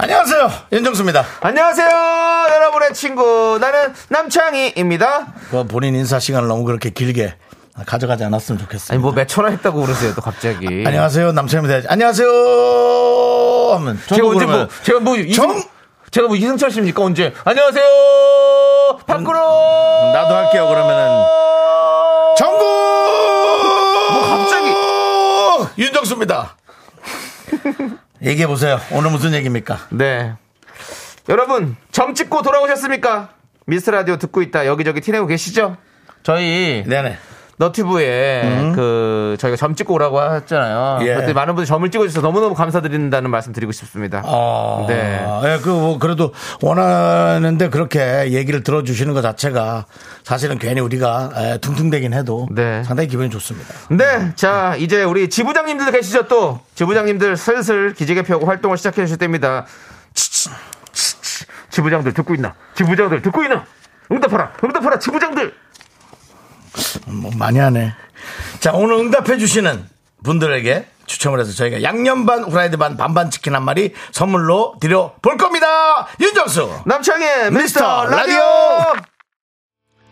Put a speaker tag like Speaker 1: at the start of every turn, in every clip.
Speaker 1: 안녕하세요. 윤정수입니다.
Speaker 2: 안녕하세요, 여러분의 친구. 나는 남창희입니다.
Speaker 1: 그 본인 인사 시간을 너무 그렇게 길게 가져가지 않았으면 좋겠어요.
Speaker 2: 아니, 뭐 매초라 했다고 그러세요, 또 갑자기.
Speaker 1: 안녕하세요. 남창입니다. 안녕하세요. 하면
Speaker 2: 제가
Speaker 1: 저도
Speaker 2: 언제 뭐,
Speaker 1: 그러면
Speaker 2: 제가 뭐, 이승,
Speaker 1: 정-
Speaker 2: 제가 뭐 이승철 씨입니까, 언제? 안녕하세요, 밖으로! 음,
Speaker 1: 나도 할게요. 그러면은 정국 뭐
Speaker 2: 갑자기.
Speaker 1: 윤정수입니다. 얘기해 보세요. 오늘 무슨 얘기입니까?
Speaker 2: 네. 여러분, 점 찍고 돌아오셨습니까? 미스 라디오 듣고 있다. 여기저기 티내고 계시죠? 저희
Speaker 1: 네네.
Speaker 2: 너튜브에 그 저희가 점 찍고 오라고 하셨잖아요.
Speaker 1: 예.
Speaker 2: 그때 많은 분들이 점을 찍어주셔서 너무너무 감사드린다는 말씀 드리고 싶습니다.
Speaker 1: 아,
Speaker 2: 네.
Speaker 1: 예, 그, 뭐 그래도 원하는데 그렇게 얘기를 들어주시는 것 자체가 사실은 괜히 우리가 예, 퉁퉁대긴 해도
Speaker 2: 네.
Speaker 1: 상당히 기분이 좋습니다.
Speaker 2: 네, 자 이제 우리 지부장님들 계시죠 또 지부장님들 슬슬 기지개 펴고 활동을 시작해 주실 때입니다. 치치, 치치. 지부장들 듣고 있나? 지부장들 듣고 있나? 응답하라, 응답하라, 지부장들.
Speaker 1: 뭐 많이 하네. 자, 오늘 응답해 주시는 분들에게 추첨을 해서 저희가 양념 반, 후라이드 반, 반반 치킨 한 마리 선물로 드려 볼 겁니다. 윤정수.
Speaker 2: 남창의 미스터
Speaker 1: 미스터
Speaker 2: 라디오.
Speaker 1: 라디오.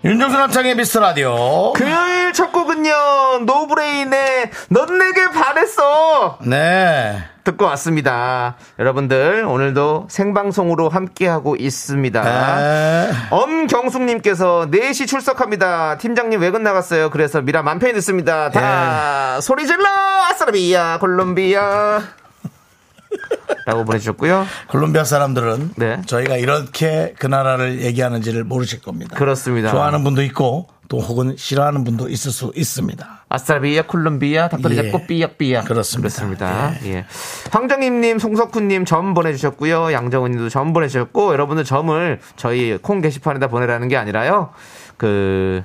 Speaker 1: 윤정수 남창의 미스터 라디오.
Speaker 2: 금요일 첫 곡은요 노브레인의 넌 내게 반했어
Speaker 1: 네.
Speaker 2: 듣고 왔습니다. 여러분들 오늘도 생방송으로 함께하고 있습니다.
Speaker 1: 에,
Speaker 2: 엄경숙님께서 4시 출석합니다. 팀장님 외근 나갔어요. 그래서 미라 만편히 듣습니다.
Speaker 1: 예.
Speaker 2: 다 소리 질러! 아싸라비아, 콜롬비아. 라고 보내주셨고요.
Speaker 1: 콜롬비아 사람들은
Speaker 2: 네.
Speaker 1: 저희가 이렇게 그 나라를 얘기하는지를 모르실 겁니다.
Speaker 2: 그렇습니다.
Speaker 1: 좋아하는 분도 있고 또 혹은 싫어하는 분도 있을 수 있습니다.
Speaker 2: 아싸라비아, 콜롬비아, 닭다리
Speaker 1: 예.
Speaker 2: 잡고 삐약삐약.
Speaker 1: 그렇습니다.
Speaker 2: 그렇습니다. 예. 황정임님, 송석훈님 점 보내주셨고요. 양정은님도 점 보내주셨고, 여러분들 점을 저희 콩 게시판에다 보내라는 게 아니라요. 그,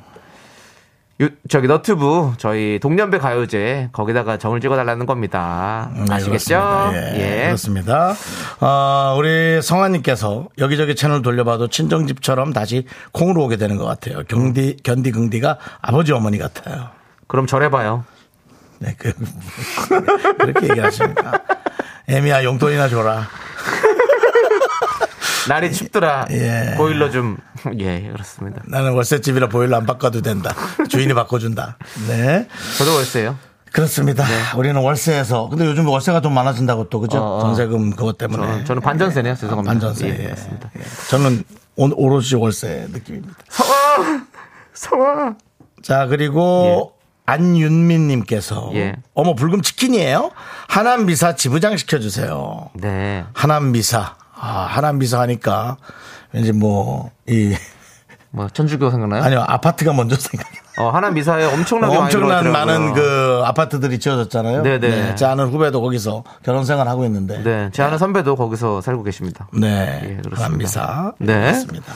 Speaker 2: 유- 저기 너튜브 저희 동년배 가요제 거기다가 점을 찍어달라는 겁니다.
Speaker 1: 네,
Speaker 2: 아시겠죠?
Speaker 1: 그렇습니다. 예,
Speaker 2: 예.
Speaker 1: 그렇습니다. 아, 우리 성아님께서 여기저기 채널 돌려봐도 친정집처럼 다시 콩으로 오게 되는 것 같아요. 경디, 견디, 긍디가 아버지 어머니 같아요.
Speaker 2: 그럼 절해봐요.
Speaker 1: 네, 그, 그렇게 얘기하십니까. 애미야, 용돈이나 줘라.
Speaker 2: 날이 춥더라.
Speaker 1: 예.
Speaker 2: 보일러 좀. 예, 그렇습니다.
Speaker 1: 나는 월세집이라 보일러 안 바꿔도 된다. 주인이 바꿔준다. 네.
Speaker 2: 저도 월세요.
Speaker 1: 그렇습니다. 우리는 월세에서. 근데 요즘 월세가 좀 많아진다고 또, 그죠?
Speaker 2: 네. 어, 어.
Speaker 1: 전세금 그것 때문에.
Speaker 2: 저는, 저는 반전세네요. 죄송합니다.
Speaker 1: 반전세.
Speaker 2: 예,
Speaker 1: 예.
Speaker 2: 그렇습니다.
Speaker 1: 예. 저는 온- 오롯이 월세 느낌입니다.
Speaker 2: 성아! 성아!
Speaker 1: 자 그리고 안윤민님께서
Speaker 2: 예.
Speaker 1: 어머 불금 치킨이에요? 하남 미사 지부장 시켜주세요.
Speaker 2: 네.
Speaker 1: 하남 미사 아 하남 미사 하니까 왠지 뭐 이
Speaker 2: 뭐, 천주교 생각나요?
Speaker 1: 아니요 아파트가 먼저 생각이 나.
Speaker 2: 어, 하나 미사에 엄청나게 많이
Speaker 1: 엄청난
Speaker 2: 들어왔더라고요.
Speaker 1: 많은 그 아파트들이 지어졌잖아요.
Speaker 2: 네네.
Speaker 1: 제 아는 후배도 거기서 결혼 생활 하고 있는데.
Speaker 2: 네, 제 아는 선배도 거기서 살고 계십니다. 예,
Speaker 1: 네,
Speaker 2: 그렇습니다.
Speaker 1: 하남 미사
Speaker 2: 네.
Speaker 1: 그렇습니다.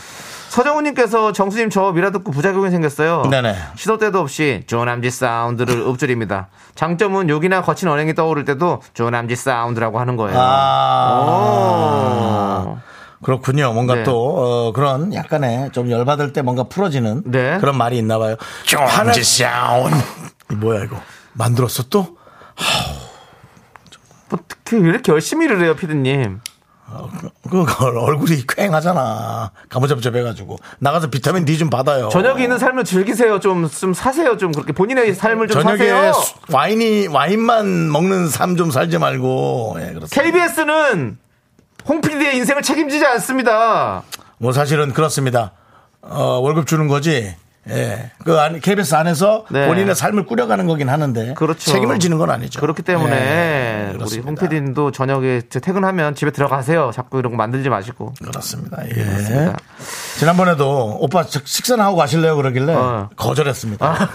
Speaker 2: 서정우님께서 정수님 저 미라 듣고 부작용이 생겼어요.
Speaker 1: 네네.
Speaker 2: 시도 때도 없이 조남지 사운드를 읊조립니다. 장점은 욕이나 거친 언행이 떠오를 때도 조남지 사운드라고 하는 거예요. 어.
Speaker 1: 아,
Speaker 2: 오.
Speaker 1: 그렇군요. 뭔가
Speaker 2: 네.
Speaker 1: 또 어, 그런 약간의 좀 열받을 때 뭔가 풀어지는
Speaker 2: 네.
Speaker 1: 그런 말이 있나 봐요. 하나- 뭐야 이거? 만들었어 또?
Speaker 2: 어떻게 뭐 이렇게 열심히 일을 해요, 피디님?
Speaker 1: 어, 그걸 얼굴이 퀭하잖아. 가무잡잡해가지고 나가서 비타민 D 좀 받아요.
Speaker 2: 저녁에 있는 삶을 즐기세요. 좀, 좀 사세요. 좀 그렇게 본인의 삶을 좀
Speaker 1: 저녁에
Speaker 2: 사세요.
Speaker 1: 수- 와인이 와인만 먹는 삶 좀 살지 말고. 예, 그렇습니다.
Speaker 2: KBS는 홍 PD의 인생을 책임지지 않습니다.
Speaker 1: 뭐 사실은 그렇습니다. 어, 월급 주는 거지. 예. 그 안, KBS 안에서
Speaker 2: 네.
Speaker 1: 본인의 삶을 꾸려가는 거긴 하는데
Speaker 2: 그렇죠.
Speaker 1: 책임을 지는 건 아니죠.
Speaker 2: 그렇기 때문에
Speaker 1: 예,
Speaker 2: 우리
Speaker 1: 그렇습니다.
Speaker 2: 홍 PD님도 저녁에 이제 퇴근하면 집에 들어가세요. 자꾸 이런 거 만들지 마시고.
Speaker 1: 그렇습니다. 예.
Speaker 2: 그렇습니다.
Speaker 1: 지난번에도 오빠 식- 식사나 하고 가실래요 그러길래
Speaker 2: 어.
Speaker 1: 거절했습니다.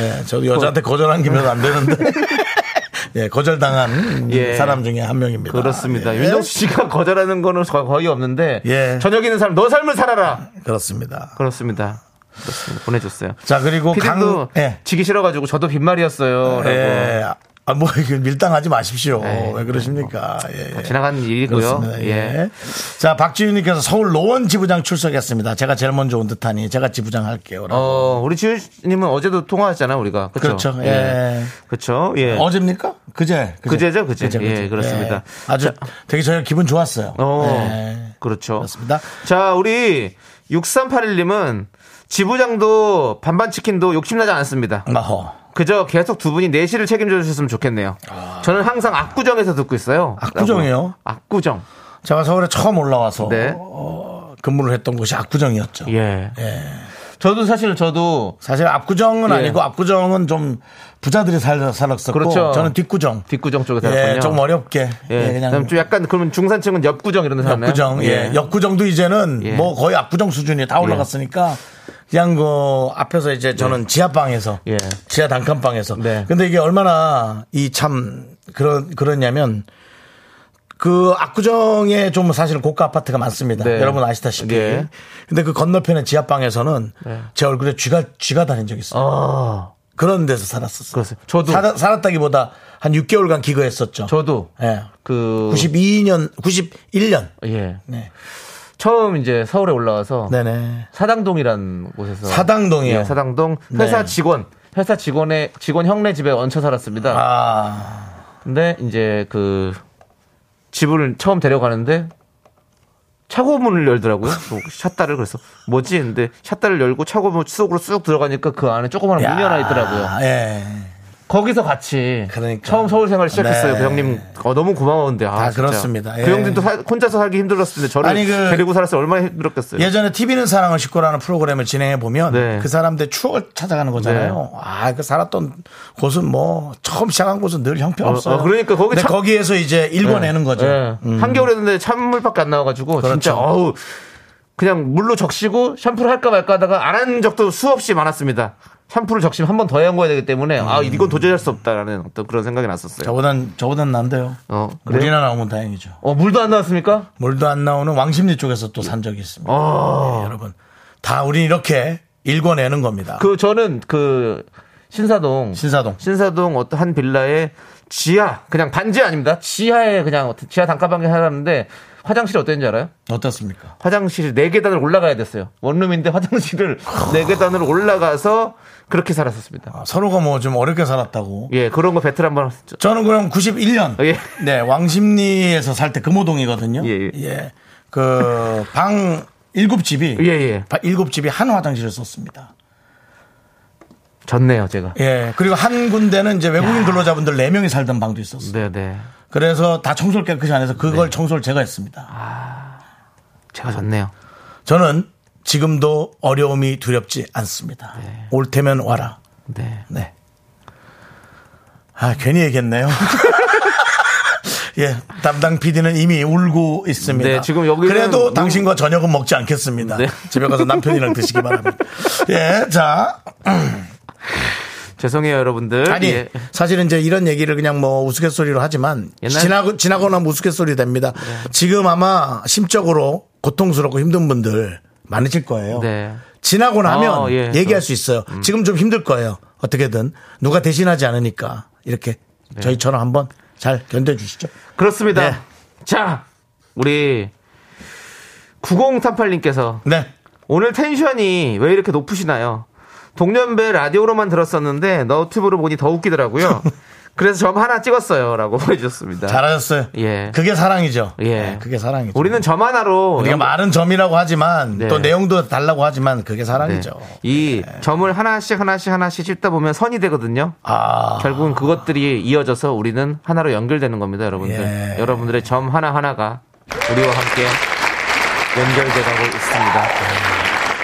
Speaker 1: 예, 저도 여자한테 거절한 기면 안 되는데 예, 거절당한
Speaker 2: 예.
Speaker 1: 사람 중에 한 명입니다.
Speaker 2: 그렇습니다.
Speaker 1: 예,
Speaker 2: 윤정수 씨가 거절하는 거는 거- 거의 없는데
Speaker 1: 예.
Speaker 2: 저녁 있는 사람 너 삶을 살아라.
Speaker 1: 그렇습니다.
Speaker 2: 그렇습니다. 그렇습니다. 보내줬어요.
Speaker 1: 자, 그리고
Speaker 2: 피디도
Speaker 1: 강, 예.
Speaker 2: 지기 싫어가지고 저도 빈말이었어요. 라고.
Speaker 1: 예. 아, 뭐, 이렇게 밀당하지 마십시오.
Speaker 2: 네. 뭐
Speaker 1: 왜 그러십니까? 예. 예.
Speaker 2: 지나간 일이고요.
Speaker 1: 그렇습니다. 예.
Speaker 2: 예.
Speaker 1: 자, 박지윤님께서 서울 노원 지부장 출석했습니다. 제가 제일 먼저 온 듯하니 제가 지부장 할게요. 라고.
Speaker 2: 어 우리 지우님은 어제도 통화했잖아요 우리가 그쵸?
Speaker 1: 그렇죠. 예.
Speaker 2: 그렇죠 예
Speaker 1: 어제입니까? 그제.
Speaker 2: 그제죠, 그제. 예, 그렇습니다.
Speaker 1: 예. 아주 되게 저희가 기분 좋았어요.
Speaker 2: 어,
Speaker 1: 예.
Speaker 2: 그렇죠.
Speaker 1: 그렇습니다.
Speaker 2: 자, 우리 6381님은 지부장도 반반치킨도 욕심나지 않습니다.
Speaker 1: 마호.
Speaker 2: 그저 계속 두 분이 내실을 책임져 주셨으면 좋겠네요. 저는 항상 압구정에서 듣고 있어요.
Speaker 1: 아. 압구정이요?
Speaker 2: 라고. 압구정.
Speaker 1: 제가 서울에 처음 올라와서
Speaker 2: 네.
Speaker 1: 어, 근무를 했던 곳이 압구정이었죠.
Speaker 2: 예. 저도 사실 저도
Speaker 1: 사실 압구정은
Speaker 2: 예.
Speaker 1: 아니고 압구정은 좀 부자들이 살, 살았었고
Speaker 2: 그렇죠.
Speaker 1: 저는 뒷구정.
Speaker 2: 뒷구정 쪽에 살았군요.
Speaker 1: 예, 좀 어렵게.
Speaker 2: 예.
Speaker 1: 예,
Speaker 2: 그다음
Speaker 1: 그냥
Speaker 2: 좀 약간 그러면 중산층은 옆구정 이런 데 사나요?
Speaker 1: 역구정. 예. 역구정도 이제는
Speaker 2: 예.
Speaker 1: 뭐 거의 압구정 수준이 다 올라갔으니까 그냥 그 앞에서 이제 저는 지하방에서
Speaker 2: 예.
Speaker 1: 지하 단칸방에서
Speaker 2: 네.
Speaker 1: 근데 이게 얼마나 이 참 그런 그러냐면 그 압구정에 좀 사실 고가 아파트가 많습니다.
Speaker 2: 네.
Speaker 1: 여러분 아시다시피.
Speaker 2: 예.
Speaker 1: 근데 그 건너편에 지하방에서는
Speaker 2: 네.
Speaker 1: 제 얼굴에 쥐가 쥐가 다닌 적이 있어요.
Speaker 2: 아,
Speaker 1: 그런 데서 살았었어요.
Speaker 2: 그렇습니다. 저도-
Speaker 1: 살았, 다기보다한 6개월간 기거했었죠.
Speaker 2: 저도
Speaker 1: 예.
Speaker 2: 그
Speaker 1: 92년, 91년.
Speaker 2: 예.
Speaker 1: 네.
Speaker 2: 처음 이제 서울에 올라와서
Speaker 1: 네네.
Speaker 2: 사당동이라는 곳에서
Speaker 1: 사당동이요.
Speaker 2: 예, 사당동
Speaker 1: 네.
Speaker 2: 회사 직원 회사 직원의 직원 형네 집에 얹혀 살았습니다.
Speaker 1: 아,
Speaker 2: 근데 이제 그 집을 처음 데려가는데 차고 문을 열더라고요. 뭐 샷다를 그래서 뭐지? 근데 샷다를 열고 차고 문 속으로 쑥 들어가니까 그 안에 조그마한 문이
Speaker 1: 야.
Speaker 2: 하나 있더라고요.
Speaker 1: 예.
Speaker 2: 거기서 같이
Speaker 1: 그러니까.
Speaker 2: 처음 서울 생활 시작했어요.
Speaker 1: 네.
Speaker 2: 그 형님 어, 너무 고마운데 아,
Speaker 1: 아,
Speaker 2: 진짜.
Speaker 1: 그렇습니다. 예.
Speaker 2: 그 형님도 사- 혼자서 살기 힘들었을 때 저를
Speaker 1: 아니, 그-
Speaker 2: 데리고 살았을 때 얼마나 힘들었겠어요.
Speaker 1: 예전에 TV는 사랑을 싣고라는 프로그램을 진행해 보면
Speaker 2: 네.
Speaker 1: 그 사람들 추억을 찾아가는 거잖아요. 아, 그 살았던 곳은 뭐 처음 시작한 곳은 늘 형편없어요.
Speaker 2: 어, 어, 그러니까 거기
Speaker 1: 근데
Speaker 2: 참-
Speaker 1: 거기에서 이제 읽어내는 거죠.
Speaker 2: 예. 한겨울 했는데 찬물밖에 안 나와가지고 진짜
Speaker 1: 그렇죠.
Speaker 2: 어우 그냥 물로 적시고 샴푸를 할까 말까 하다가 안 한 적도 수없이 많았습니다. 샴푸를 적시면 한 번 더 해한 거야 되기 때문에 아 이건 도저히 할 수 없다라는 어떤 그런 생각이 났었어요.
Speaker 1: 음. 저보단 저보단 난데요.
Speaker 2: 어, 그래요?
Speaker 1: 물이나 나오면 다행이죠.
Speaker 2: 어 물도 안 나왔습니까?
Speaker 1: 물도 안 나오는 왕십리 쪽에서 또 산 적이 있습니다. 네, 여러분 다 우리 이렇게 읽어내는 겁니다.
Speaker 2: 그 저는 그 신사동
Speaker 1: 신사동.
Speaker 2: 신사동 어떤 한 빌라에 지하 그냥 반지 아닙니다. 지하에 그냥 어떤 지하 단칸방에 살았는데 화장실이 어땠는지 알아요?
Speaker 1: 어떻습니까?
Speaker 2: 화장실이 네 계단을 올라가야 됐어요. 원룸인데 화장실을 네 계단을 올라가서 그렇게 살았었습니다.
Speaker 1: 아, 서로가 뭐 좀 어렵게 살았다고.
Speaker 2: 예, 그런 거 배틀 한번 했죠.
Speaker 1: 저는 그럼 91년
Speaker 2: 예.
Speaker 1: 네 왕십리에서 살 때 금호동이거든요.
Speaker 2: 예, 예.
Speaker 1: 그 방 일곱 집이
Speaker 2: 예, 예.
Speaker 1: 바- 일곱 집이 한 화장실을 썼습니다.
Speaker 2: 졌네요, 제가.
Speaker 1: 예. 그리고 한 군데는 이제 외국인 근로자분들 네 명이 살던 방도 있었어요.
Speaker 2: 네, 네.
Speaker 1: 그래서 다 청소를 깨끗이 안 해서 그걸 청소를 제가
Speaker 2: 아.
Speaker 1: 했습니다.
Speaker 2: 제가 졌네요.
Speaker 1: 저는 지금도 어려움이 두렵지 않습니다. 올 테면 와라.
Speaker 2: 네.
Speaker 1: 네. 아, 괜히 얘기했네요. 예, 담당 PD는 이미 울고 있습니다.
Speaker 2: 네, 지금 여기는
Speaker 1: 그래도
Speaker 2: 울-
Speaker 1: 당신과 저녁은 먹지 않겠습니다.
Speaker 2: 네.
Speaker 1: 집에 가서 남편이랑 드시기 바랍니다. 예, 자.
Speaker 2: 죄송해요, 여러분들.
Speaker 1: 아니,
Speaker 2: 예.
Speaker 1: 사실은 이제 이런 얘기를 그냥 뭐 우스갯소리로 하지만
Speaker 2: 옛날- 네.
Speaker 1: 지나고, 지나고 나면 우스갯소리 됩니다. 지금 아마 심적으로 고통스럽고 힘든 분들 많으실 거예요.
Speaker 2: 네.
Speaker 1: 지나고 나면
Speaker 2: 어, 예.
Speaker 1: 얘기할 수 있어요. 지금 좀 힘들 거예요. 어떻게든 누가 대신하지 않으니까 이렇게
Speaker 2: 네.
Speaker 1: 저희처럼 한번 잘 견뎌주시죠.
Speaker 2: 그렇습니다.
Speaker 1: 네.
Speaker 2: 자, 우리 9038님께서
Speaker 1: 네.
Speaker 2: 오늘 텐션이 왜 이렇게 높으시나요? 동년배 라디오로만 들었었는데 너튜브로 보니 더 웃기더라고요. 그래서 점 하나 찍었어요라고 보내주셨습니다.
Speaker 1: 잘하셨어요.
Speaker 2: 예.
Speaker 1: 그게 사랑이죠.
Speaker 2: 예.
Speaker 1: 네, 그게 사랑이죠.
Speaker 2: 우리는 점 하나로
Speaker 1: 우리가
Speaker 2: 영-
Speaker 1: 말은 점이라고 하지만
Speaker 2: 네.
Speaker 1: 또 내용도 달라고 하지만 그게
Speaker 2: 네.
Speaker 1: 사랑이죠.
Speaker 2: 이 점을 하나씩 하나씩 하나씩 씹다 보면 선이 되거든요.
Speaker 1: 아.
Speaker 2: 결국은 그것들이 이어져서 우리는 하나로 연결되는 겁니다, 여러분들.
Speaker 1: 예.
Speaker 2: 여러분들의 점 하나하나가 우리와 함께 연결돼가고 있습니다.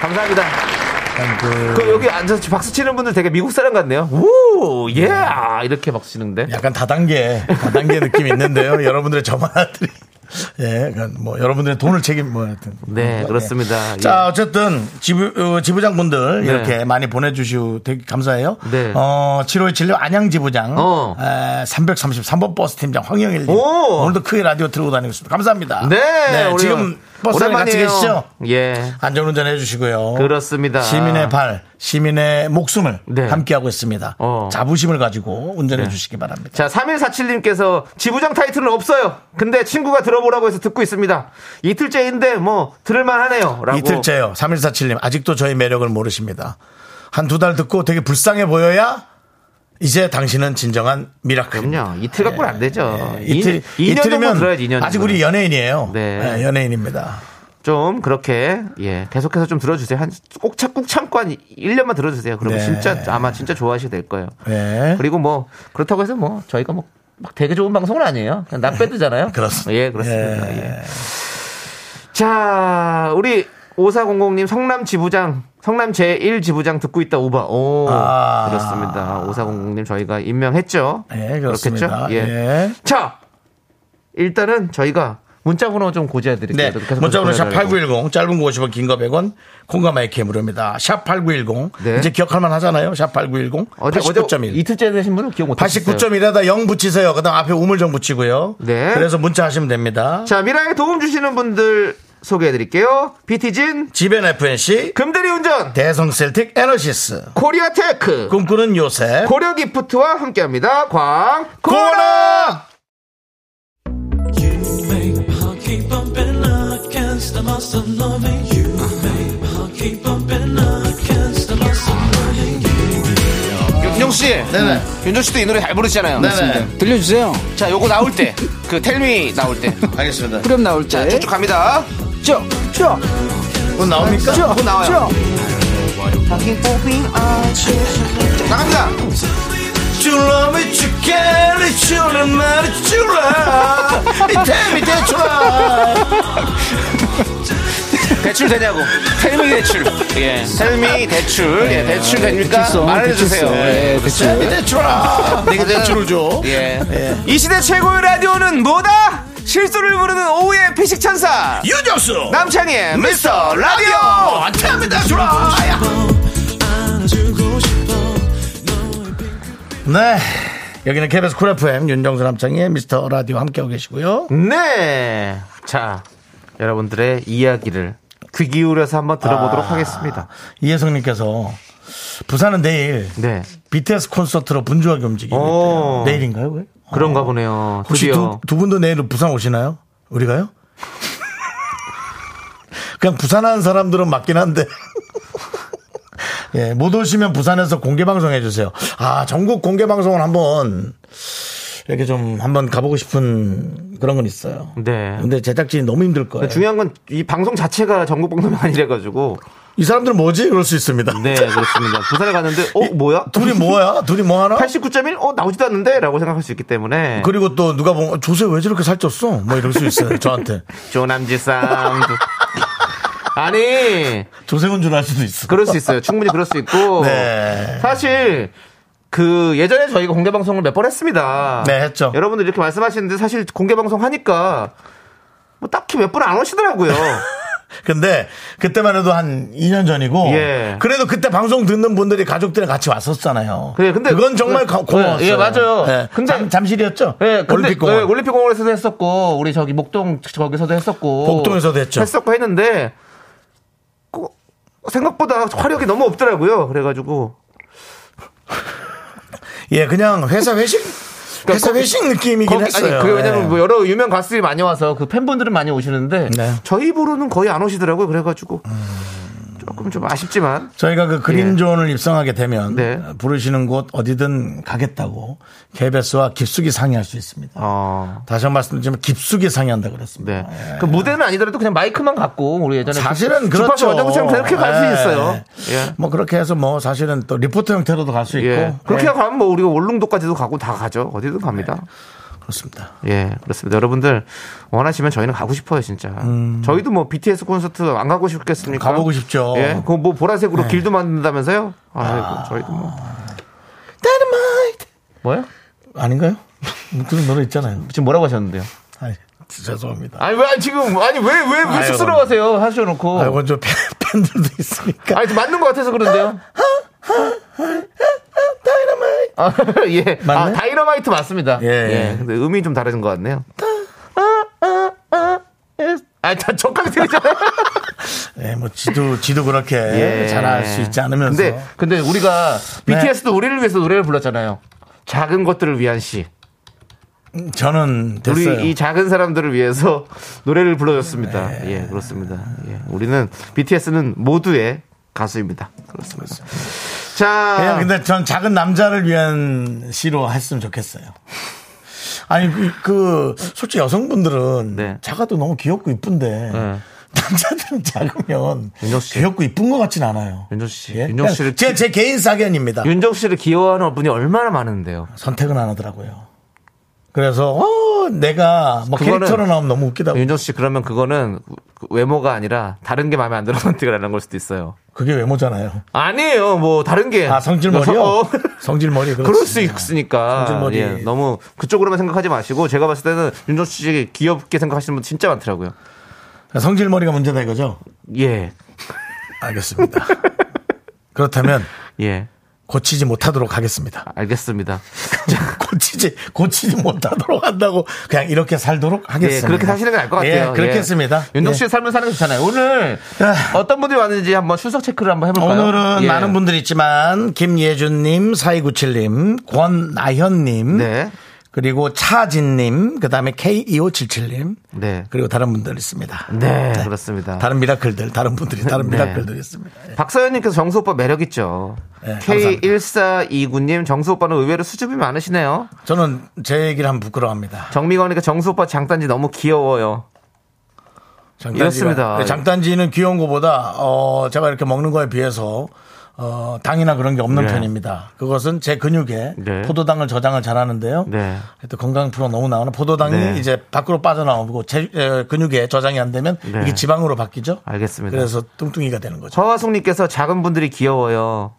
Speaker 2: 감사합니다.
Speaker 1: 약간 그-
Speaker 2: 그 여기 앉아서 박수 치는 분들 되게 미국 사람 같네요. 우, 예! 이렇게 박수 치는데.
Speaker 1: 약간 다단계, 다단계 느낌이 있는데요. 여러분들의 점 하나들이. 예, 그러니까 뭐 여러분들의 돈을 책임 뭐 하여튼.
Speaker 2: 네, 그렇습니다.
Speaker 1: 자,
Speaker 2: 예.
Speaker 1: 어쨌든 지부 어, 지부장분들
Speaker 2: 네.
Speaker 1: 이렇게 많이 보내주시고 되게 감사해요.
Speaker 2: 네.
Speaker 1: 어, 7월 7일 안양 지부장,
Speaker 2: 어.
Speaker 1: 에, 333번 버스 팀장 황영일 님
Speaker 2: 오!
Speaker 1: 오늘도 크게 라디오 들고 다니겠습니다. 감사합니다.
Speaker 2: 네, 오늘
Speaker 1: 지금 버스에 같이
Speaker 2: 오랜만이에요.
Speaker 1: 계시죠?
Speaker 2: 예.
Speaker 1: 안전운전 해주시고요.
Speaker 2: 그렇습니다.
Speaker 1: 시민의 발, 시민의 목숨을
Speaker 2: 네.
Speaker 1: 함께하고 있습니다.
Speaker 2: 어. 네.
Speaker 1: 자부심을 가지고 운전해 주시기 바랍니다.
Speaker 2: 자, 3147님께서 지부장 타이틀은 없어요. 근데 친구가 들어보라고 해서 듣고 있습니다. 이틀째인데 뭐 들을만 하네요. 라고.
Speaker 1: 이틀째요. 3147님. 아직도 저희 매력을 모르십니다. 한 두 달 듣고 되게 불쌍해 보여야 이제 당신은 진정한 미라클.
Speaker 2: 그럼요. 이틀 갖고는 안 되죠.
Speaker 1: 예, 이틀,
Speaker 2: 이, 2년 정도 뭐
Speaker 1: 이틀이면
Speaker 2: 들어야지 2년.
Speaker 1: 아직 우리 연예인이에요.
Speaker 2: 네.
Speaker 1: 예, 연예인입니다.
Speaker 2: 좀 그렇게 예, 계속해서 좀 들어 주세요. 한꼭 참고 참고 한 1년만 들어 주세요. 그러면
Speaker 1: 네.
Speaker 2: 진짜 아마 진짜 좋아하시게 될 거예요.
Speaker 1: 네.
Speaker 2: 그리고 뭐 그렇다고 해서 뭐 저희가 뭐, 막 되게 좋은 방송은 아니에요. 그냥 나빼드잖아요.
Speaker 1: 그렇습니다.
Speaker 2: 예, 그렇습니다.
Speaker 1: 예.
Speaker 2: 예. 자, 우리 5400님 성남 지부장, 성남 제1 지부장 듣고 있다 우바. 오,
Speaker 1: 아.
Speaker 2: 그렇습니다. 5400님 저희가 임명했죠.
Speaker 1: 예, 그렇습니다.
Speaker 2: 그렇겠죠? 예.
Speaker 1: 예.
Speaker 2: 자, 일단은 저희가 문자번호 좀 고지해드릴게요.
Speaker 1: 네.
Speaker 2: 계속해서
Speaker 1: 문자번호
Speaker 2: 보내달라고.
Speaker 1: 샵8910 짧은 거 50원 긴 거 100원 콩가마 이렇게 무료입니다. 샵8910
Speaker 2: 네.
Speaker 1: 이제 기억할 만 하잖아요. 샵8910
Speaker 2: 어제,
Speaker 1: 89.1
Speaker 2: 어제 이틀째 되신 분은 기억 못 하셨어요.
Speaker 1: 89.1에다 0 붙이세요. 그다음 앞에 우물정 붙이고요.
Speaker 2: 네.
Speaker 1: 그래서 문자 하시면 됩니다.
Speaker 2: 자, 미라에 도움 주시는 분들 소개해드릴게요. 비티진,
Speaker 1: 지벤 FNC
Speaker 2: 금대리 운전,
Speaker 1: 대성 셀틱 에너시스
Speaker 2: 코리아 테크,
Speaker 1: 꿈꾸는 요새
Speaker 2: 고려 기프트와 함께합니다. 광,
Speaker 1: 고라
Speaker 3: Babe, I'll keep bumping against the must of loving you. Babe, I'll keep bumping against the must of loving you.
Speaker 4: 윤정 씨,
Speaker 1: 네네.
Speaker 4: 윤정 씨도 이 노래 잘 부르시잖아요.
Speaker 1: 네네.
Speaker 5: 들려주세요.
Speaker 4: 자, 요거 나올 때, 그 텔미 나올 때,
Speaker 1: 알겠습니다.
Speaker 5: 그럼 나올 때.
Speaker 4: 쭉쭉 갑니다.
Speaker 5: 쭉, 쭉,
Speaker 1: 그건 나옵니까?
Speaker 4: 쭉 나와요.
Speaker 5: 쭉.
Speaker 4: 자, 나갑니다.
Speaker 1: You love me, you care, you love me, you love. 이 템이 대출아.
Speaker 4: 대출 되냐고. 텔미 대출. 예, 텔미 대출. 예, 대출 됩니까?
Speaker 5: 네. 대출성,
Speaker 4: 말해주세요.
Speaker 5: 대출성.
Speaker 4: 예.
Speaker 5: 예, 대출.
Speaker 1: 이 대출아. 내가 네, 대출을 줘.
Speaker 4: 예. 이 시대 최고의 라디오는 뭐다? 실수를 부르는 오후의 피식 천사.
Speaker 1: 유정수.
Speaker 4: 남창희의 미스터 라디오!
Speaker 1: 어, 템이 대출아. 야.
Speaker 3: 안아주고 싶어. 너의
Speaker 1: 네. 여기는 KBS 쿨 FM 윤정수 남창희의 미스터 라디오 함께하고 계시고요.
Speaker 2: 네. 자, 여러분들의 이야기를 귀 기울여서 한번 들어보도록
Speaker 1: 아.
Speaker 2: 하겠습니다.
Speaker 1: 이혜성님께서 부산은 내일
Speaker 2: 네.
Speaker 1: BTS 콘서트로 분주하게 움직이고
Speaker 2: 오.
Speaker 1: 있대요. 내일인가요? 그게?
Speaker 2: 그런가 보네요.
Speaker 1: 어. 혹시
Speaker 2: 드디어.
Speaker 1: 두, 두 분도 내일 부산 오시나요? 우리가요? 그냥 부산한 사람들은 맞긴 한데. 예, 못 오시면 부산에서 공개 방송 해주세요. 아, 전국 공개 방송을 한번 이렇게 좀 한번 가보고 싶은 그런 건 있어요.
Speaker 2: 네.
Speaker 1: 근데 제작진이 너무 힘들 거예요.
Speaker 2: 중요한 건 이 방송 자체가 전국 방송이 아니래가지고.
Speaker 1: 이 사람들은 뭐지? 그럴 수 있습니다.
Speaker 2: 네, 그렇습니다. 부산에 갔는데, 어, 뭐야?
Speaker 1: 둘이 뭐야? 둘이 뭐 하나?
Speaker 2: 89.1? 어, 나오지도 않는데? 라고 생각할 수 있기 때문에.
Speaker 1: 그리고 또 누가 보면 조세 왜 저렇게 살쪘어? 뭐 이럴 수 있어요. 저한테
Speaker 2: 조남지 사운드. 아니,
Speaker 1: 조세군 줄 알 수도 있어.
Speaker 2: 그럴 수 있어요. 충분히 그럴 수 있고.
Speaker 1: 네.
Speaker 2: 사실 그 예전에 저희가 공개 방송을 몇 번 했습니다.
Speaker 1: 네, 했죠.
Speaker 2: 여러분들 이렇게 말씀하시는데 사실 공개 방송 하니까 뭐 딱히 몇 분 안 오시더라고요.
Speaker 1: 근데 그때만 해도 한 2년 전이고
Speaker 2: 예.
Speaker 1: 그래도 그때 방송 듣는 분들이 가족들이랑 같이 왔었잖아요.
Speaker 2: 그래, 근데
Speaker 1: 그건 정말
Speaker 2: 그-
Speaker 1: 가- 고마웠어요.
Speaker 2: 예, 예, 맞아요. 근데-
Speaker 1: 근데 잠, 실이었죠
Speaker 2: 예, 근데-
Speaker 1: 네, 올림픽공원.
Speaker 2: 예, 올림픽공원에서도 했었고 우리 저기 목동 저기서도 했었고
Speaker 1: 목동에서도 했죠.
Speaker 2: 했었고 했는데 꼭 생각보다 화력이 너무 없더라고요. 그래가지고
Speaker 1: 예, 그냥 회사 회식 회사
Speaker 2: 그러니까 거기-
Speaker 1: 회식 느낌이긴
Speaker 2: 거기-
Speaker 1: 했어요.
Speaker 2: 아니, 그게
Speaker 1: 예.
Speaker 2: 왜냐면 뭐 여러 유명 가수들이 많이 와서 그 팬분들은 많이 오시는데
Speaker 1: 네.
Speaker 2: 저희 부로는 거의 안 오시더라고요. 그래가지고
Speaker 1: 음.
Speaker 2: 조금 좀 아쉽지만
Speaker 1: 저희가 그 그린존을 입성하게 되면
Speaker 2: 예. 네.
Speaker 1: 부르시는 곳 어디든 가겠다고 KBS와 깊숙이 상의할 수 있습니다.
Speaker 2: 어.
Speaker 1: 다시 한 번 말씀드리면 깊숙이 상의한다 그랬습니다. 예.
Speaker 2: 네. 그 무대는 아니더라도 그냥 마이크만 갖고 우리 예전에
Speaker 1: 사실은
Speaker 2: 주- 주파수
Speaker 1: 그렇죠.
Speaker 2: 원정처럼 그렇게 갈 수
Speaker 1: 예.
Speaker 2: 있어요. 예.
Speaker 1: 뭐 그렇게 해서 뭐 사실은 또 리포터 형태로도 갈 수 있고
Speaker 2: 예. 그렇게
Speaker 1: 예,
Speaker 2: 가면 뭐 우리가 원룸도까지도 가고 다 가죠. 어디든 갑니다.
Speaker 1: 네. 그렇습니다.
Speaker 2: 예, 그렇습니다. 여러분들 원하시면 저희는 가고 싶어요, 진짜. 저희도 뭐 BTS 콘서트 안 가고 싶겠습니까?
Speaker 1: 음. 가보고 싶죠. 네.
Speaker 2: 예. 그거 뭐 보라색으로 길도 만든다면서요? 아이고, 저희도 뭐.
Speaker 1: Dynamite
Speaker 2: 뭐요?
Speaker 1: 아닌가요? 그런 노래 있잖아요.
Speaker 2: 지금 뭐라고 하셨는데요?
Speaker 1: 아니, 죄송합니다.
Speaker 2: 아니 왜 지금 아니 왜 왜 왜
Speaker 1: 아이고.
Speaker 2: 쑥스러워하세요 하셔놓고
Speaker 1: 아, 이건 저 팬, 팬들도 있으니까.
Speaker 2: 아니 좀 맞는 것 같아서 그런데요.
Speaker 1: 다이너마이트.
Speaker 2: 아, 예. 아,
Speaker 1: 맞나요?
Speaker 2: 다이너마이트 맞습니다.
Speaker 1: 예,
Speaker 2: 예.
Speaker 1: 예.
Speaker 2: 근데 음이 좀 다른 것 같네요. 아, 저 적강 들리잖아요.
Speaker 1: 예, 뭐 지도 지도 그렇게 예, 잘할 수 있지 않으면서.
Speaker 2: 예. 근데, 근데 우리가
Speaker 1: 네.
Speaker 2: BTS도 우리를 위해서 노래를 불렀잖아요. 작은 것들을 위한 시.
Speaker 1: 저는 됐어요.
Speaker 2: 우리 이 작은 사람들을 위해서 노래를 불러줬습니다.
Speaker 1: 네.
Speaker 2: 예, 그렇습니다. 예. 우리는 BTS는 모두의 가수입니다. 그렇습니다. 자,
Speaker 1: 그냥 아, 근데 전 작은 남자를 위한 시로 했으면 좋겠어요. 아니 그, 그 솔직히 여성분들은
Speaker 2: 네.
Speaker 1: 작아도 너무 귀엽고 이쁜데
Speaker 2: 네.
Speaker 1: 남자들은 작으면
Speaker 2: 윤정수 씨.
Speaker 1: 귀엽고 이쁜 것 같진 않아요.
Speaker 2: 윤정수 씨,
Speaker 1: 예?
Speaker 2: 윤정수 씨를
Speaker 1: 그냥 제, 제 개인 사견입니다.
Speaker 2: 윤정 씨를 귀여워하는 분이 얼마나 많은데요.
Speaker 1: 선택은 안 하더라고요. 그래서 어, 내가 뭐
Speaker 2: 그거는
Speaker 1: 캐릭터로 나오면 너무 웃기다고.
Speaker 2: 윤정 씨 그러면 그거는 외모가 아니라 다른 게 마음에 안 들어 선택을 하는 걸 수도 있어요.
Speaker 1: 그게 외모잖아요.
Speaker 2: 아니에요. 뭐 다른 게.
Speaker 1: 아 성질머리요?
Speaker 2: 어,
Speaker 1: 성질머리 그렇습니다.
Speaker 2: 그럴 수 있으니까
Speaker 1: 성질머리.
Speaker 2: 예, 너무 그쪽으로만 생각하지 마시고 제가 봤을 때는 윤정 씨 귀엽게 생각하시는 분 진짜 많더라고요.
Speaker 1: 성질머리가 문제다 이거죠?
Speaker 2: 예,
Speaker 1: 알겠습니다. 그렇다면
Speaker 2: 예,
Speaker 1: 고치지 못하도록 하겠습니다.
Speaker 2: 알겠습니다.
Speaker 1: 고치지 고치지 못하도록 한다고 그냥 이렇게 살도록
Speaker 2: 예,
Speaker 1: 하겠습니다.
Speaker 2: 그렇게 사시는 게 나을 것 같아요.
Speaker 1: 예, 그렇게
Speaker 2: 예.
Speaker 1: 했습니다.
Speaker 2: 윤정
Speaker 1: 예.
Speaker 2: 씨의 삶을 사는 게 좋잖아요. 오늘
Speaker 1: 아.
Speaker 2: 어떤 분들이 왔는지 한번 출석 체크를 한번 해볼까요?
Speaker 1: 오늘은
Speaker 2: 예.
Speaker 1: 많은 분들이 있지만 김예준님, 4297님, 권나현님,
Speaker 2: 네.
Speaker 1: 그리고 차진님, 그다음에 K2577님,
Speaker 2: 네.
Speaker 1: 그리고 다른 분들 있습니다.
Speaker 2: 네, 그렇습니다.
Speaker 1: 다른 미라클들, 다른 분들이 다른
Speaker 2: 네.
Speaker 1: 미라클들 있습니다. 예.
Speaker 2: 박서연님께서 정수 오빠 매력 있죠.
Speaker 1: 네,
Speaker 2: K1429님 정수 오빠는 의외로 수줍음이 많으시네요.
Speaker 1: 저는 제 얘기를 하면 부끄러워합니다.
Speaker 2: 정미건이니까 정수 오빠 장단지 너무 귀여워요.
Speaker 1: 장단지가-
Speaker 2: 이렇습니다.
Speaker 1: 네, 장단지는 귀여운 것보다 어, 제가 이렇게 먹는 거에 비해서 어, 당이나 그런 게 없는
Speaker 2: 네.
Speaker 1: 편입니다. 그것은 제 근육에
Speaker 2: 네.
Speaker 1: 포도당을 저장을 잘하는데요.
Speaker 2: 네.
Speaker 1: 또 건강 프로 너무 나오는 포도당이
Speaker 2: 네.
Speaker 1: 이제 밖으로 빠져나오고 제 에, 근육에 저장이 안 되면
Speaker 2: 네.
Speaker 1: 이게 지방으로 바뀌죠.
Speaker 2: 알겠습니다.
Speaker 1: 그래서 뚱뚱이가 되는 거죠.
Speaker 2: 서화숙님께서 작은 분들이 귀여워요.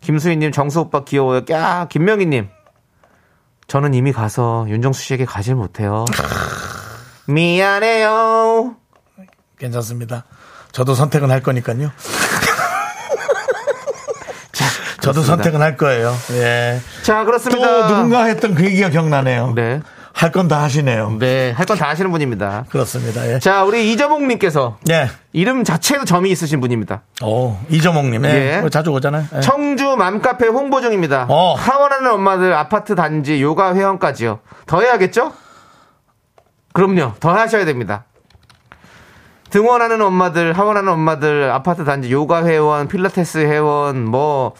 Speaker 2: 김수희님 정수 오빠 귀여워요. 까 김명희님 저는 이미 가서 윤정수 씨에게 가질 못해요. 미안해요.
Speaker 1: 괜찮습니다. 저도 선택은 할 거니까요. 저도 선택은 할 거예요. 예.
Speaker 2: 자
Speaker 1: 또
Speaker 2: 그렇습니다.
Speaker 1: 누군가 했던 그 얘기가 기억나네요.
Speaker 2: 네.
Speaker 1: 할 건 다 하시네요.
Speaker 2: 네, 할 건 다 하시는 분입니다.
Speaker 1: 그렇습니다. 예.
Speaker 2: 자, 우리 이재봉님께서
Speaker 1: 예.
Speaker 2: 이름 자체에도 점이 있으신 분입니다.
Speaker 1: 오, 이정옥님. 예.
Speaker 2: 예.
Speaker 1: 자주 오잖아요. 예.
Speaker 2: 청주 맘카페 홍보 중입니다.
Speaker 1: 어.
Speaker 2: 하원하는 엄마들 아파트 단지 요가 회원까지요. 더 해야겠죠? 그럼요. 더 하셔야 됩니다. 등원하는 엄마들, 하원하는 엄마들 아파트 단지 요가 회원, 필라테스 회원, 뭐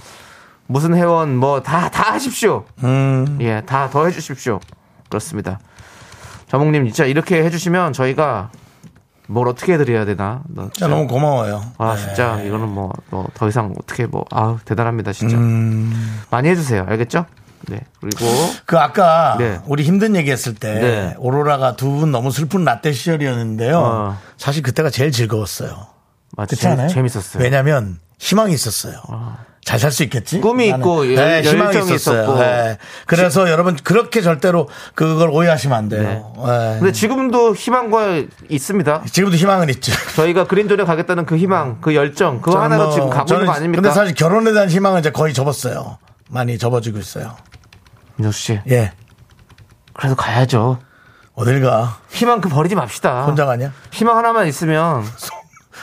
Speaker 2: 무슨 회원 뭐 다 다 하십시오.
Speaker 1: 음,
Speaker 2: 예, 다 더 해주십시오. 그렇습니다. 저몽님 진짜 이렇게 해주시면 저희가 뭘 어떻게 해드려야 되나? 너
Speaker 1: 진짜 너무 고마워요.
Speaker 2: 아
Speaker 1: 예.
Speaker 2: 진짜 이거는 뭐 더 이상 어떻게 뭐 아 대단합니다 진짜
Speaker 1: 음.
Speaker 2: 많이 해주세요 알겠죠? 네 그리고
Speaker 1: 그 아까
Speaker 2: 네.
Speaker 1: 우리 힘든 얘기 했을 때
Speaker 2: 네.
Speaker 1: 오로라가 두 분 너무 슬픈 라떼 시절이었는데요.
Speaker 2: 어.
Speaker 1: 사실 그때가 제일 즐거웠어요.
Speaker 2: 맞죠
Speaker 1: 그렇지 않아요?
Speaker 2: 재밌었어요. 아.
Speaker 1: 왜냐면 희망이 있었어요. 잘 살 수 있겠지?
Speaker 2: 꿈이 있고
Speaker 1: 네,
Speaker 2: 열-
Speaker 1: 희망이
Speaker 2: 열정이
Speaker 1: 있었어요.
Speaker 2: 있었고.
Speaker 1: 네. 그래서 여러분 그렇게 절대로 그걸 오해하시면 안 돼요. 네.
Speaker 2: 근데 지금도 희망과 있습니다.
Speaker 1: 지금도 희망은 있죠.
Speaker 2: 저희가 그린존에 가겠다는 그 희망 그 열정 그거
Speaker 1: 저는
Speaker 2: 하나로
Speaker 1: 뭐-
Speaker 2: 지금 가고 있는
Speaker 1: 저는
Speaker 2: 거 아닙니까?
Speaker 1: 근데 사실 결혼에 대한 희망은 이제 거의 접었어요. 많이 접어지고 있어요.
Speaker 2: 민정수 씨
Speaker 1: 예.
Speaker 2: 그래도 가야죠.
Speaker 1: 어딜 가?
Speaker 2: 희망 그 버리지 맙시다.
Speaker 1: 혼자 가냐?
Speaker 2: 희망 하나만 있으면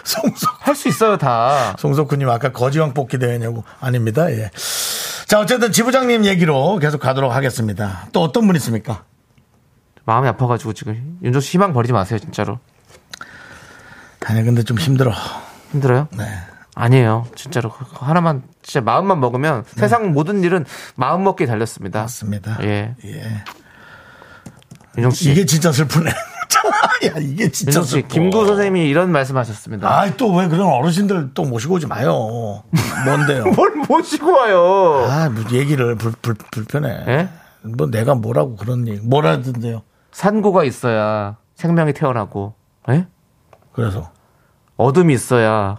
Speaker 1: 송석
Speaker 2: 할 수 있어요 다.
Speaker 1: 송석훈님 아까 거지왕 뽑기 대회냐고 아닙니다. 예. 자 어쨌든 지부장님 얘기로 계속 가도록 하겠습니다. 또 어떤 분 있습니까?
Speaker 2: 마음이 아파가지고 지금 윤정수 씨 희망 버리지 마세요 진짜로
Speaker 1: 아니 근데 좀 힘들어.
Speaker 2: 힘들어요?
Speaker 1: 네.
Speaker 2: 아니에요. 진짜로 그거 하나만 진짜 마음만 먹으면 세상 모든 일은 마음 먹기에 달렸습니다.
Speaker 1: 네. 맞습니다.
Speaker 2: 예.
Speaker 1: 예.
Speaker 2: 윤정수 씨.
Speaker 1: 이게 진짜 슬프네. 야 이게 진짜
Speaker 2: 윤정수 씨
Speaker 1: 슬퍼.
Speaker 2: 김구 선생님이 이런 말씀하셨습니다.
Speaker 1: 뭐. 아이 또 왜 그런 어르신들 또 모시고 오지 마요. 뭔데요?
Speaker 2: 뭘 모시고 와요.
Speaker 1: 아, 뭐 얘기를 불, 불, 불편해.
Speaker 2: 예?
Speaker 1: 뭐 내가 뭐라고 그런 얘기 뭐라든데요.
Speaker 2: 산고가 있어야 생명이 태어나고 예?
Speaker 1: 그래서
Speaker 2: 어둠이 있어야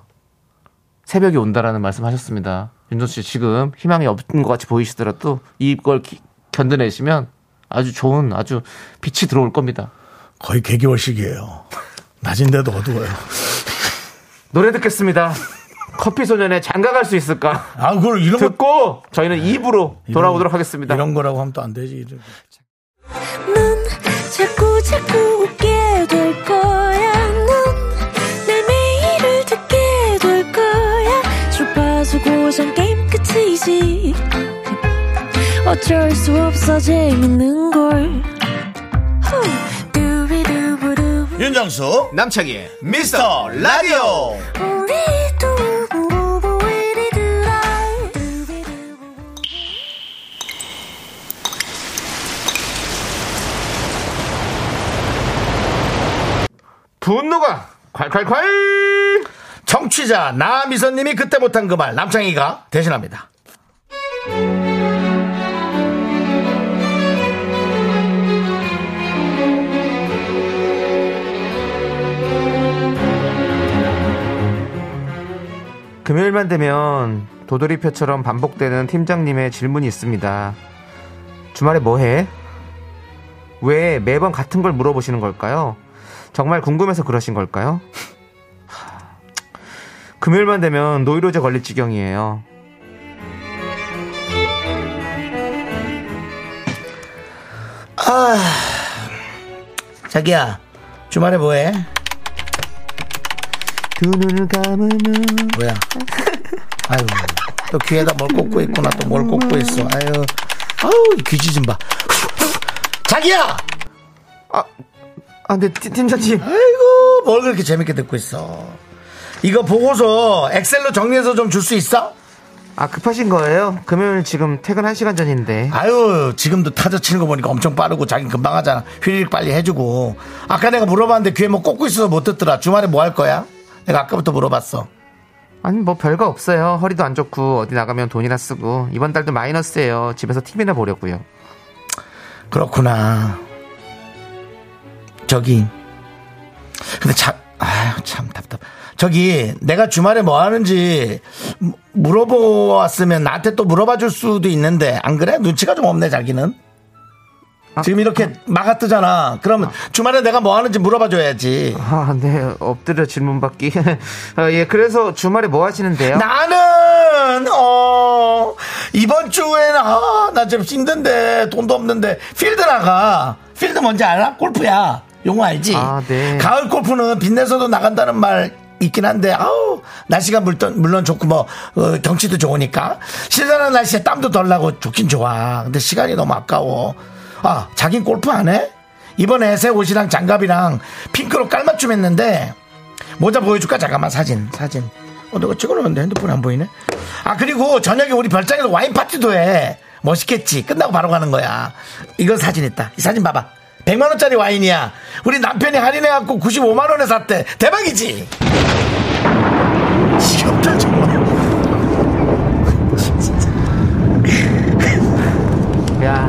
Speaker 2: 새벽이 온다라는 말씀하셨습니다. 윤정수 씨 지금 희망이 없는 것 같이 보이시더라도 이걸 기- 견뎌내시면 아주 좋은 아주 빛이 들어올 겁니다.
Speaker 1: 거의 개개월식이에요. 낮인데도 어두워요.
Speaker 2: 노래 듣겠습니다. 커피 소년의 장가갈 수 있을까?
Speaker 1: 아, 그걸 이런 거
Speaker 2: 듣고 저희는 입으로 돌아오도록 하겠습니다.
Speaker 1: 네. 이런 거라고 하면 또 안 되지. 이런 거.
Speaker 6: 넌 자꾸 자꾸 웃게 될 거야. 넌내 매일을 듣게 될 거야. 주파수 고정 게임 끝이지. 어쩔 수 없어 재밌는 걸. 후. 두비두부두.
Speaker 1: 윤정수
Speaker 7: 남창희의
Speaker 1: 미스터 라디오
Speaker 6: 우리 두부부부 우리 두라. 두비두부부.
Speaker 2: 분노가 콸콸콸!
Speaker 1: 정취자 나미선님이 그때 못한 그 말 남창희가 대신합니다.
Speaker 2: 금요일만 되면 도돌이표처럼 반복되는 팀장님의 질문이 있습니다. 주말에 뭐 해? 왜 매번 같은 걸 물어보시는 걸까요? 정말 궁금해서 그러신 걸까요? 하, 금요일만 되면 노이로제 걸릴 지경이에요.
Speaker 1: 자기야 주말에 뭐해?
Speaker 2: 두 눈을 감으면
Speaker 1: 뭐야? 아유 또 귀에다 뭘 꽂고 있구나 또 뭘 꽂고 있어. 아유 아우 이 귀지 좀 봐. 자기야
Speaker 2: 아, 근데 팀- 팀장님
Speaker 1: 아이고 뭘 그렇게 재밌게 듣고 있어. 이거 보고서 엑셀로 정리해서 좀 줄 수 있어?
Speaker 2: 아 급하신 거예요? 금요일 지금 퇴근 1시간 전인데
Speaker 1: 아유 지금도 타자 치는 거 보니까 엄청 빠르고 자기 금방 하잖아 휘리릭 빨리 해주고 아까 내가 물어봤는데 귀에 뭐 꽂고 있어서 못 듣더라 주말에 뭐 할 거야? 내가 아까부터 물어봤어
Speaker 2: 아니 뭐 별거 없어요 허리도 안 좋고 어디 나가면 돈이나 쓰고 이번 달도 마이너스예요 집에서 TV나 보려고요
Speaker 1: 그렇구나 저기 근데 자, 아유 참 답답 저기 내가 주말에 뭐 하는지 무- 물어보았으면 나한테 또 물어봐 줄 수도 있는데 안 그래? 눈치가 좀 없네 자기는
Speaker 2: 아,
Speaker 1: 지금 이렇게 막아 뜨잖아 그러면 주말에 내가 뭐 하는지 물어봐 줘야지
Speaker 2: 아, 네. 엎드려 질문 받기. 아, 예, 그래서 주말에 뭐 하시는데요?
Speaker 1: 나는 어 이번 주에는 아, 나 지금 힘든데 돈도 없는데 필드 나가 필드 뭔지 알아? 골프야 용어 알지?
Speaker 2: 아, 네.
Speaker 1: 가을 골프는 빛내서도 나간다는 말 있긴 한데 아우 날씨가 물론 물론 좋고 뭐 어, 경치도 좋으니까 신선한 날씨에 땀도 덜 나고 좋긴 좋아 근데 시간이 너무 아까워 아 자긴 골프 안 해? 이번에 새 옷이랑 장갑이랑 핑크로 깔맞춤 했는데 모자 보여줄까? 잠깐만 사진 사진 어 내가 찍어놓았는데 핸드폰이 안 보이네 아 그리고 저녁에 우리 별장에서 와인 파티도 해 멋있겠지 끝나고 바로 가는 거야 이건 사진 있다 이 사진 봐봐 100만원짜리 와인이야 우리 남편이 할인해갖고 95만원에 샀대 대박이지 지겹다 정말
Speaker 2: 야.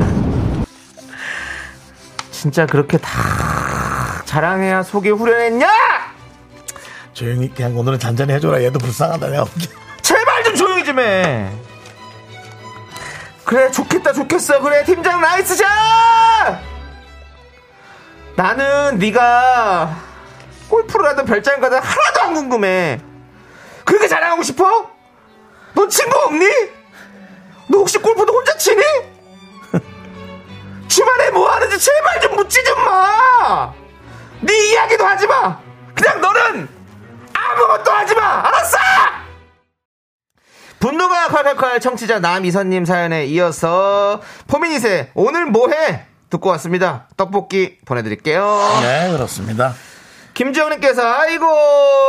Speaker 2: 진짜 그렇게 다 자랑해야 속이 후련했냐?
Speaker 1: 조용히 그냥 오늘은 잔잔히 해줘라 얘도 불쌍하다 내가
Speaker 2: 제발 좀 조용히 좀 해. 그래, 좋겠다, 좋겠어. 그래, 팀장 나이스샷! 나는 네가 골프를 하든 별장 가든 하나도 안 궁금해. 그렇게 자랑하고 싶어? 넌 친구 없니? 너 혹시 골프도 혼자 치니? 주말에 뭐 하는지 제발 좀 묻지 좀 마! 네 이야기도 하지 마! 그냥 너는 아무것도 하지 마! 알았어! 분노가 콸콸콸 청취자 남이선님 사연에 이어서 포미닛의 오늘 뭐해 듣고 왔습니다. 떡볶이 보내드릴게요.
Speaker 1: 네 그렇습니다
Speaker 2: 김지영님께서 아이고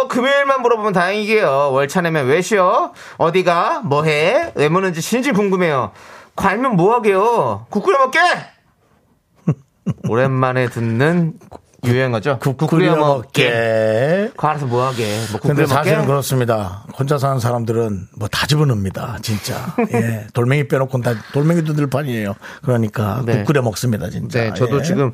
Speaker 2: 금요일만 물어보면 다행이게요. 월차 내면 왜 쉬어? 어디가? 뭐해? 왜 무는지 진짜 궁금해요. 갈면 뭐하게요? 국 끓여 먹게. 오랜만에 듣는 유행어죠. 국 끓여 먹게. 갈아서 그 뭐하게? 뭐국
Speaker 1: 근데
Speaker 2: 끓여 먹게.
Speaker 1: 사실은 그렇습니다. 혼자 사는 사람들은 뭐 다 집어넣습니다. 진짜. 예. 돌멩이 빼놓고는 다 돌멩이도 늘 판이에요. 그러니까
Speaker 2: 네.
Speaker 1: 국 끓여 먹습니다. 진짜.
Speaker 2: 네, 저도
Speaker 1: 예.
Speaker 2: 지금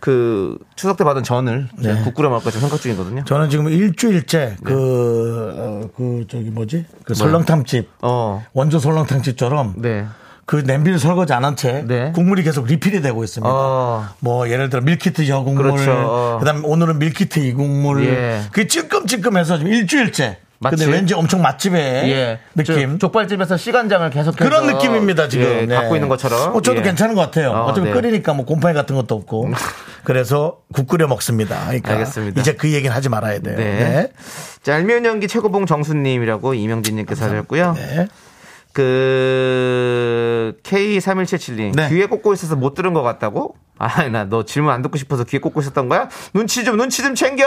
Speaker 2: 그 추석 때 받은 전을
Speaker 1: 네.
Speaker 2: 국 끓여 먹을까 지금 생각 중이거든요.
Speaker 1: 저는 지금
Speaker 2: 네.
Speaker 1: 일주일째 그, 어, 그 저기 뭐지? 그 설렁탕집.
Speaker 2: 어,
Speaker 1: 원조 설렁탕집처럼
Speaker 2: 네.
Speaker 1: 그 냄비를 설거지 안 한 채
Speaker 8: 네.
Speaker 1: 국물이 계속 리필이 되고 있습니다.
Speaker 8: 어.
Speaker 1: 뭐 예를 들어 밀키트 여국물,
Speaker 8: 그렇죠. 어.
Speaker 1: 그다음에 오늘은 밀키트 이국물,
Speaker 8: 예.
Speaker 1: 그게 찔끔찔끔해서 지금 일주일째. 근데
Speaker 8: 맛집?
Speaker 1: 왠지 엄청 맛집에
Speaker 8: 예.
Speaker 1: 느낌.
Speaker 8: 저- 족발집에서 시간장을 계속해서
Speaker 1: 그런 느낌입니다 지금
Speaker 8: 예,
Speaker 1: 네.
Speaker 8: 갖고 있는 것처럼.
Speaker 1: 어, 저도
Speaker 8: 예.
Speaker 1: 괜찮은 것 같아요.
Speaker 8: 어,
Speaker 1: 어, 차피
Speaker 8: 네. 음.
Speaker 1: 끓이니까 뭐 곰팡이 같은 것도 없고 그래서 국 끓여 먹습니다. 그러니까
Speaker 8: 알겠습니다.
Speaker 1: 이제 그 얘기는 하지 말아야 돼요.
Speaker 8: 네. 자, 알면 연기 최고봉 정수님이라고 이명진님께서 하셨고요.
Speaker 1: 네. 네.
Speaker 8: 그 K3177님
Speaker 1: 네.
Speaker 8: 귀에 꽂고 있어서 못 들은 것 같다고? 아, 나 너 질문 안 듣고 싶어서 귀에 꽂고 있었던 거야? 눈치 좀 눈치 좀 챙겨.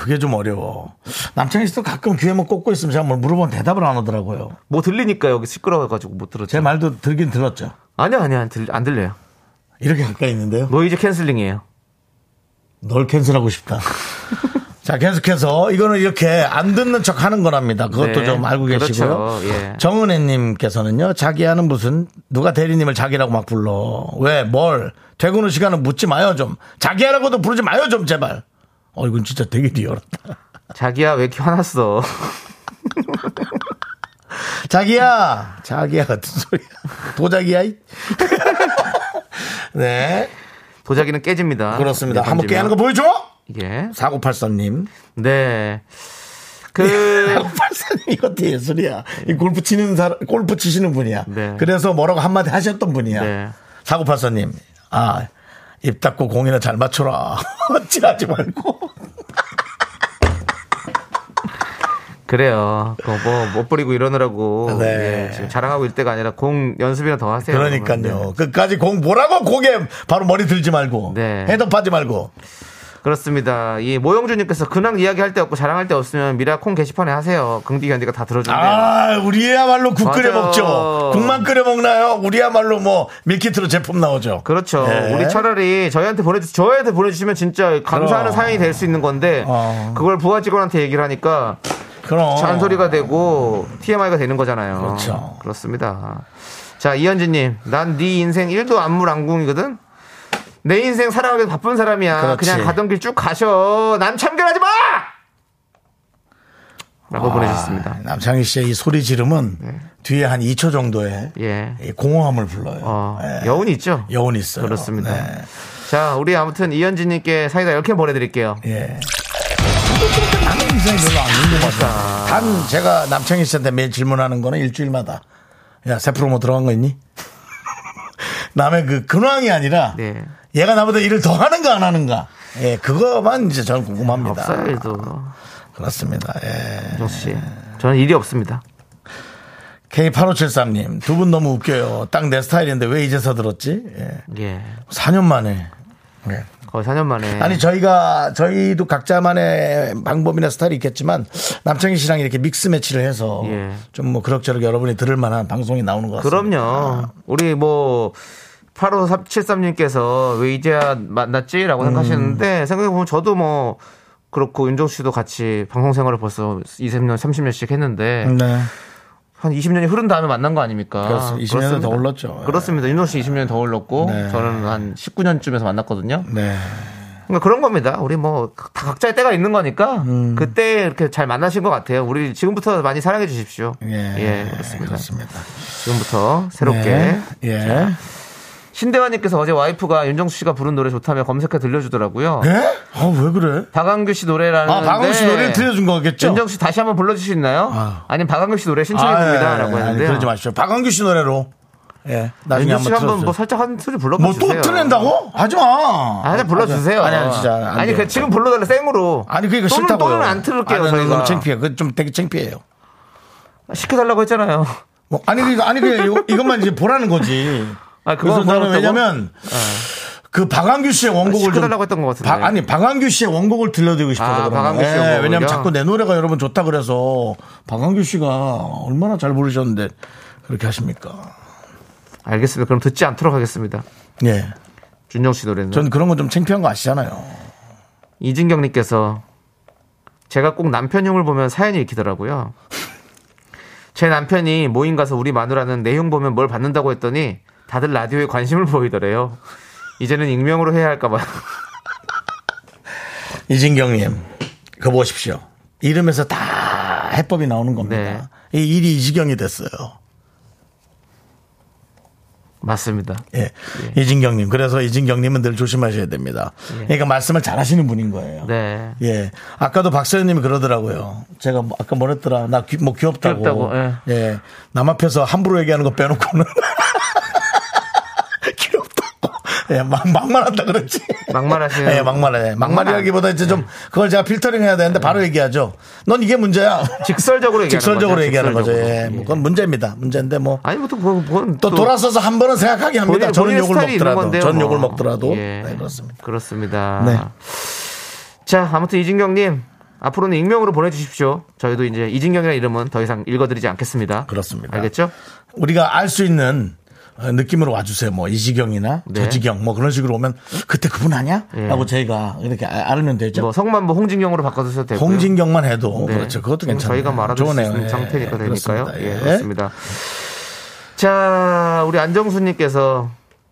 Speaker 1: 그게 좀 어려워. 남창희 씨도 가끔 귀에만 뭐 꽂고 있으면 제가 뭘 물어보면 대답을 안 하더라고요.
Speaker 8: 뭐 들리니까 여기 시끄러워가지고 못 들었죠.
Speaker 1: 제 말도 들긴 들었죠.
Speaker 8: 아니야 아니야 안, 들, 안 들려요.
Speaker 1: 이렇게 가까이 있는데요.
Speaker 8: 노이즈 캔슬링이에요.
Speaker 1: 널 캔슬하고 싶다. 자, 계속해서 이거는 이렇게 안 듣는 척 하는 거랍니다. 그것도
Speaker 8: 네.
Speaker 1: 좀 알고 계시고요.
Speaker 8: 그렇죠. 예.
Speaker 1: 정은혜 님께서는요. 자기야는 무슨 누가 대리님을 자기라고 막 불러. 왜 뭘? 퇴근 후 시간은 묻지 마요 좀. 자기야라고도 부르지 마요 좀 제발. 어 이건 진짜 되게 리얼하다.
Speaker 8: 자기야 왜 이렇게 화났어?
Speaker 1: 자기야, 자기야 같은 소리야. 도자기야. 이. 네,
Speaker 8: 도자기는 깨집니다.
Speaker 1: 그렇습니다.
Speaker 8: 네,
Speaker 1: 한번
Speaker 8: 던지면.
Speaker 1: 깨는 거 보여줘.
Speaker 8: 예.
Speaker 1: 4984님.
Speaker 8: 네. 그
Speaker 1: 4984님 이것도 예술이야. 이 골프 치는 사람, 골프 치시는 분이야.
Speaker 8: 네.
Speaker 1: 그래서 뭐라고 한마디 하셨던 분이야.
Speaker 8: 네.
Speaker 1: 4984님. 아, 입 닫고 공이나 잘 맞춰라. 찌하지 말고.
Speaker 8: 그래요. 그뭐못 버리고 이러느라고
Speaker 1: 네.
Speaker 8: 예, 지금 자랑하고 일 때가 아니라 공 연습이나 더 하세요.
Speaker 1: 그러니까요. 끝까지 공 보라고 공에 바로 머리 들지 말고.
Speaker 8: 네.
Speaker 1: 헤드파지 말고.
Speaker 8: 그렇습니다. 이 모영주님께서 근황 이야기할 때 없고 자랑할 때 없으면 미라 콩 게시판에 하세요. 긍디 견디가 다 들어준대요.
Speaker 1: 아, 우리야말로 국 끓여
Speaker 8: 네. 맞아요.
Speaker 1: 먹죠. 국만 끓여 먹나요? 우리야말로 뭐 밀키트로 제품 나오죠.
Speaker 8: 그렇죠.
Speaker 1: 네.
Speaker 8: 우리 차라리 저희한테 보내주 저희한테 보내주시면 진짜
Speaker 1: 그럼.
Speaker 8: 감사하는 사연이 될 수 있는 건데
Speaker 1: 어.
Speaker 8: 그걸 부하 직원한테 얘기를 하니까
Speaker 1: 그럼
Speaker 8: 잔소리가 되고 TMI가 되는 거잖아요.
Speaker 1: 어. 그렇죠.
Speaker 8: 습니다 자, 이현진님, 난 네 인생 1도 안물안궁이거든? 내 인생 살아가기 바쁜 사람이야.
Speaker 1: 그렇지.
Speaker 8: 그냥 가던 길 쭉 가셔. 난 참견하지 마! 라고 보내주셨습니다.
Speaker 1: 아, 남창희 씨의 이 소리 지름은 뒤에 한 2초 정도의
Speaker 8: 네. 예.
Speaker 1: 이 공허함을 불러요.
Speaker 8: 어,
Speaker 1: 예.
Speaker 8: 여운이 있죠?
Speaker 1: 여운이 있어요.
Speaker 8: 그렇습니다.
Speaker 1: 네.
Speaker 8: 자, 우리 아무튼 이현진님께 사이다 10개 보내드릴게요.
Speaker 1: 예. 나는 인생이 별로 안
Speaker 8: 그러니까.
Speaker 1: 궁금하다. 단 제가 남창희 씨한테 매일 질문하는 거는 일주일마다 야, 새 프로모 들어간 거 있니? 남의 그 근황이 아니라
Speaker 8: 네.
Speaker 1: 얘가 나보다 일을 더 하는가 안 하는가. 예, 그거만 이제 저는 궁금합니다. 네.
Speaker 8: 없어요, 일도.
Speaker 1: 그렇습니다. 예.
Speaker 8: 정씨. 저는 일이 없습니다.
Speaker 1: K8573님, 두 분 너무 웃겨요. 딱 내 스타일인데 왜 이제서 들었지? 예.
Speaker 8: 예.
Speaker 1: 4년 만에. 예.
Speaker 8: 거의 4년 만에.
Speaker 1: 아니 저희가 저희도 각자만의 방법이나 스타일이 있겠지만 남창희 씨랑 이렇게 믹스 매치를 해서
Speaker 8: 예.
Speaker 1: 좀 뭐 그럭저럭 여러분이 들을 만한 방송이 나오는 것 같습니다.
Speaker 8: 그럼요. 우리 뭐 85373님께서 왜 이제야
Speaker 1: 음.
Speaker 8: 만났지라고 생각하시는데 생각해보면 저도 뭐 그렇고 윤종 씨도 같이 방송 생활을 벌써 20년, 30년씩 했는데
Speaker 1: 네.
Speaker 8: 한 20년이 흐른 다음에 만난 거 아닙니까?
Speaker 1: 그렇습니다. 20 년은 더 올랐죠. 예.
Speaker 8: 그렇습니다. 윤종 씨 20년 더 올랐고
Speaker 1: 네.
Speaker 8: 저는 한 19년쯤에서 만났거든요.
Speaker 1: 네.
Speaker 8: 그러니까 그런 겁니다. 우리 뭐 다 각자의 때가 있는 거니까
Speaker 1: 음.
Speaker 8: 그때 이렇게 잘 만나신 것 같아요. 우리 지금부터 많이 사랑해 주십시오.
Speaker 1: 예.
Speaker 8: 그렇습니다.
Speaker 1: 그렇습니다.
Speaker 8: 지금부터 새롭게
Speaker 1: 네. 예.
Speaker 8: 신대환님께서 어제 와이프가 윤정수 씨가 부른 노래 좋다며 검색해 들려주더라고요.
Speaker 1: 예? 아, 왜 그래?
Speaker 8: 박한규 씨 노래라는.
Speaker 1: 아, 박은씨 노래를 들려준 거겠죠?
Speaker 8: 윤정수 씨 다시 한번 불러주실 수 있나요?
Speaker 1: 아.
Speaker 8: 아. 니면 박한규 씨 노래
Speaker 1: 아, 예,
Speaker 8: 신청해봅니다라고
Speaker 1: 예, 예. 아니,
Speaker 8: 했는데요.
Speaker 1: 그러지 마십시오. 박은규 씨 노래로. 예. 나중에 한번
Speaker 8: 윤정수 씨 한번
Speaker 1: 들어주세요.
Speaker 8: 뭐 살짝 한 소리 불러봐
Speaker 1: 뭐
Speaker 8: 주세요.
Speaker 1: 또 틀린다고? 하지 마.
Speaker 8: 아니 불러주세요.
Speaker 1: 아니, 아니 진짜. 안
Speaker 8: 아니
Speaker 1: 돼요.
Speaker 8: 그 지금 불러달라 생으로.
Speaker 1: 아니 그게
Speaker 8: 또는-
Speaker 1: 싫다고요.
Speaker 8: 또는 안 틀을게요.
Speaker 1: 아니, 아니,
Speaker 8: 저희가.
Speaker 1: 너무 창피해. 그좀 되게 창피해요.
Speaker 8: 시켜달라고 했잖아요.
Speaker 1: 뭐, 아니 그니까 아니 그 요- 이것만 이제 보라는 거지.
Speaker 8: 아, 그거
Speaker 1: 그래서 저는
Speaker 8: 보라고? 아.
Speaker 1: 왜냐면 그 박한규 씨의 원곡을 좀
Speaker 8: 시켜달라고 했던 것 같은데.
Speaker 1: 박- 아니 박한규 씨의 원곡을 들려드리고 싶어서
Speaker 8: 아,
Speaker 1: 그런 거예요.
Speaker 8: 박한규 씨의
Speaker 1: 예,
Speaker 8: 원곡을요?
Speaker 1: 왜냐면 자꾸 내 노래가 여러분 좋다 그래서 박한규 씨가 얼마나 잘 부르셨는데 그렇게 하십니까?
Speaker 8: 알겠습니다. 그럼 듣지 않도록 하겠습니다.
Speaker 1: 예.
Speaker 8: 준정씨 노래는.
Speaker 1: 전 그런 건 좀 창피한 거 아시잖아요.
Speaker 8: 이진경님께서 제가 꼭 남편흉을 보면 사연이 읽히더라고요. 제 남편이 모임 가서 우리 마누라는 내용 보면 뭘 받는다고 했더니 다들 라디오에 관심을 보이더래요. 이제는 익명으로 해야 할까봐요.
Speaker 1: 이진경님, 그거 보십시오. 이름에서 다 해법이 나오는 겁니다. 이 일이 이지경이 됐어요.
Speaker 8: 맞습니다.
Speaker 1: 예. 이진경님. 그래서 이진경님은 늘 조심하셔야 됩니다. 그러니까 말씀을 잘 하시는 분인 거예요.
Speaker 8: 네.
Speaker 1: 예. 아까도 박사님이 그러더라고요. 제가 뭐- 아까 뭐랬더라. 나 귀, 뭐 귀엽다고.
Speaker 8: 귀엽다고, 예.
Speaker 1: 예. 남 앞에서 함부로 얘기하는 거 빼놓고는. 귀엽다고. 예, 막, 막말 한다 그랬지.
Speaker 8: 막말하세요.
Speaker 1: 예, 막말해. 막말이라기보다 이제
Speaker 8: 예.
Speaker 1: 좀 그걸 제가 필터링 해야 되는데 바로 얘기하죠. 넌 이게 문제야.
Speaker 8: 직설적으로 얘기하는
Speaker 1: 직설적으로
Speaker 8: 거죠,
Speaker 1: 얘기하는 거죠.
Speaker 8: 직설적으로.
Speaker 1: 예. 뭐
Speaker 8: 예.
Speaker 1: 그건 문제입니다. 문제인데 뭐.
Speaker 8: 아니, 뭐 또, 그건, 그건
Speaker 1: 또, 돌아서서 한 번은 생각하게 합니다.
Speaker 8: 본인-
Speaker 1: 저는
Speaker 8: 본인의
Speaker 1: 욕을
Speaker 8: 스타일이 있는
Speaker 1: 먹더라도.
Speaker 8: 건데요,
Speaker 1: 저는
Speaker 8: 뭐.
Speaker 1: 욕을 먹더라도.
Speaker 8: 예.
Speaker 1: 네, 그렇습니다.
Speaker 8: 그렇습니다.
Speaker 1: 네.
Speaker 8: 자, 아무튼 이진경님 앞으로는 익명으로 보내주십시오. 저희도 이제 이진경이라는 이름은 더 이상 읽어드리지 않겠습니다.
Speaker 1: 그렇습니다.
Speaker 8: 알겠죠?
Speaker 1: 우리가 알 수 있는 어, 느낌으로 와주세요. 뭐 이지경이나
Speaker 8: 네.
Speaker 1: 저지경 뭐 그런 식으로 오면 그때 그분 아니야?
Speaker 8: 예.
Speaker 1: 라고 저희가 이렇게 아- 알면 되죠.
Speaker 8: 뭐 성만 뭐 홍진경으로 바꿔주셔도 되고요.
Speaker 1: 홍진경만 해도
Speaker 8: 네.
Speaker 1: 그렇죠. 그것도 괜찮아요.
Speaker 8: 저희가 말아줄 수
Speaker 1: 좋으네요.
Speaker 8: 있는
Speaker 1: 예.
Speaker 8: 상태니까 되니까요.
Speaker 1: 그렇습니다.
Speaker 8: 예,
Speaker 1: 예.
Speaker 8: 그렇습니다. 자, 우리 안정수님께서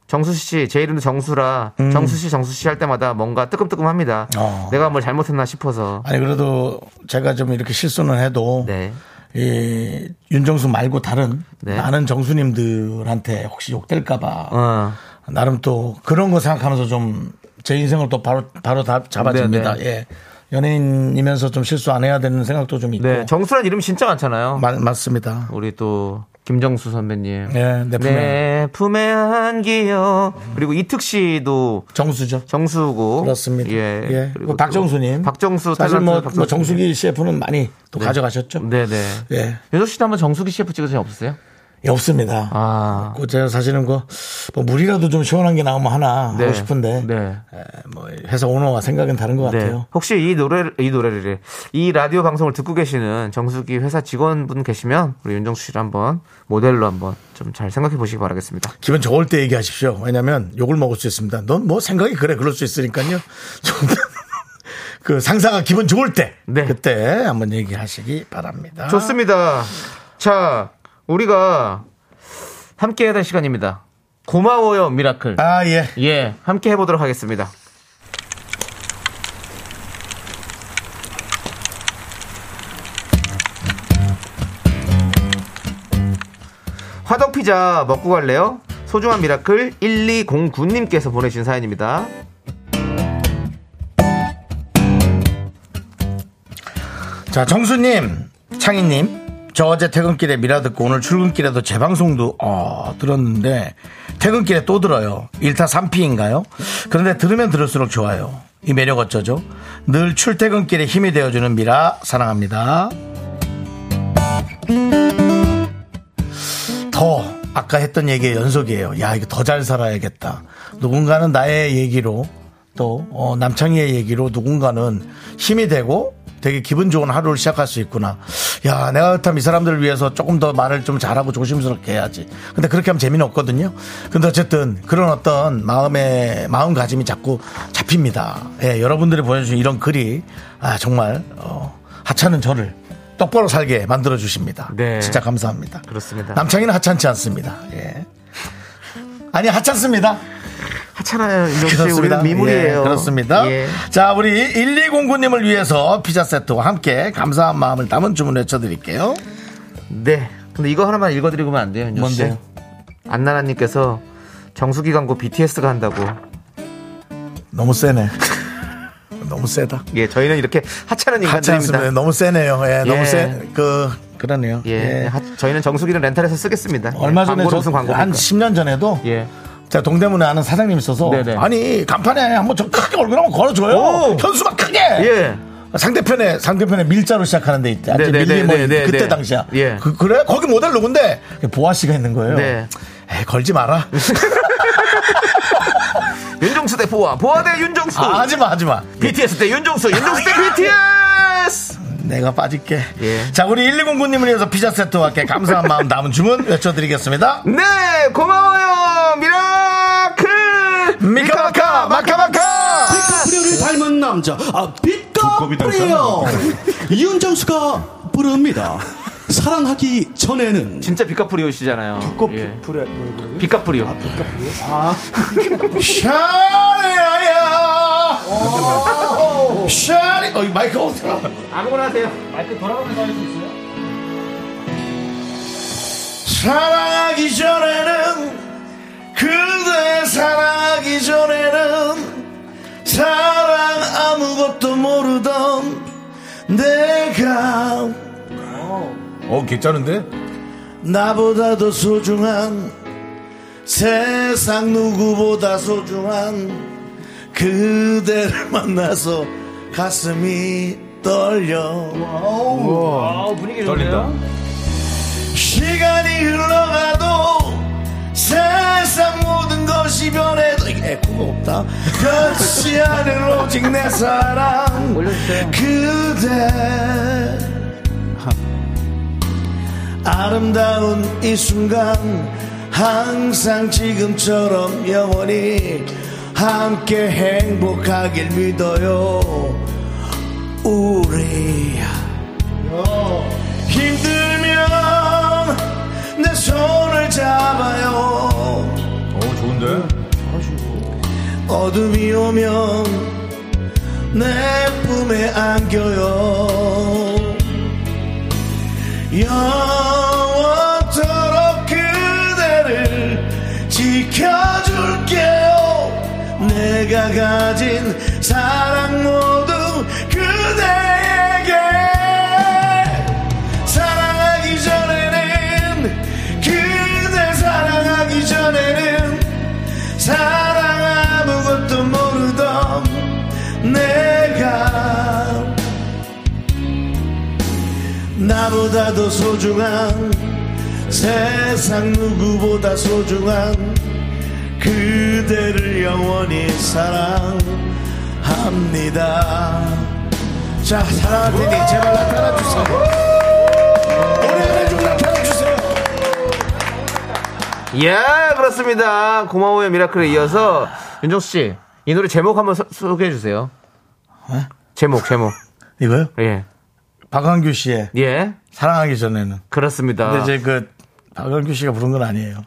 Speaker 8: 정수 씨, 제 이름도 정수라 정수 씨, 정수 씨 할 때마다 뭔가 뜨끔뜨끔합니다.
Speaker 1: 음. 어.
Speaker 8: 내가 뭘 잘못했나 싶어서.
Speaker 1: 아니 그래도 제가 좀 이렇게 실수는 해도
Speaker 8: 네.
Speaker 1: 이 윤정수 말고 다른
Speaker 8: 네.
Speaker 1: 많은 정수님들한테 혹시 욕될까봐
Speaker 8: 어.
Speaker 1: 나름 또 그런 거 생각하면서 좀 제 인생을 또 바로 바로 다 잡아집니다.
Speaker 8: 네,
Speaker 1: 예. 연예인이면서 좀 실수 안 해야 되는 생각도 좀 있고.
Speaker 8: 네, 정수란 이름 진짜 많잖아요.
Speaker 1: 마- 맞습니다.
Speaker 8: 우리 또 김정수 선배님.
Speaker 1: 예, 내 품에.
Speaker 8: 내 품에 안기요. 그리고 이특 씨도
Speaker 1: 정수죠.
Speaker 8: 정수고.
Speaker 1: 그렇습니다.
Speaker 8: 예.
Speaker 1: 예. 그리고 박정수님.
Speaker 8: 박정수
Speaker 1: 사실 뭐, 뭐
Speaker 8: 탤런트 박정수. 네.
Speaker 1: 정수기 CF는 많이 또 가져가셨죠.
Speaker 8: 네네.
Speaker 1: 예.
Speaker 8: 윤석 씨도 한번 정수기 CF 찍은 적 없으세요?
Speaker 1: 예, 없습니다.
Speaker 8: 아.
Speaker 1: 그 제가 사실은 그, 뭐 물이라도 좀 시원한 게 나오면 하나
Speaker 8: 네.
Speaker 1: 하고 싶은데.
Speaker 8: 네.
Speaker 1: 예, 뭐 회사 오너와 생각은 다른 것
Speaker 8: 네.
Speaker 1: 같아요.
Speaker 8: 혹시 이 노래를, 이 노래를, 이 라디오 방송을 듣고 계시는 정수기 회사 직원분 계시면 우리 윤정수 씨를 한번 모델로 한번 좀 잘 생각해 보시기 바라겠습니다.
Speaker 1: 기분 좋을 때 얘기하십시오. 왜냐면 하 욕을 먹을 수 있습니다. 넌 뭐 생각이 그래 그럴 수 있으니까요. 좀 그 상사가 기분 좋을 때
Speaker 8: 네.
Speaker 1: 그때 한번 얘기하시기 바랍니다.
Speaker 8: 아. 좋습니다. 자, 우리가 함께 해야 될 시간입니다. 고마워요, 미라클.
Speaker 1: 아 예.
Speaker 8: 예, 함께 해보도록 하겠습니다. 화덕피자 먹고 갈래요? 소중한 미라클 1209님께서 보내주신 사연입니다.
Speaker 1: 자 정수님, 창희님, 저 어제 퇴근길에 미라 듣고 오늘 출근길에도 재방송도 어, 들었는데 퇴근길에 또 들어요. 1타 3피인가요? 그런데 들으면 들을수록 좋아요. 이 매력 어쩌죠? 늘 출퇴근길에 힘이 되어주는 미라 사랑합니다. 더 아까 했던 얘기의 연속이에요. 야 이거 더 잘 살아야겠다. 누군가는 나의 얘기로 또 어, 남창희의 얘기로 누군가는 힘이 되고 되게 기분 좋은 하루를 시작할 수 있구나. 야 내가 그렇다면 이 사람들을 위해서 조금 더 말을 좀 잘하고 조심스럽게 해야지. 근데 그렇게 하면 재미는 없거든요. 근데 어쨌든 그런 어떤 마음의 마음가짐이 자꾸 잡힙니다. 예, 여러분들이 보내주신 이런 글이 아 정말 어, 하찮은 저를 똑바로 살게 만들어 주십니다.
Speaker 8: 네.
Speaker 1: 진짜 감사합니다.
Speaker 8: 그렇습니다.
Speaker 1: 남창희는 하찮지 않습니다. 예. 아니 하찮습니다.
Speaker 8: 하찮아요, 이정씨.
Speaker 1: 그렇습니다.
Speaker 8: 우리는 미물이에요.
Speaker 1: 예, 그렇습니다.
Speaker 8: 예.
Speaker 1: 자, 우리 1209님을 위해서 피자 세트와 함께 감사한 마음을 담은 주문 외쳐드릴게요.
Speaker 8: 네. 근데 이거 하나만 읽어드리면 고안 돼요, 윤정 씨?
Speaker 1: 뭔데요?
Speaker 8: 안나라님께서 정수기 광고 BTS가 한다고.
Speaker 1: 너무 세네. 너무 세다.
Speaker 8: 예, 저희는 이렇게 하찮은
Speaker 1: 하찮지 않습니다.
Speaker 8: 인간들입니다.
Speaker 1: 너무 세네요. 예,
Speaker 8: 예.
Speaker 1: 너무 세. 그 그러네요.
Speaker 8: 예, 하- 저희는 정수기는 렌탈해서 쓰겠습니다. 예,
Speaker 1: 얼마 전에
Speaker 8: 광고
Speaker 1: 저,
Speaker 8: 무슨 광고입니까?
Speaker 1: 한 10년 전에도
Speaker 8: 예.
Speaker 1: 제가 동대문에 아는 사장님 있어서
Speaker 8: 네네.
Speaker 1: 아니 간판에 한번 저 크게 얼굴 한번 걸어줘요.
Speaker 8: 오!
Speaker 1: 현수막 크게.
Speaker 8: 예.
Speaker 1: 상대편에 상대편에 밀자로 시작하는 데 있대.
Speaker 8: 네, 네,
Speaker 1: 밀리 뭐
Speaker 8: 네, 네,
Speaker 1: 그때
Speaker 8: 네.
Speaker 1: 당시야.
Speaker 8: 예.
Speaker 1: 그, 그래? 거기 모델 누군데? 보아 씨가 있는 거예요.
Speaker 8: 네.
Speaker 1: 에이, 걸지 마라.
Speaker 8: 윤정수 대 보아, 보아 대 윤정수.
Speaker 1: 아, 하지 마, 하지 마.
Speaker 8: BTS 대 윤정수, 윤정수 대 BTS.
Speaker 1: 내가 빠질게.
Speaker 8: 예.
Speaker 1: 자, 우리 1209님을 위해서 피자 세트와 함께 감사한 마음 남은 주문 외쳐드리겠습니다.
Speaker 8: 네, 고마워요, 미라클.
Speaker 1: 미카마카, 마카마카!
Speaker 9: 그
Speaker 10: 를 닮은 남자 아 빛가프리요 윤정수가 부릅니다 사랑하기 전에는
Speaker 8: 진짜 비카프리오 씨잖아요. 비카프리오. 비카프리오.
Speaker 1: 샤리야! 샤리! 어, 이 마이크 어디가?
Speaker 8: 아무거나 하세요.
Speaker 1: 사랑하기 전에는
Speaker 3: 그대 사랑하기 전에는 사랑 아무것도 모르던 내가 어 괜찮은데? 나보다 더 소중한 세상 누구보다 소중한 그대를 만나서 가슴이 떨려
Speaker 8: 떨린다.
Speaker 3: 시간이 흘러가도 세상 모든 것이 변해도 이게 에코가 없다 그렇지 않은 오직 내 사랑 그대 아름다운 이 순간 항상 지금처럼 영원히 함께 행복하길 믿어요 우리 힘들면 내 손을 잡아요. 어 좋은데. 어둠이 오면 내 품에 안겨요. 영원토록 그대를 지켜줄게요. 내가 가진 사랑 모두 그대에게. 사랑하기 전에는 그대 사랑하기 전에는 사랑 아무것도 모르던 내가 나보다 더 소중한 세상 누구보다 소중한 그대를 영원히 사랑합니다 자 사랑할 테니 제발 나타나주세요 노래를 좀 나타나주세요.
Speaker 8: 예, 그렇습니다. 고마워요 미라클에 이어서 윤정수 씨, 이 노래 제목 한번 소- 소개해 주세요.
Speaker 3: 네?
Speaker 8: 제목, 제목.
Speaker 3: 이거요?
Speaker 8: 예.
Speaker 3: 박완규 씨의
Speaker 8: 예.
Speaker 3: 사랑하기 전에는.
Speaker 8: 그렇습니다.
Speaker 3: 근데
Speaker 8: 근데,
Speaker 3: 이제 그 박완규 씨가 부른 건 아니에요.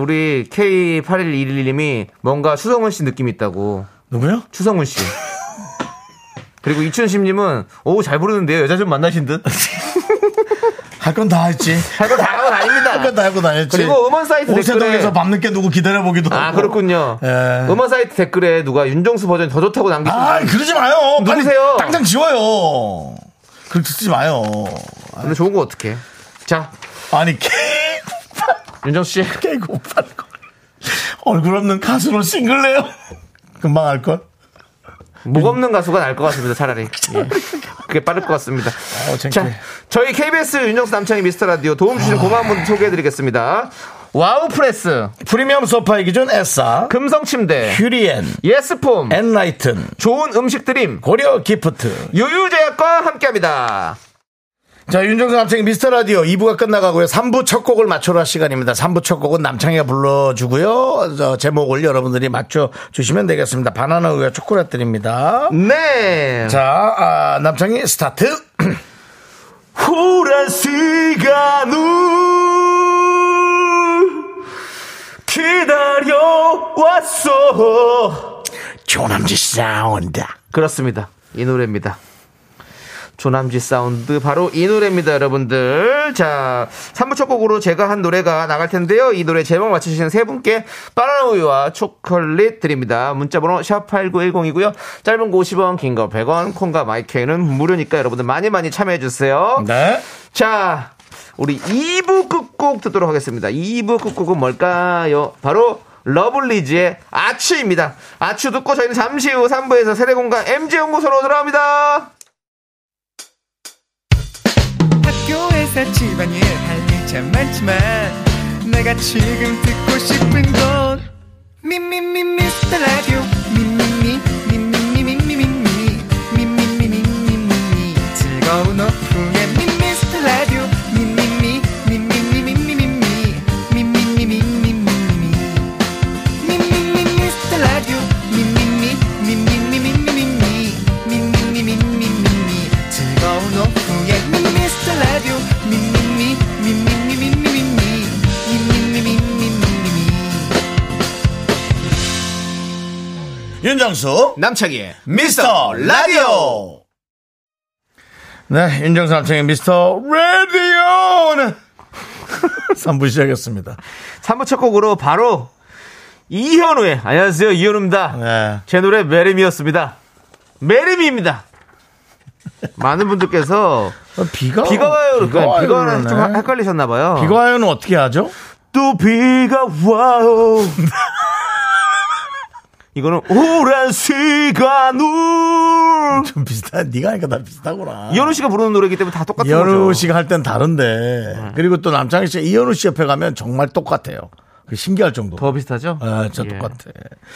Speaker 8: 우리 K8111님이 뭔가 추성훈 씨 느낌 있다고.
Speaker 3: 누구요?
Speaker 8: 추성훈 씨. 그리고 이춘심님은 오 잘 부르는데요 여자 좀 만나신 듯.
Speaker 3: 할 건 다 했지.
Speaker 8: 할거 다 하고
Speaker 3: 할 건
Speaker 8: 다닙니다.
Speaker 3: 다 하고 다녔지.
Speaker 8: 그리고 음원 사이트
Speaker 3: 오세동에서
Speaker 8: 댓글에-
Speaker 3: 밤늦게 누구 기다려보기도
Speaker 8: 아
Speaker 3: 하고.
Speaker 8: 그렇군요.
Speaker 3: 예.
Speaker 8: 음원 사이트 댓글에 누가 윤정수 버전 더 좋다고 남기신
Speaker 3: 아
Speaker 8: 아,
Speaker 3: 그러지 마요. 빨리
Speaker 8: 누구세요?
Speaker 3: 당장 지워요. 그렇게 쓰지 마요.
Speaker 8: 근데 좋은 거 어떻게? 자
Speaker 3: 아니 K
Speaker 8: 윤정수 씨
Speaker 3: K 9 8 얼굴 없는 가수로 싱글래요. 금방 할 걸.
Speaker 8: 목 없는 가수가 나을 것 같습니다, 차라리. 예. 그게 빠를 것 같습니다.
Speaker 3: 어, 창피해. 아.
Speaker 8: 자, 저희 KBS 윤정수 남창희 미스터 라디오 도움 주신 고마운 분들 소개해드리겠습니다. 와우 프레스,
Speaker 3: 프리미엄 소파의 기준 에싸,
Speaker 8: 금성 침대,
Speaker 3: 큐리엔,
Speaker 8: 예스폼,
Speaker 3: 엔라이튼,
Speaker 8: 좋은 음식 드림,
Speaker 3: 고려 기프트,
Speaker 8: 유유제약과 함께 합니다.
Speaker 3: 자, 윤정수 남창희 미스터 라디오 2부가 끝나가고요. 3부 첫 곡을 맞춰라 시간입니다. 3부 첫 곡은 남창희가 불러주고요. 저 제목을 여러분들이 맞춰주시면 되겠습니다. 바나나 우유와 초콜릿 드립니다.
Speaker 8: 네.
Speaker 3: 자, 아, 남창희 스타트.
Speaker 8: 호란 시간을 기다려왔어.
Speaker 3: 조남지 사운드.
Speaker 8: 그렇습니다. 이 노래입니다. 조남지 사운드 바로 이 노래입니다, 여러분들. 자, 3부 첫 곡으로 제가 한 노래가 나갈 텐데요. 이 노래 제목 맞추시는 세 분께 바나나 우유와 초콜릿 드립니다. 문자번호 샵8910이고요. 짧은 거 50원, 긴 거 100원, 콩과 마이크는 무료니까 여러분들 많이 많이 참여해 주세요.
Speaker 3: 네.
Speaker 8: 자, 우리 2부 끝곡 듣도록 하겠습니다. 2부 끝곡은 뭘까요? 바로 러블리즈의 아츄입니다. 아츄 듣고 저희는 잠시 후 3부에서 세대공간 MG연구소로 돌아옵니다.
Speaker 6: 학교에서 집안일 할 일 참 많지만 내가 지금 듣고 싶은 건 미미미 미스터 라디오 미미미 미미미 미미미 미미미 미미미 미미미 즐거운 오후에 미스터 라디오 미미미 미미미 미미미 미미미 미미미 미미미
Speaker 3: 윤정수
Speaker 8: 남창희의
Speaker 3: 미스터 라디오. 네, 윤정수 남창희 미스터
Speaker 1: 네.
Speaker 3: 라디오는 3부 시작했습니다.
Speaker 8: 3부 첫 곡으로 바로 이현우의 안녕하세요 이현우입니다.
Speaker 1: 네.
Speaker 8: 제 노래 메리미였습니다. 메리미입니다. 많은 분들께서
Speaker 1: 어, 비가
Speaker 8: 비가 와요. 그러니까 비가 와요.
Speaker 1: 그러네.
Speaker 8: 좀 헷갈리셨나 봐요.
Speaker 1: 비가 와요는 어떻게 하죠?
Speaker 8: 또 비가 와요. 이거는 오랜 시간 울.
Speaker 1: 좀 비슷한 네가 하니까 다 비슷하구나.
Speaker 8: 이현우 씨가 부르는 노래이기 때문에 다 똑같은
Speaker 1: 이현우
Speaker 8: 거죠. 네.
Speaker 1: 씨가 할 땐 다른데 그리고 또 남창희 씨가 이현우 씨 옆에 가면 정말 똑같아요. 그 신기할 정도.
Speaker 8: 더 비슷하죠?
Speaker 1: 아, 저
Speaker 8: 예.
Speaker 1: 똑같아.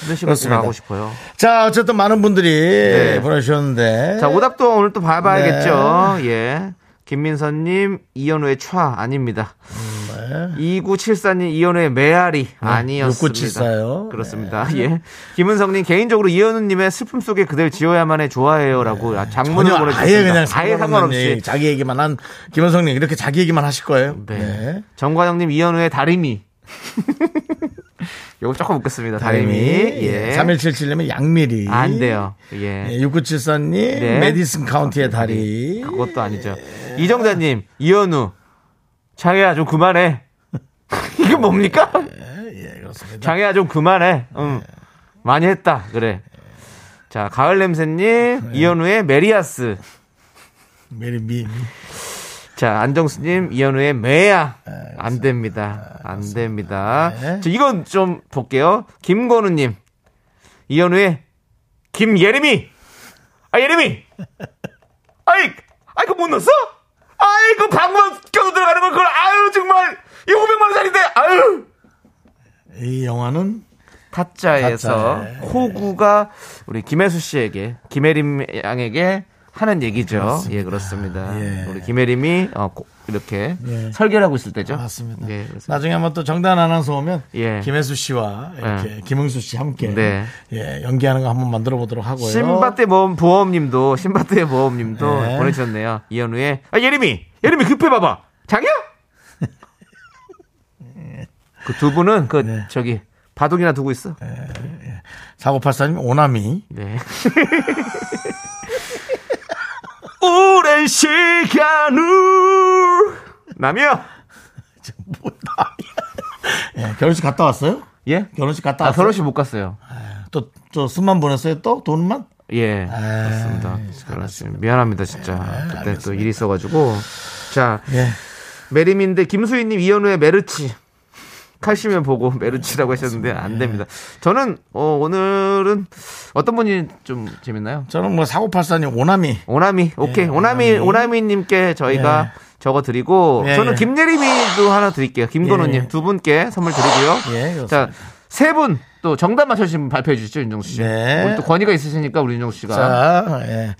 Speaker 8: 현우 씨가
Speaker 1: 그렇습니다.
Speaker 8: 하고 싶어요.
Speaker 1: 자, 어쨌든 많은 분들이
Speaker 8: 네.
Speaker 1: 보내주셨는데.
Speaker 8: 자, 오답도 오늘 또 봐봐야겠죠.
Speaker 1: 네.
Speaker 8: 예. 김민선님, 이현우의 촤 아닙니다. 2974님, 이현우의 메아리 아니었습니다.
Speaker 1: 6974요. 네.
Speaker 8: 그렇습니다. 예. 김은성님, 개인적으로 이현우님의 슬픔 속에 그댈 지워야만 해 좋아해요. 라고 장문을
Speaker 1: 네. 전혀 뭐,
Speaker 8: 보내주셨습니다.
Speaker 1: 아예 그냥
Speaker 8: 아예
Speaker 1: 상관없는 얘기,
Speaker 8: 상관없이.
Speaker 1: 자기 얘기만 한 김현성님 이렇게 자기 얘기만 하실 거예요.
Speaker 8: 네. 정과장님, 이현우의 다리미. 요거 조금 웃겠습니다. 다리미. 예.
Speaker 1: 3177님은 양미리.
Speaker 8: 안 돼요. 예.
Speaker 1: 예, 6974님
Speaker 8: 네.
Speaker 1: 메디슨 카운티의 다리.
Speaker 8: 그것도 아니죠. 이정자님, 이현우, 장혜야 좀 그만해. 이게 뭡니까? 장혜야 좀 그만해. 응. 많이 했다. 그래. 자, 가을 냄새님, 이현우의 메리아스.
Speaker 1: 메리미.
Speaker 8: 자, 안정수님, 이현우의 매야. 안 됩니다. 안 됩니다.
Speaker 1: 네.
Speaker 8: 자, 이건 좀 볼게요. 김건우님, 이현우의 김예림이. 아, 예림이! 아이, 아이, 그못 넣었어? 아이, 그 방금 껴서 들어가는 걸 그걸, 아유, 정말. 이 500만원짜리인데, 아유!
Speaker 1: 이 영화는
Speaker 8: 타짜에서
Speaker 1: 타짜에.
Speaker 8: 호구가 우리 김혜수 씨에게 김혜림 양에게 하는 얘기죠. 예, 그렇습니다.
Speaker 1: 예.
Speaker 8: 우리 김혜림이 어, 고- 이렇게
Speaker 1: 예.
Speaker 8: 설계를 하고 있을 때죠.
Speaker 1: 맞습니다.
Speaker 8: 예, 그렇습니다.
Speaker 1: 나중에 한번 또 정단 아나운서 오면
Speaker 8: 예.
Speaker 1: 김혜수 씨와 이렇게 김흥수 씨 함께
Speaker 8: 네.
Speaker 1: 예, 연기하는 거 한번 만들어 보도록 하고요.
Speaker 8: 신밧대 모험 보험님도 신밧대 보험님도
Speaker 1: 네.
Speaker 8: 보내주셨네요. 이현우의 아, 예림이 예림이 급해 봐봐. 장이야? 그 두 분은 그
Speaker 1: 네.
Speaker 8: 저기 바둑이나 두고 있어.
Speaker 1: 4984님 오나미.
Speaker 8: 네. 오랜 시간을 남이요.
Speaker 1: 예, 결혼식 갔다 왔어요?
Speaker 8: 예?
Speaker 1: 결혼식 갔다
Speaker 8: 아,
Speaker 1: 왔어요?
Speaker 8: 결혼식 못 갔어요.
Speaker 1: 또, 저 숨만 보냈어요? 또 돈만?
Speaker 8: 예. 그렇습니다. 그렇습니다. 네, 미안합니다, 진짜. 그때 또 일이 있어가지고. 자,
Speaker 1: 예.
Speaker 8: 메림인데 김수희님 이현우의 메르치. 칼시면 보고 메르치라고 하셨는데 안 됩니다. 저는 어, 오늘은 어떤 분이 좀 재밌나요?
Speaker 1: 저는 뭐 4984님 오나미.
Speaker 8: 오나미, 오케이.
Speaker 1: 예,
Speaker 8: 오나미,
Speaker 1: 오나미. 네.
Speaker 8: 오나미님께 저희가 적어 드리고,
Speaker 1: 예,
Speaker 8: 저는
Speaker 1: 예.
Speaker 8: 김예림이도 하나 드릴게요. 김건우님
Speaker 1: 예.
Speaker 8: 두 분께 선물 드리고요.
Speaker 1: 예, 그렇습니다.
Speaker 8: 자, 세 분, 또 정답 맞춰주시면 발표해 주시죠, 윤정수 씨.
Speaker 1: 네.
Speaker 8: 오늘 또 권위가 있으시니까 우리 윤정수 씨가.
Speaker 1: 자, 예.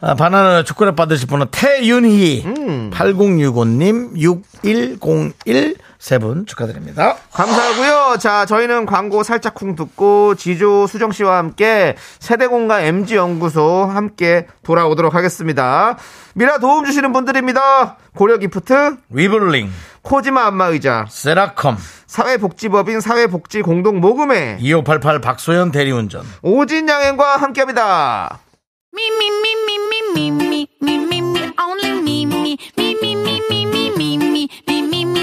Speaker 1: 아, 바나나 초콜릿 받으실 분은 태윤희 8065님 6101 세 분 축하드립니다.
Speaker 8: 감사하고요. 자, 저희는 광고 살짝 쿵 듣고 지조 수정 씨와 함께 세대공과 MG 연구소 함께 돌아오도록 하겠습니다. 미라 도움 주시는 분들입니다. 고려 기프트,
Speaker 1: 위블링,
Speaker 8: 코지마 안마의자,
Speaker 1: 세라컴,
Speaker 8: 사회복지법인 사회복지 공동 모금회
Speaker 1: 2588 박소연 대리운전,
Speaker 8: 오진 양행과 함께합니다.
Speaker 6: Me, me, me, me, me, me, me, me, me, me, only me, me, me, me, me, me, me, me, me, me, me, me,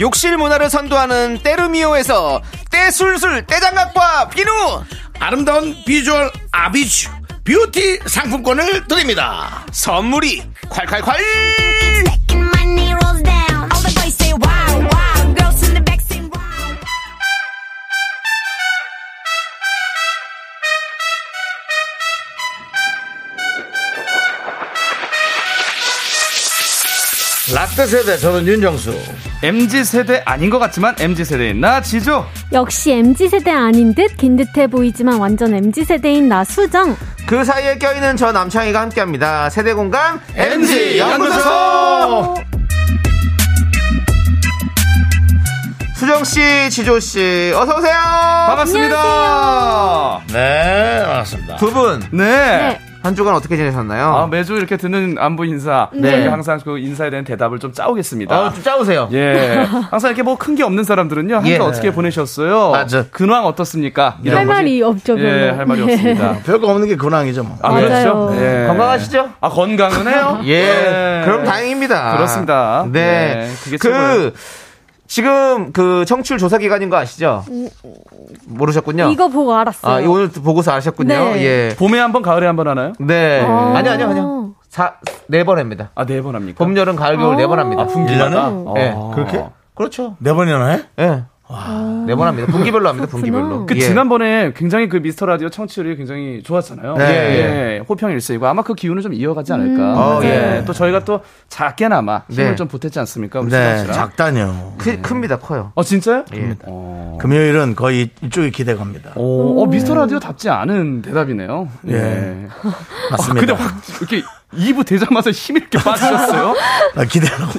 Speaker 8: 욕실 문화를 선도하는 때르미오에서 때술술 때장갑과 비누,
Speaker 1: 아름다운 비주얼 아비쥬 뷰티 상품권을 드립니다.
Speaker 8: 선물이 콸콸콸!
Speaker 6: Second my knee rolls down. All the boys say wow, wow. Girls in the back say wow.
Speaker 1: 라떼 세대 저는 윤정수.
Speaker 11: MZ 세대 아닌 것 같지만 MZ 세대인 나 지조.
Speaker 9: 역시 MZ세대 아닌 듯 긴 듯해 보이지만 완전 MZ세대인 나 수정
Speaker 8: 그 사이에 껴있는 저 남창희가 함께합니다. 세대공감 MG 연구소!
Speaker 2: 수정 씨, 지조 씨, 어서 오세요.
Speaker 11: 반갑습니다.
Speaker 1: 네, 반갑습니다.
Speaker 2: 두 분.
Speaker 11: 네.
Speaker 6: 네.
Speaker 2: 한 주간 어떻게 지내셨나요?
Speaker 11: 아, 매주 이렇게 듣는 안부 인사.
Speaker 6: 네.
Speaker 11: 항상 그 인사에 대한 대답을 좀 짜오겠습니다.
Speaker 1: 어, 좀 짜오세요.
Speaker 11: 예. 항상 이렇게 뭐 큰 게 없는 사람들은요. 한주
Speaker 1: 예.
Speaker 11: 어떻게 보내셨어요?
Speaker 1: 맞아.
Speaker 11: 근황 어떻습니까? 이런
Speaker 6: 할
Speaker 11: 거지.
Speaker 6: 말이 없죠, 별로.
Speaker 11: 예, 할 말이
Speaker 6: 네.
Speaker 11: 없습니다.
Speaker 1: 별거 없는 게 근황이죠, 뭐.
Speaker 11: 아,
Speaker 6: 맞아요.
Speaker 11: 그렇죠. 예.
Speaker 2: 건강하시죠?
Speaker 11: 아, 건강은 해요? 아,
Speaker 2: 예. 그럼 다행입니다.
Speaker 11: 그렇습니다.
Speaker 2: 네.
Speaker 11: 네, 그게 최고예요.
Speaker 2: 그 지금 그 청출 조사 기간인 거 아시죠? 모르셨군요.
Speaker 6: 이거 보고 알았어요.
Speaker 2: 아, 이거 오늘 보고서 아셨군요.
Speaker 6: 네.
Speaker 2: 예.
Speaker 11: 봄에 한 번, 가을에 한 번 하나요?
Speaker 2: 네.
Speaker 8: 어.
Speaker 6: 아.
Speaker 2: 아니 아니요, 아니요. 사, 네 번 합니다.
Speaker 11: 아, 네 번 합니까?
Speaker 2: 봄, 여름, 가을, 겨울 네
Speaker 1: 어.
Speaker 2: 번
Speaker 1: 아,
Speaker 2: 합니다.
Speaker 1: 일년에?
Speaker 2: 예.
Speaker 1: 어, 네, 그렇게?
Speaker 2: 그렇죠.
Speaker 1: 네 번이나 해?
Speaker 2: 예. 네 번 합니다. 분기별로 합니다. 분기별로.
Speaker 11: 그
Speaker 2: 예.
Speaker 11: 지난번에 굉장히 그 미스터 라디오 청취율이 굉장히 좋았잖아요.
Speaker 2: 네. 음.
Speaker 11: 예, 예. 호평 일세이고 아마 그 기운을 좀 이어가지 않을까.
Speaker 1: 어,
Speaker 11: 예.
Speaker 1: 예.
Speaker 11: 또 저희가 또 작게나마 힘을
Speaker 2: 네.
Speaker 11: 좀 보탰지 않습니까? 우리
Speaker 1: 네,
Speaker 11: 수정 씨랑?
Speaker 1: 작다뇨.
Speaker 2: 크, 큽니다. 커요.
Speaker 11: 어 진짜요?
Speaker 2: 예.
Speaker 11: 어,
Speaker 1: 금요일은 거의 이쪽이 기대갑니다.
Speaker 11: 오, 어, 미스터 라디오 답지 않은 대답이네요.
Speaker 1: 예.
Speaker 11: 아,
Speaker 1: 맞습니다.
Speaker 11: 근데 확 이렇게 2부 되자마자 힘이 이렇게 빠지셨어요?
Speaker 1: 아, 기대하고.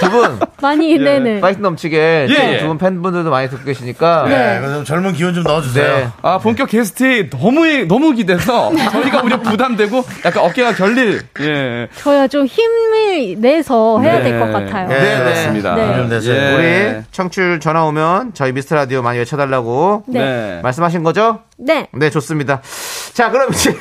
Speaker 2: 두 분
Speaker 1: 예,
Speaker 6: 많이, 네네.
Speaker 2: 파이팅 넘치게
Speaker 11: 예,
Speaker 2: 지금
Speaker 11: 예.
Speaker 2: 두분 팬분들도 많이 듣고 계시니까
Speaker 1: 네, 그래서 좀 젊은 기운 좀 넣어주세요.
Speaker 2: 네.
Speaker 11: 아 본격 게스트 너무 너무 기대서 저희가 오히려 부담되고 약간 어깨가 결릴. 예.
Speaker 6: 저야 좀 힘을 내서 해야
Speaker 11: 네.
Speaker 6: 될것 같아요.
Speaker 1: 네, 네.
Speaker 11: 그렇습니다.
Speaker 6: 네.
Speaker 1: 좀 내세요.
Speaker 11: 예.
Speaker 2: 우리 네. 청취율 전화 오면 저희 미스터 라디오 많이 외쳐달라고
Speaker 6: 네.
Speaker 11: 네.
Speaker 2: 말씀하신 거죠?
Speaker 6: 네.
Speaker 2: 네 좋습니다. 자 그럼 이제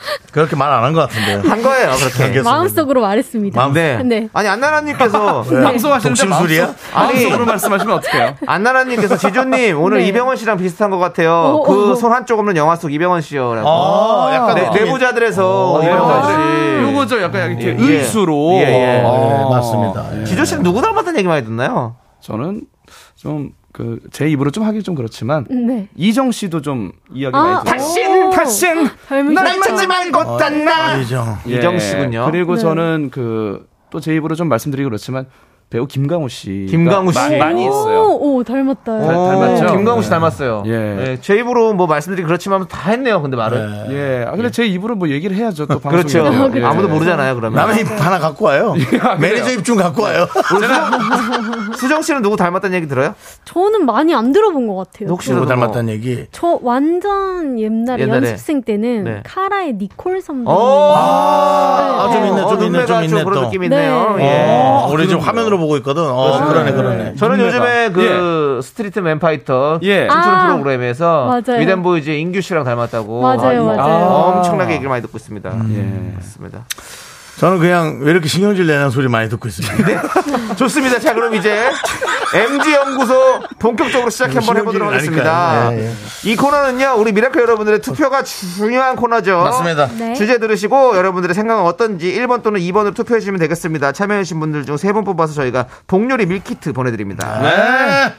Speaker 1: 그렇게 말 안 한 것 같은데요.
Speaker 2: 한 거예요 그렇게.
Speaker 1: 알겠습니다.
Speaker 6: 마음속으로 말했습니다.
Speaker 1: 마음-
Speaker 2: 네.
Speaker 6: 네.
Speaker 2: 아니 안나라님께서
Speaker 11: 네. 방송하시는데
Speaker 1: 독심술이야?
Speaker 11: 마음속- 마음속으로 말씀하시면 어떡해요?
Speaker 2: 안나라님께서 지조님 오늘
Speaker 6: 네.
Speaker 2: 이병헌 씨랑 비슷한 것 같아요.
Speaker 11: 어,
Speaker 6: 오,
Speaker 2: 그
Speaker 6: 오.
Speaker 2: 손 한쪽 없는 영화 속 이병헌 씨요라고.
Speaker 1: 아, 약간
Speaker 2: 네,
Speaker 1: 느낌이-
Speaker 2: 내부자들에서 이병헌 씨.
Speaker 11: 어, 요거죠. 약간 이렇게
Speaker 2: 예.
Speaker 11: 의수로.
Speaker 2: 예, 예.
Speaker 11: 어.
Speaker 1: 네, 맞습니다. 예.
Speaker 2: 지조 씨는 누구 닮았다는 얘기 많이 듣나요?
Speaker 11: 저는 좀 그 제 입으로 좀 하기 좀 그렇지만
Speaker 6: 네.
Speaker 11: 이정 씨도 좀 이야기
Speaker 6: 아,
Speaker 11: 많이 들어요.
Speaker 6: 오. 아, 닮으셨다.
Speaker 11: 네,
Speaker 1: 아,
Speaker 2: 곧단나
Speaker 1: 이정.
Speaker 11: 예.
Speaker 2: 이정 씨군요.
Speaker 11: 그리고
Speaker 6: 네.
Speaker 11: 저는 그 또 제 입으로 좀 말씀드리기 그렇지만 배우 김강호 씨.
Speaker 2: 김강우 씨.
Speaker 11: 많이 있어요.
Speaker 6: 오, 오, 닮았다.
Speaker 11: 닮- 닮았죠?
Speaker 2: 김광우 씨
Speaker 11: 네.
Speaker 2: 닮았어요.
Speaker 11: 예.
Speaker 2: 네, 제 입으로 뭐 말씀드리기 그렇지만 다 했네요. 근데 말을.
Speaker 11: 예. 아, 근데 제 입으로 뭐 얘기를 해야죠. 또 방송에.
Speaker 2: 그렇죠.
Speaker 11: 예.
Speaker 2: 아무도 모르잖아요. 그러면.
Speaker 1: 남의 입 하나 갖고 와요. 네. 매니저 입 좀 갖고 와요. 아,
Speaker 2: 수정 씨는 누구 닮았다는 얘기 들어요?
Speaker 6: 저는 많이 안 들어본 것 같아요.
Speaker 2: 혹시
Speaker 1: 뭐 닮았다는 얘기.
Speaker 6: 저 완전 옛날에,
Speaker 2: 옛날에.
Speaker 6: 연습생 때는
Speaker 2: 네. 어,
Speaker 6: 카라의 니콜 선배님.
Speaker 2: 오.
Speaker 1: 아, 좀 있네,
Speaker 2: 어,
Speaker 1: 좀 있네,
Speaker 2: 눈매가
Speaker 1: 좀 있네,
Speaker 2: 그런
Speaker 1: 또.
Speaker 2: 느낌 있네요.
Speaker 6: 네.
Speaker 2: 예.
Speaker 1: 어, 우리 지금 화면으로 보고 있거든. 어, 그러네, 그러네.
Speaker 2: 저는
Speaker 11: 눈매가.
Speaker 2: 요즘에 그 스트리트 맨파이터
Speaker 11: 예.
Speaker 2: 춤추는
Speaker 6: 아.
Speaker 2: 어, 프로그램에서
Speaker 6: 맞아요.
Speaker 2: 위덴보이즈 인규 씨랑 닮았다고
Speaker 6: 맞아요,
Speaker 2: 아,
Speaker 6: 맞아요.
Speaker 2: 엄청나게 얘기를 많이 듣고 있습니다.
Speaker 11: 예.
Speaker 2: 맞습니다.
Speaker 1: 저는 그냥 왜 이렇게 신경질 내는 소리 많이 듣고 있습니다.
Speaker 2: 좋습니다. 자, 그럼 이제 MG 연구소 본격적으로 시작 한번 해보도록 하겠습니다.
Speaker 1: 예, 예.
Speaker 2: 이 코너는요, 우리 미라클 여러분들의 투표가 중요한 코너죠.
Speaker 1: 맞습니다.
Speaker 6: 네.
Speaker 2: 주제 들으시고 여러분들의 생각은 어떤지 1번 또는 2번으로 투표해 주시면 되겠습니다. 참여해주신 분들 중 3분 뽑아서 저희가 복요리 밀키트 보내드립니다.
Speaker 1: 네.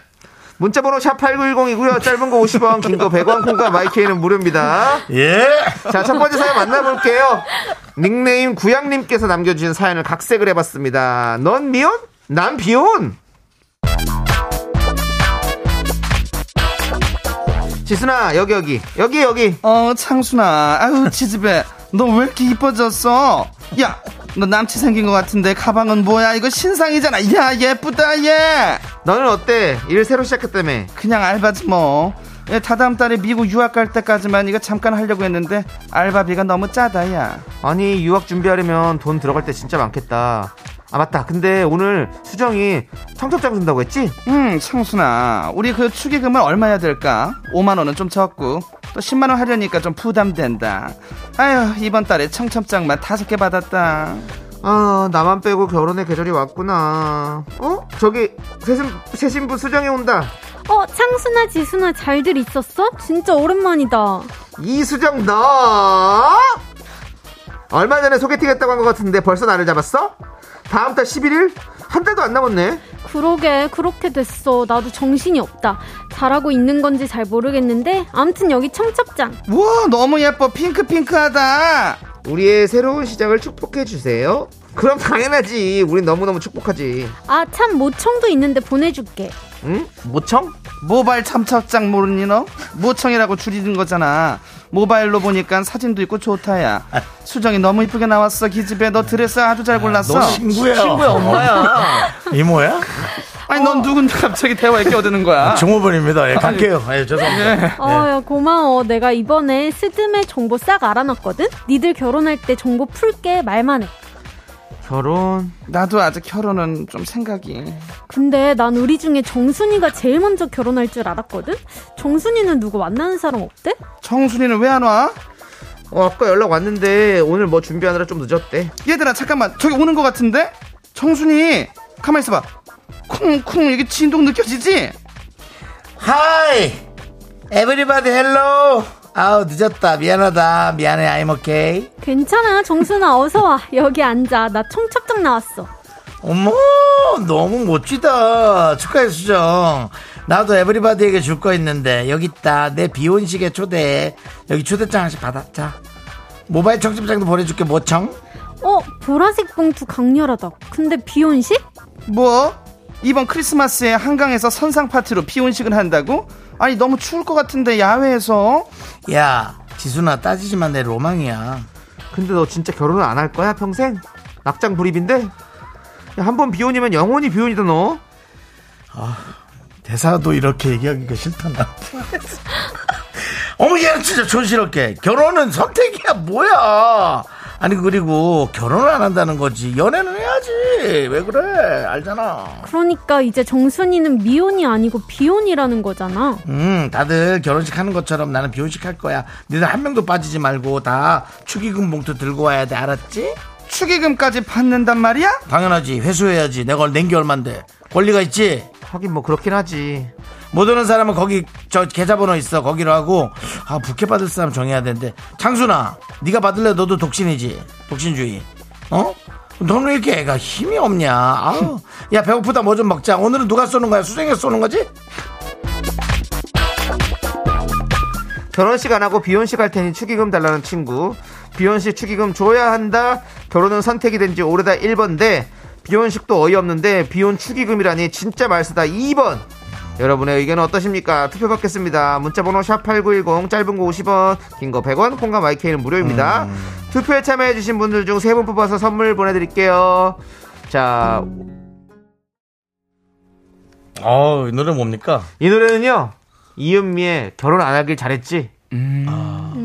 Speaker 2: 문자번호 샵8910이고요. 짧은 거 50원, 긴 거 100원, 콩과 마이케이는 무료입니다.
Speaker 1: 예.
Speaker 2: 자, 첫 번째 사연 만나볼게요. 닉네임 구양님께서 남겨주신 사연을 각색을 해봤습니다. 넌 미혼? 난 비혼? 지순아, 여기, 여기. 여기, 여기.
Speaker 9: 어 창순아 아유 치즈배 너 왜 이렇게 이뻐졌어 야 너 남친 생긴 것 같은데 가방은 뭐야 이거 신상이잖아 야 예쁘다 얘
Speaker 2: 너는 어때? 일 새로 시작했다며.
Speaker 9: 그냥 알바지 뭐 예, 다다음 달에 미국 유학 갈 때까지만 이거 잠깐 하려고 했는데 알바비가 너무 짜다 야
Speaker 2: 아니, 유학 준비하려면 돈 들어갈 때 진짜 많겠다. 아, 맞다. 근데 오늘 수정이 청첩장 준다고 했지?
Speaker 9: 음, 창순아, 우리 그 축의금은 얼마야 될까? 5만 원은 좀 적고 또 10만 원 하려니까 좀 부담된다. 아유, 이번 달에 청첩장만 다섯 개 받았다.
Speaker 2: 아, 나만 빼고 결혼의 계절이 왔구나. 어? 저기, 새신, 새신부 수정이 온다.
Speaker 6: 어, 창순아, 지순아, 잘들 있었어? 진짜 오랜만이다.
Speaker 2: 이수정 너 얼마 전에 소개팅 했다고 한 것 같은데 벌써 나를 잡았어? 다음 달 11일? 한 달도 안 남았네
Speaker 6: 그러게, 그렇게 됐어. 나도 정신이 없다. 잘하고 있는 건지 잘 모르겠는데, 암튼 여기 청첩장.
Speaker 9: 우와, 너무 예뻐. 핑크핑크하다.
Speaker 2: 우리의 새로운 시작을 축복해주세요 그럼 당연하지 우린 너무너무 축복하지
Speaker 6: 아, 참, 모청도 있는데 보내줄게.
Speaker 2: 응? 모청?
Speaker 9: 모발 참첩장 모르니 너? 모청이라고 줄이는 거잖아. 모바일로 보니까 사진도 있고 좋다야. 수정이 너무 이쁘게
Speaker 8: 아,
Speaker 9: 나왔어. 기집애 너 드레스 아주 잘 골랐어.
Speaker 1: 친구야.
Speaker 2: 엄마야
Speaker 1: 이모야?
Speaker 2: 아니
Speaker 8: 어.
Speaker 2: 넌 누군데 갑자기 대화에 끼어드는
Speaker 8: 아,
Speaker 2: 거야?
Speaker 1: 종호번입니다. 예, 갈게요. 예, 죄송합니다.
Speaker 2: 예.
Speaker 9: 어, 야, 고마워. 내가 이번에 스드메 정보 싹 알아놨거든? 니들 결혼할 때 정보 풀게 말만 해.
Speaker 8: 결혼
Speaker 2: 나도 아직 결혼은 좀 생각이
Speaker 9: 근데 난 우리 중에 정순이가 제일 먼저 결혼할 줄 알았거든? 정순이는 누구 만나는 사람 없대?
Speaker 2: 정순이는 왜 안 와?
Speaker 8: 어, 아까 연락 왔는데 오늘 뭐 준비하느라 좀 늦었대.
Speaker 2: 얘들아 잠깐만 저기 오는 것 같은데 정순이 가만 있어봐 쿵쿵 이게 진동 느껴지지?
Speaker 1: 하이! 에브리바디 헬로! 아우, 늦었다. 미안하다. 미안해. I'm okay.
Speaker 9: 괜찮아, 정순아, 어서와. 여기 앉아. 나 청첩장 나왔어.
Speaker 1: 어머, 너무 멋지다. 축하해, 수정. 나도 에브리바디에게 줄 거 있는데, 여기 있다. 내 비혼식에 초대해. 여기 초대장 하나씩 받아. 자. 모바일 청첩장도 보내줄게, 모청.
Speaker 9: 어, 보라색 봉투 강렬하다. 근데 비혼식?
Speaker 2: 뭐? 이번 크리스마스에 한강에서 선상 파티로 비혼식을 한다고? 아니 너무 추울 것 같은데 야외에서
Speaker 1: 야, 지수나 따지지만 내 로망이야.
Speaker 8: 근데 너 진짜 결혼을 안 할 거야 평생? 낙장 불입인데? 한 번 비혼이면 영원히 비혼이다 너.
Speaker 1: 대사도 이렇게 얘기하기가 싫다, 나. 어머, 얘 진짜 존스럽게. 결혼은 선택이야, 뭐야. 아니, 그리고 결혼을 안 한다는 거지. 연애는 해야지. 왜 그래? 알잖아.
Speaker 9: 그러니까 이제 정순이는 미혼이 아니고 비혼이라는 거잖아.
Speaker 1: 음, 다들 결혼식 하는 것처럼 나는 비혼식 할 거야. 니들 한 명도 빠지지 말고 다 축의금 봉투 들고 와야 돼. 알았지?
Speaker 2: 축의금까지 받는단 말이야?
Speaker 1: 당연하지. 회수해야지. 내가 낸게 얼만데. 권리가 있지?
Speaker 8: 하긴 뭐 그렇긴 하지.
Speaker 1: 못 오는 사람은 거기 저 계좌번호 있어 거기로 하고 아 부케 받을 사람 정해야 되는데 창순아 네가 받을래 너도 독신이지 독신주의 어? 너는 왜 이렇게 애가 힘이 없냐 아우 야 배고프다 뭐 좀 먹자 오늘은 누가 쏘는 거야 수정이가 쏘는 거지?
Speaker 8: 결혼식 안 하고 비혼식 할 테니 축의금 달라는 친구. 비혼식 축의금 줘야 한다. 결혼은 선택이 된 지 오래다 1번데 비혼식도 어이없는데 비혼 축의금이라니 진짜 말쓰다 2번. 여러분의 의견은 어떠십니까? 투표 받겠습니다. 문자번호 샵8910 짧은 거 50원 긴 거 100원 콩과 마이케이는 무료입니다. 투표에 참여해주신 분들 중 세 분 뽑아서 선물 보내드릴게요. 자,
Speaker 1: 아이 노래 뭡니까?
Speaker 8: 이 노래는요. 이은미의 결혼 안 하길 잘했지.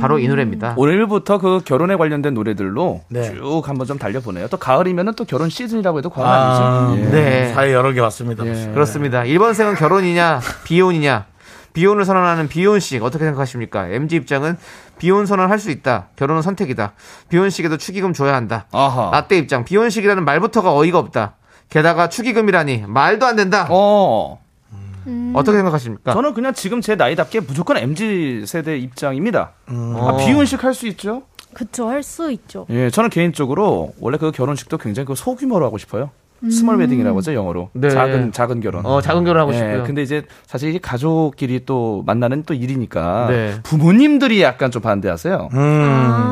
Speaker 8: 바로 이 노래입니다.
Speaker 11: 오늘부터 그 결혼에 관련된 노래들로
Speaker 1: 네.
Speaker 11: 쭉 한번 좀 달려보네요. 또 가을이면은 또 결혼 시즌이라고 해도 과언
Speaker 1: 아,
Speaker 11: 아니죠. 예.
Speaker 1: 네. 사회 여러 개 왔습니다
Speaker 2: 예.
Speaker 8: 네. 그렇습니다. 1번 생은 결혼이냐, 비혼이냐. 비혼을 선언하는 비혼식 어떻게 생각하십니까? MG 입장은 비혼 선언할 수 있다. 결혼은 선택이다. 비혼식에도 축의금 줘야 한다.
Speaker 11: 아하.
Speaker 8: 라떼 입장 비혼식이라는 말부터가 어이가 없다. 게다가 축의금이라니 말도 안 된다.
Speaker 11: 어.
Speaker 8: 어떻게 생각하십니까?
Speaker 11: 저는 그냥 지금 제 나이답게 무조건 MZ 세대 입장입니다.
Speaker 8: 음.
Speaker 11: 아, 비혼식 할 수 있죠?
Speaker 9: 그쵸, 할 수 있죠.
Speaker 11: 예, 저는 개인적으로 원래 그 결혼식도 굉장히 그 소규모로 하고 싶어요.
Speaker 8: 음.
Speaker 11: 스몰 웨딩이라고 하죠 영어로
Speaker 8: 네.
Speaker 11: 작은 작은 결혼.
Speaker 8: 어, 작은 결혼하고
Speaker 11: 예,
Speaker 8: 싶고요.
Speaker 11: 근데 이제 사실 이게 가족끼리 또 만나는 또 일이니까
Speaker 8: 네.
Speaker 11: 부모님들이 약간 좀 반대하세요.
Speaker 8: 음.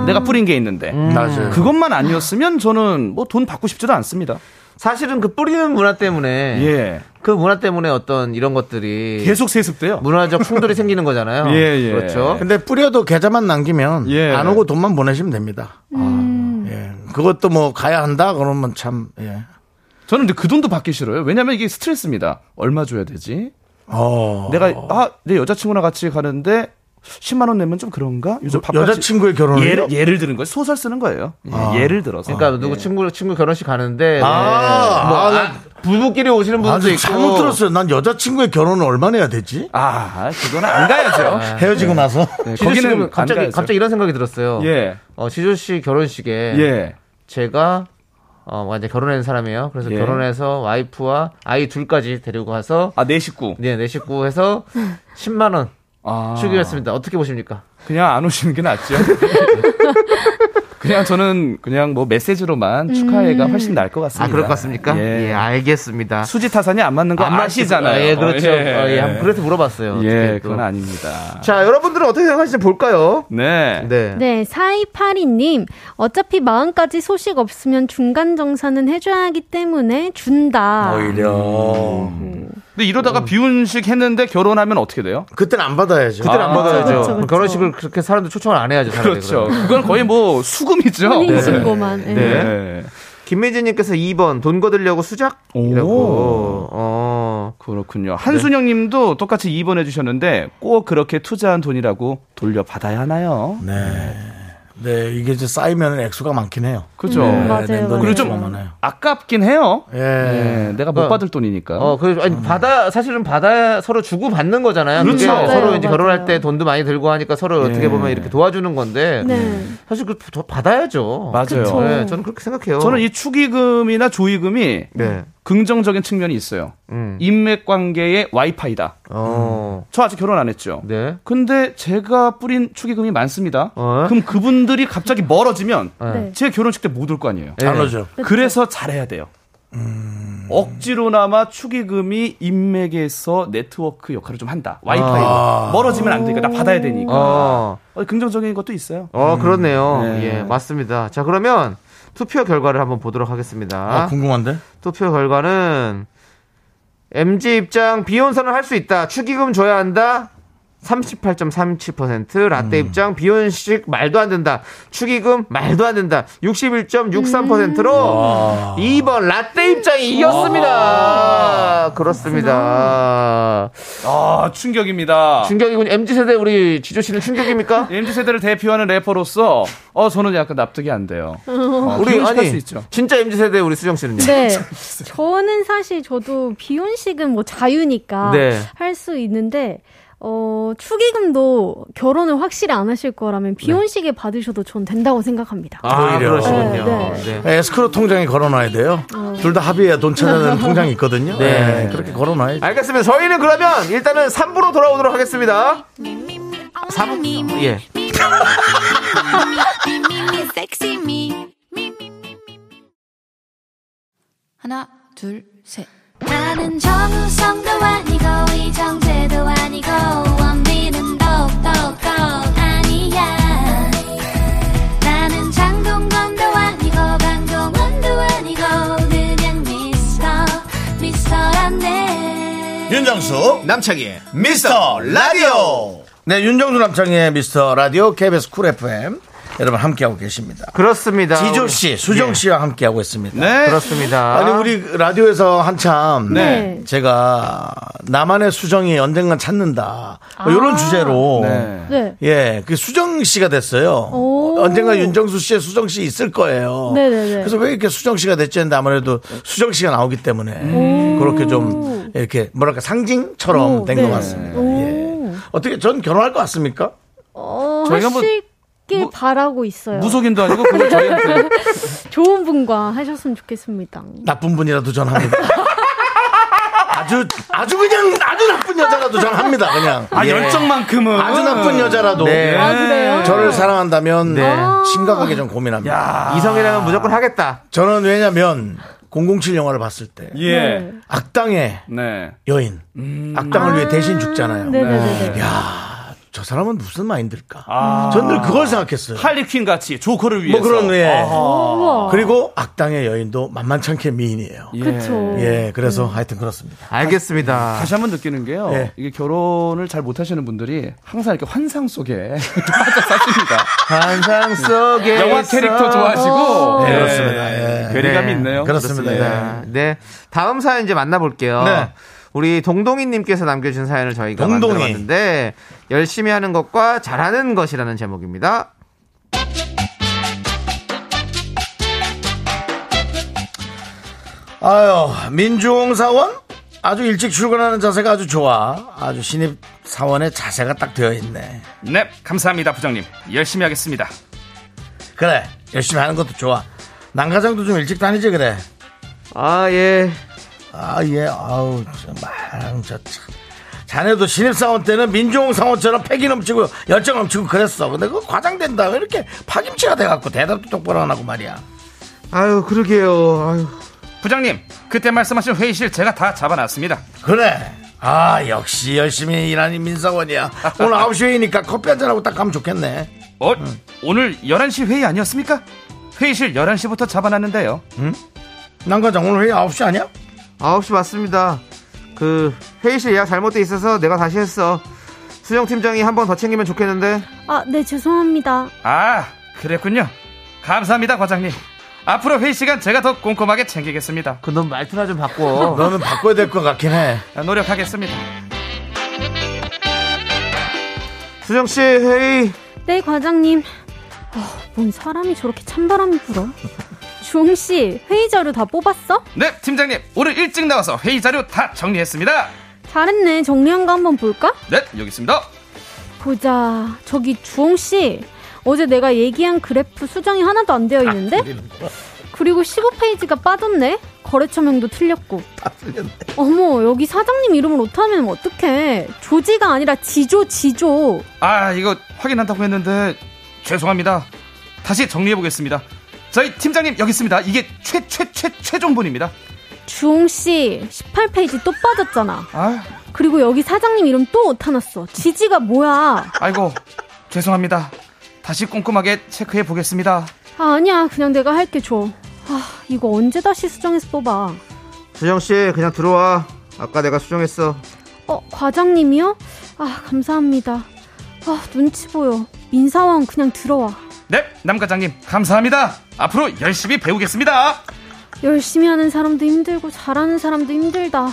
Speaker 11: 내가 뿌린 게 있는데
Speaker 1: 맞아요.
Speaker 11: 그것만 아니었으면 저는 뭐 돈 받고 싶지도 않습니다.
Speaker 8: 사실은 그 뿌리는 문화 때문에
Speaker 11: 예,
Speaker 8: 그 문화 때문에 어떤 이런 것들이
Speaker 11: 계속 세습돼요.
Speaker 8: 문화적 충돌이 생기는 거잖아요.
Speaker 11: 예, 예.
Speaker 8: 그렇죠.
Speaker 1: 근데 뿌려도 계좌만 남기면
Speaker 11: 예.
Speaker 1: 안 오고 돈만 보내시면 됩니다
Speaker 2: 음.
Speaker 1: 예. 그것도 뭐 가야 한다 그러면 참 예.
Speaker 11: 저는 근데 그 돈도 받기 싫어요. 왜냐면 이게 스트레스입니다. 얼마 줘야 되지?
Speaker 1: 어.
Speaker 11: 내가 아 내 여자친구랑 같이 가는데 10만 원 내면 좀 그런가? 요즘 밥값이-
Speaker 1: 여자친구의 결혼을
Speaker 11: 예를, 예를 들은 거예요. 소설 쓰는 거예요. 예, 예를 들어서.
Speaker 8: 그러니까 누구 친구 친구 결혼식 가는데
Speaker 1: 아,
Speaker 8: 네. 뭐
Speaker 1: 아,
Speaker 8: 아,
Speaker 1: 난-
Speaker 8: 부부끼리 오시는 분도
Speaker 1: 아주
Speaker 8: 있고
Speaker 1: 잘못 들었어요. 난 여자친구의 결혼을 얼마나 해야 되지?
Speaker 11: 아, 그건 안 가야죠.
Speaker 1: 헤어지고 나서
Speaker 11: 네,
Speaker 8: 지조 씨는
Speaker 11: 거기는
Speaker 8: 갑자기
Speaker 11: 안 가야죠.
Speaker 8: 갑자기 이런 생각이 들었어요.
Speaker 11: 예.
Speaker 8: 어, 지조 씨 결혼식에
Speaker 11: 예.
Speaker 8: 제가 어, 완전 결혼한 사람이에요. 그래서
Speaker 11: 예.
Speaker 8: 결혼해서 와이프와 아이 둘까지 데리고 가서
Speaker 11: 아, 내 식구.
Speaker 8: 네, 내 식구 해서 10만 원
Speaker 11: 아.
Speaker 8: 축의했습니다. 어떻게 보십니까?
Speaker 11: 그냥 안 오시는 게 낫죠. 그냥 저는 그냥 뭐 메시지로만 축하해가 훨씬 나을 것 같습니다.
Speaker 8: 아, 그럴 것 같습니까?
Speaker 11: 예.
Speaker 8: 예, 알겠습니다.
Speaker 11: 수지 타산이 안 맞는 거
Speaker 8: 안
Speaker 11: 아시잖아요.
Speaker 8: 아, 예, 그렇죠.
Speaker 11: 어,
Speaker 8: 어, 예, 한번 그래서 물어봤어요.
Speaker 11: 예,
Speaker 8: 어떻게 또.
Speaker 11: 그건 아닙니다.
Speaker 8: 자, 여러분들은 어떻게 생각하시는지 볼까요?
Speaker 11: 네.
Speaker 8: 네.
Speaker 9: 네, 4282님. 어차피 마음까지 소식 없으면 중간 정산은 해줘야 하기 때문에
Speaker 2: 어,
Speaker 9: 준다.
Speaker 2: 예, 네.
Speaker 1: 오히려
Speaker 11: 근데
Speaker 8: 어.
Speaker 11: 이러다가 비혼식 했는데 결혼하면 어떻게 돼요?
Speaker 1: 그때는 안 받아야죠.
Speaker 8: 그렇죠,
Speaker 1: 그렇죠.
Speaker 8: 그때는 안
Speaker 11: 아,
Speaker 8: 받아야죠.
Speaker 9: 그쵸, 그쵸.
Speaker 8: 결혼식을 그렇게 사람들 초청을 안 해야죠. 차라리
Speaker 11: 그렇죠.
Speaker 8: 그러면.
Speaker 11: 그건 거의 뭐 수금이죠.
Speaker 9: 혼인 신고만. 예.
Speaker 11: 네.
Speaker 8: 김미진님께서 2번 돈 거들려고 수작?
Speaker 11: 오.
Speaker 8: 이라고. 어. 거죠.
Speaker 2: 그렇군요.
Speaker 1: 네.
Speaker 2: 한순영 님도 똑같이 2번 해주셨는데 꼭 그렇게 투자한 돈이라고 돌려받아야 하나요?
Speaker 1: 네. 네, 이게 이제 쌓이면 액수가 많긴 해요.
Speaker 2: 그죠.
Speaker 1: 네,
Speaker 2: 음,
Speaker 1: 랜덤
Speaker 2: 맞아요, 맞아요.
Speaker 1: 액수가
Speaker 2: 그리고 좀
Speaker 1: 많아요.
Speaker 2: 아깝긴 해요.
Speaker 1: 예.
Speaker 2: 네, 내가 못
Speaker 8: 어.
Speaker 2: 받을 돈이니까.
Speaker 8: 어, 그 아니 받아 사실은 받아 서로 주고 받는 거잖아요.
Speaker 2: 음. 그렇죠.
Speaker 8: 그게
Speaker 2: 맞아요,
Speaker 8: 서로 이제
Speaker 2: 맞아요.
Speaker 8: 결혼할 때 돈도 많이 들고 하니까 서로 어떻게
Speaker 2: 예.
Speaker 8: 보면 이렇게 도와주는 건데
Speaker 9: 네.
Speaker 8: 사실 그 더 받아야죠.
Speaker 2: 맞아요. 그쵸.
Speaker 8: 네, 저는 그렇게 생각해요.
Speaker 2: 저는 이 축의금이나 조의금이
Speaker 8: 네.
Speaker 2: 긍정적인 측면이 있어요.
Speaker 8: 음.
Speaker 2: 인맥 관계의 와이파이다.
Speaker 8: 어.
Speaker 2: 저 아직 결혼 안 했죠. 그-
Speaker 8: 네.
Speaker 2: 근데 제가 뿌린 축의금이 많습니다.
Speaker 8: 어.
Speaker 2: 그럼 그분들이 갑자기 멀어지면
Speaker 9: 네.
Speaker 2: 제 결혼식 때 못 올 거 아니에요.
Speaker 1: 안 오죠.
Speaker 2: 그래서 잘해야 돼요. 억지로나마 축의금이 인맥에서 네트워크 역할을 좀 한다. 와이파이로. 멀어지면 안 되니까. 나 받아야 되니까.
Speaker 8: 어.
Speaker 2: 어, 긍정적인 것도 있어요.
Speaker 8: 어, 그렇네요.
Speaker 2: 네.
Speaker 8: 예, 맞습니다. 자, 그러면 투표 결과를 한번 보도록 하겠습니다.
Speaker 1: 아, 궁금한데?
Speaker 8: 투표 결과는 MG 입장 비혼선을 할 수 있다. 축의금 줘야 한다. 38.37% 라떼 입장 비혼식 말도 안 된다. 축의금 말도 안 된다. 음. 61.63%로 이 2번 라떼 입장이 이겼습니다. 그렇습니다.
Speaker 2: 아, 충격입니다.
Speaker 8: 충격이군. MG 세대 우리 지조 씨는 충격입니까?
Speaker 2: MZ 세대를 대표하는 래퍼로서 어 저는 약간 납득이 안 돼요. 어,
Speaker 8: 우리
Speaker 2: 비혼식 할수
Speaker 8: 아니
Speaker 2: 있죠.
Speaker 8: 진짜 MG 세대 우리 수정 씨는요?
Speaker 9: 네. 저는 사실 저도 비혼식은 뭐 자유니까
Speaker 8: 네.
Speaker 9: 할 수 있는데 어, 축의금도 결혼을 확실히 안 하실
Speaker 2: 네.
Speaker 9: 거라면 비혼식에 받으셔도 전 된다고 생각합니다.
Speaker 8: 아,
Speaker 1: 오히려.
Speaker 8: 그러시군요.
Speaker 9: 네,
Speaker 8: 네.
Speaker 1: 예, 에스크로 통장에 걸어놔야 돼요. 둘 다 합의해야 돈 찾아내는 통장이 있거든요.
Speaker 8: 네.
Speaker 1: 네. 그렇게 걸어놔야 죠
Speaker 8: 알겠습니다. 저희는 그러면 일단은 3부로 돌아오도록 하겠습니다.
Speaker 6: me, me,
Speaker 8: 예.
Speaker 6: me, me, me, sexy me.
Speaker 12: 하나, 둘, 셋.
Speaker 6: 나는 정우성도 아니고 이정재도 아니고 원빈은 더욱더 아니야 나는 장동건도 아니고 강동원도 아니고 그냥 미스터 미스터란데
Speaker 1: 예. 윤정수 남창희의 미스터 라디오 네 윤정수 남창희의 미스터 라디오 KBS 쿨 FM 여러분 함께하고 계십니다
Speaker 8: 그렇습니다.
Speaker 1: 지조씨 수정씨와 함께하고 있습니다
Speaker 2: 네.
Speaker 8: 그렇습니다.
Speaker 1: 아니 우리 라디오에서 한참
Speaker 9: 네.
Speaker 1: 제가 나만의 수정이 언젠간 찾는다 뭐 이런 주제로
Speaker 2: 네.
Speaker 9: 네.
Speaker 1: 예, 그 수정 씨가 됐어요.
Speaker 9: 오.
Speaker 1: 언젠가 윤정수 씨의 수정 씨 있을 거예요.
Speaker 9: 네네네.
Speaker 1: 그래서 왜 이렇게 수정 씨가 됐지 했는데 아무래도 수정 씨가 나오기 때문에
Speaker 9: 음.
Speaker 1: 그렇게 좀 이렇게 뭐랄까 상징처럼
Speaker 9: 오,
Speaker 1: 된
Speaker 9: 네.
Speaker 1: 것
Speaker 2: 아,
Speaker 1: 같습니다. 예. 어떻게 전 결혼할 것 같습니까?
Speaker 9: 어,
Speaker 2: 저희가 뭐
Speaker 9: 하실 길 바라고 있어요.
Speaker 2: 무속인도 아니고 그걸 저희한테
Speaker 9: 좋은 분과 하셨으면 좋겠습니다.
Speaker 2: 네.
Speaker 1: 나쁜 분이라도 전 합니다. 아주 아주 그냥 아주 나쁜 여자라도 전 합니다. 그냥
Speaker 2: 아
Speaker 1: 예.
Speaker 2: 열정만큼은
Speaker 1: 아주 나쁜 여자라도
Speaker 8: 네.
Speaker 9: 아, 그래요?
Speaker 1: 어. 저를 사랑한다면
Speaker 8: 네.
Speaker 1: 심각하게 좀 고민합니다.
Speaker 8: 이성이라면 무조건 하겠다.
Speaker 1: 저는 왜냐면 007 영화를 봤을 때
Speaker 2: 예.
Speaker 1: 악당의
Speaker 2: 네.
Speaker 1: 여인 악당을 위해 대신 죽잖아요.
Speaker 9: 네네네.
Speaker 1: 야, 저 사람은 무슨 마인드일까?
Speaker 2: 아.
Speaker 1: 전 늘 그걸 생각했어요.
Speaker 2: 할리퀸 같이 조커를 위해서.
Speaker 1: 뭐 그런 예.
Speaker 2: 아,
Speaker 9: 우와.
Speaker 1: 그리고 악당의 여인도 만만찮게 미인이에요.
Speaker 2: 예.
Speaker 9: 그쵸.
Speaker 1: 예, 그래서 하여튼 그렇습니다.
Speaker 8: 알겠습니다.
Speaker 2: 다시 한번 느끼는 게요.
Speaker 11: 어.
Speaker 1: 예.
Speaker 2: 이게 결혼을 잘 못하시는 분들이 항상 이렇게 환상 속에 빠져 사십니다.
Speaker 8: 환상 속에
Speaker 2: 영화
Speaker 8: 있어.
Speaker 2: 캐릭터 좋아하시고.
Speaker 1: 네, 그렇습니다. 예.
Speaker 2: 괴리감이
Speaker 8: 네.
Speaker 2: 있네요.
Speaker 1: 그렇습니다. 예.
Speaker 8: 네. 네. 다음 사연 이제 만나볼게요.
Speaker 1: 네.
Speaker 8: 우리 동동이님께서 남겨주신 사연을 저희가
Speaker 1: 동동이.
Speaker 8: 만들어봤는데 열심히 하는 것과 잘하는 것이라는 제목입니다.
Speaker 1: 아유, 민주홍 사원? 아주 일찍 출근하는 자세가 아주 좋아. 아주 신입 사원의 자세가 딱 되어 있네.
Speaker 2: 네, 감사합니다, 부장님. 열심히 하겠습니다.
Speaker 1: 그래, 열심히 하는 것도 좋아. 난가장도 좀 일찍 다니지, 그래.
Speaker 8: 아 예.
Speaker 1: 아, 예, 아우, 저 말, 저 참. 자네도 신입사원 때는 민주홍 사원처럼 패기 넘치고 열정 넘치고 그랬어. 근데 그거 과장된다. 왜 이렇게 파김치가 돼갖고 대답도 똑바로 안 하고 말이야.
Speaker 8: 아유 그러게요. 아유.
Speaker 2: 부장님, 그때 말씀하신 회의실 제가 다 잡아놨습니다.
Speaker 1: 그래. 아, 역시 열심히 일하는 민사원이야. 오늘 9시 회의니까 커피 한잔하고 딱 가면 좋겠네.
Speaker 2: 어? 오늘 11시 회의 아니었습니까? 회의실 11시부터 잡아놨는데요.
Speaker 1: 난가장 오늘 회의 9시 아니야?
Speaker 8: 9시 맞습니다. 그 회의실 예약 잘못돼 있어서 내가 다시 했어. 수정 팀장이 한 번 더 챙기면 좋겠는데.
Speaker 9: 아, 네, 죄송합니다.
Speaker 2: 아, 그랬군요. 감사합니다, 과장님. 앞으로 회의 시간 제가 더 꼼꼼하게 챙기겠습니다.
Speaker 8: 그놈 말투나 좀 바꿔.
Speaker 1: 너는 바꿔야 될 것 같긴 해.
Speaker 2: 노력하겠습니다.
Speaker 8: 수정 씨 회의
Speaker 9: 네, 과장님. 어, 뭔 사람이 저렇게 찬바람이 불어? 주홍 씨, 회의 자료 다 뽑았어?
Speaker 2: 네, 팀장님. 오늘 일찍 나와서 회의 자료 다 정리했습니다.
Speaker 9: 잘했네. 정리한 거 한번 볼까?
Speaker 2: 네, 여기 있습니다.
Speaker 9: 보자. 저기 주홍 씨. 어제 내가 얘기한 그래프 수정이 하나도 안 되어 있는데? 그리고 15페이지가 빠졌네? 거래처명도 틀렸고. 어머, 여기 사장님 이름을 오타면 어떡해. 조지가 아니라 지조, 지조.
Speaker 2: 아, 이거 확인한다고 했는데 죄송합니다. 다시 정리해 보겠습니다. 저희 팀장님 여기 있습니다. 이게 최 최 최 최종본입니다.
Speaker 9: 주홍 씨, 18페이지 또 빠졌잖아.
Speaker 2: 아,
Speaker 9: 그리고 여기 사장님 이름 또 오타났어. 지지가 뭐야?
Speaker 2: 아이고 죄송합니다. 다시 꼼꼼하게 체크해 보겠습니다.
Speaker 9: 아, 아니야. 그냥 내가 할게 줘. 아, 이거 언제 다시 수정해서 뽑아.
Speaker 8: 수정 씨 그냥 들어와. 아까 내가 수정했어.
Speaker 9: 어, 과장님이요? 아, 감사합니다. 아, 눈치 보여. 민사원 그냥 들어와.
Speaker 2: 네, 남과장님 감사합니다. 앞으로 열심히 배우겠습니다.
Speaker 9: 열심히 하는 사람도 힘들고 잘하는 사람도 힘들다.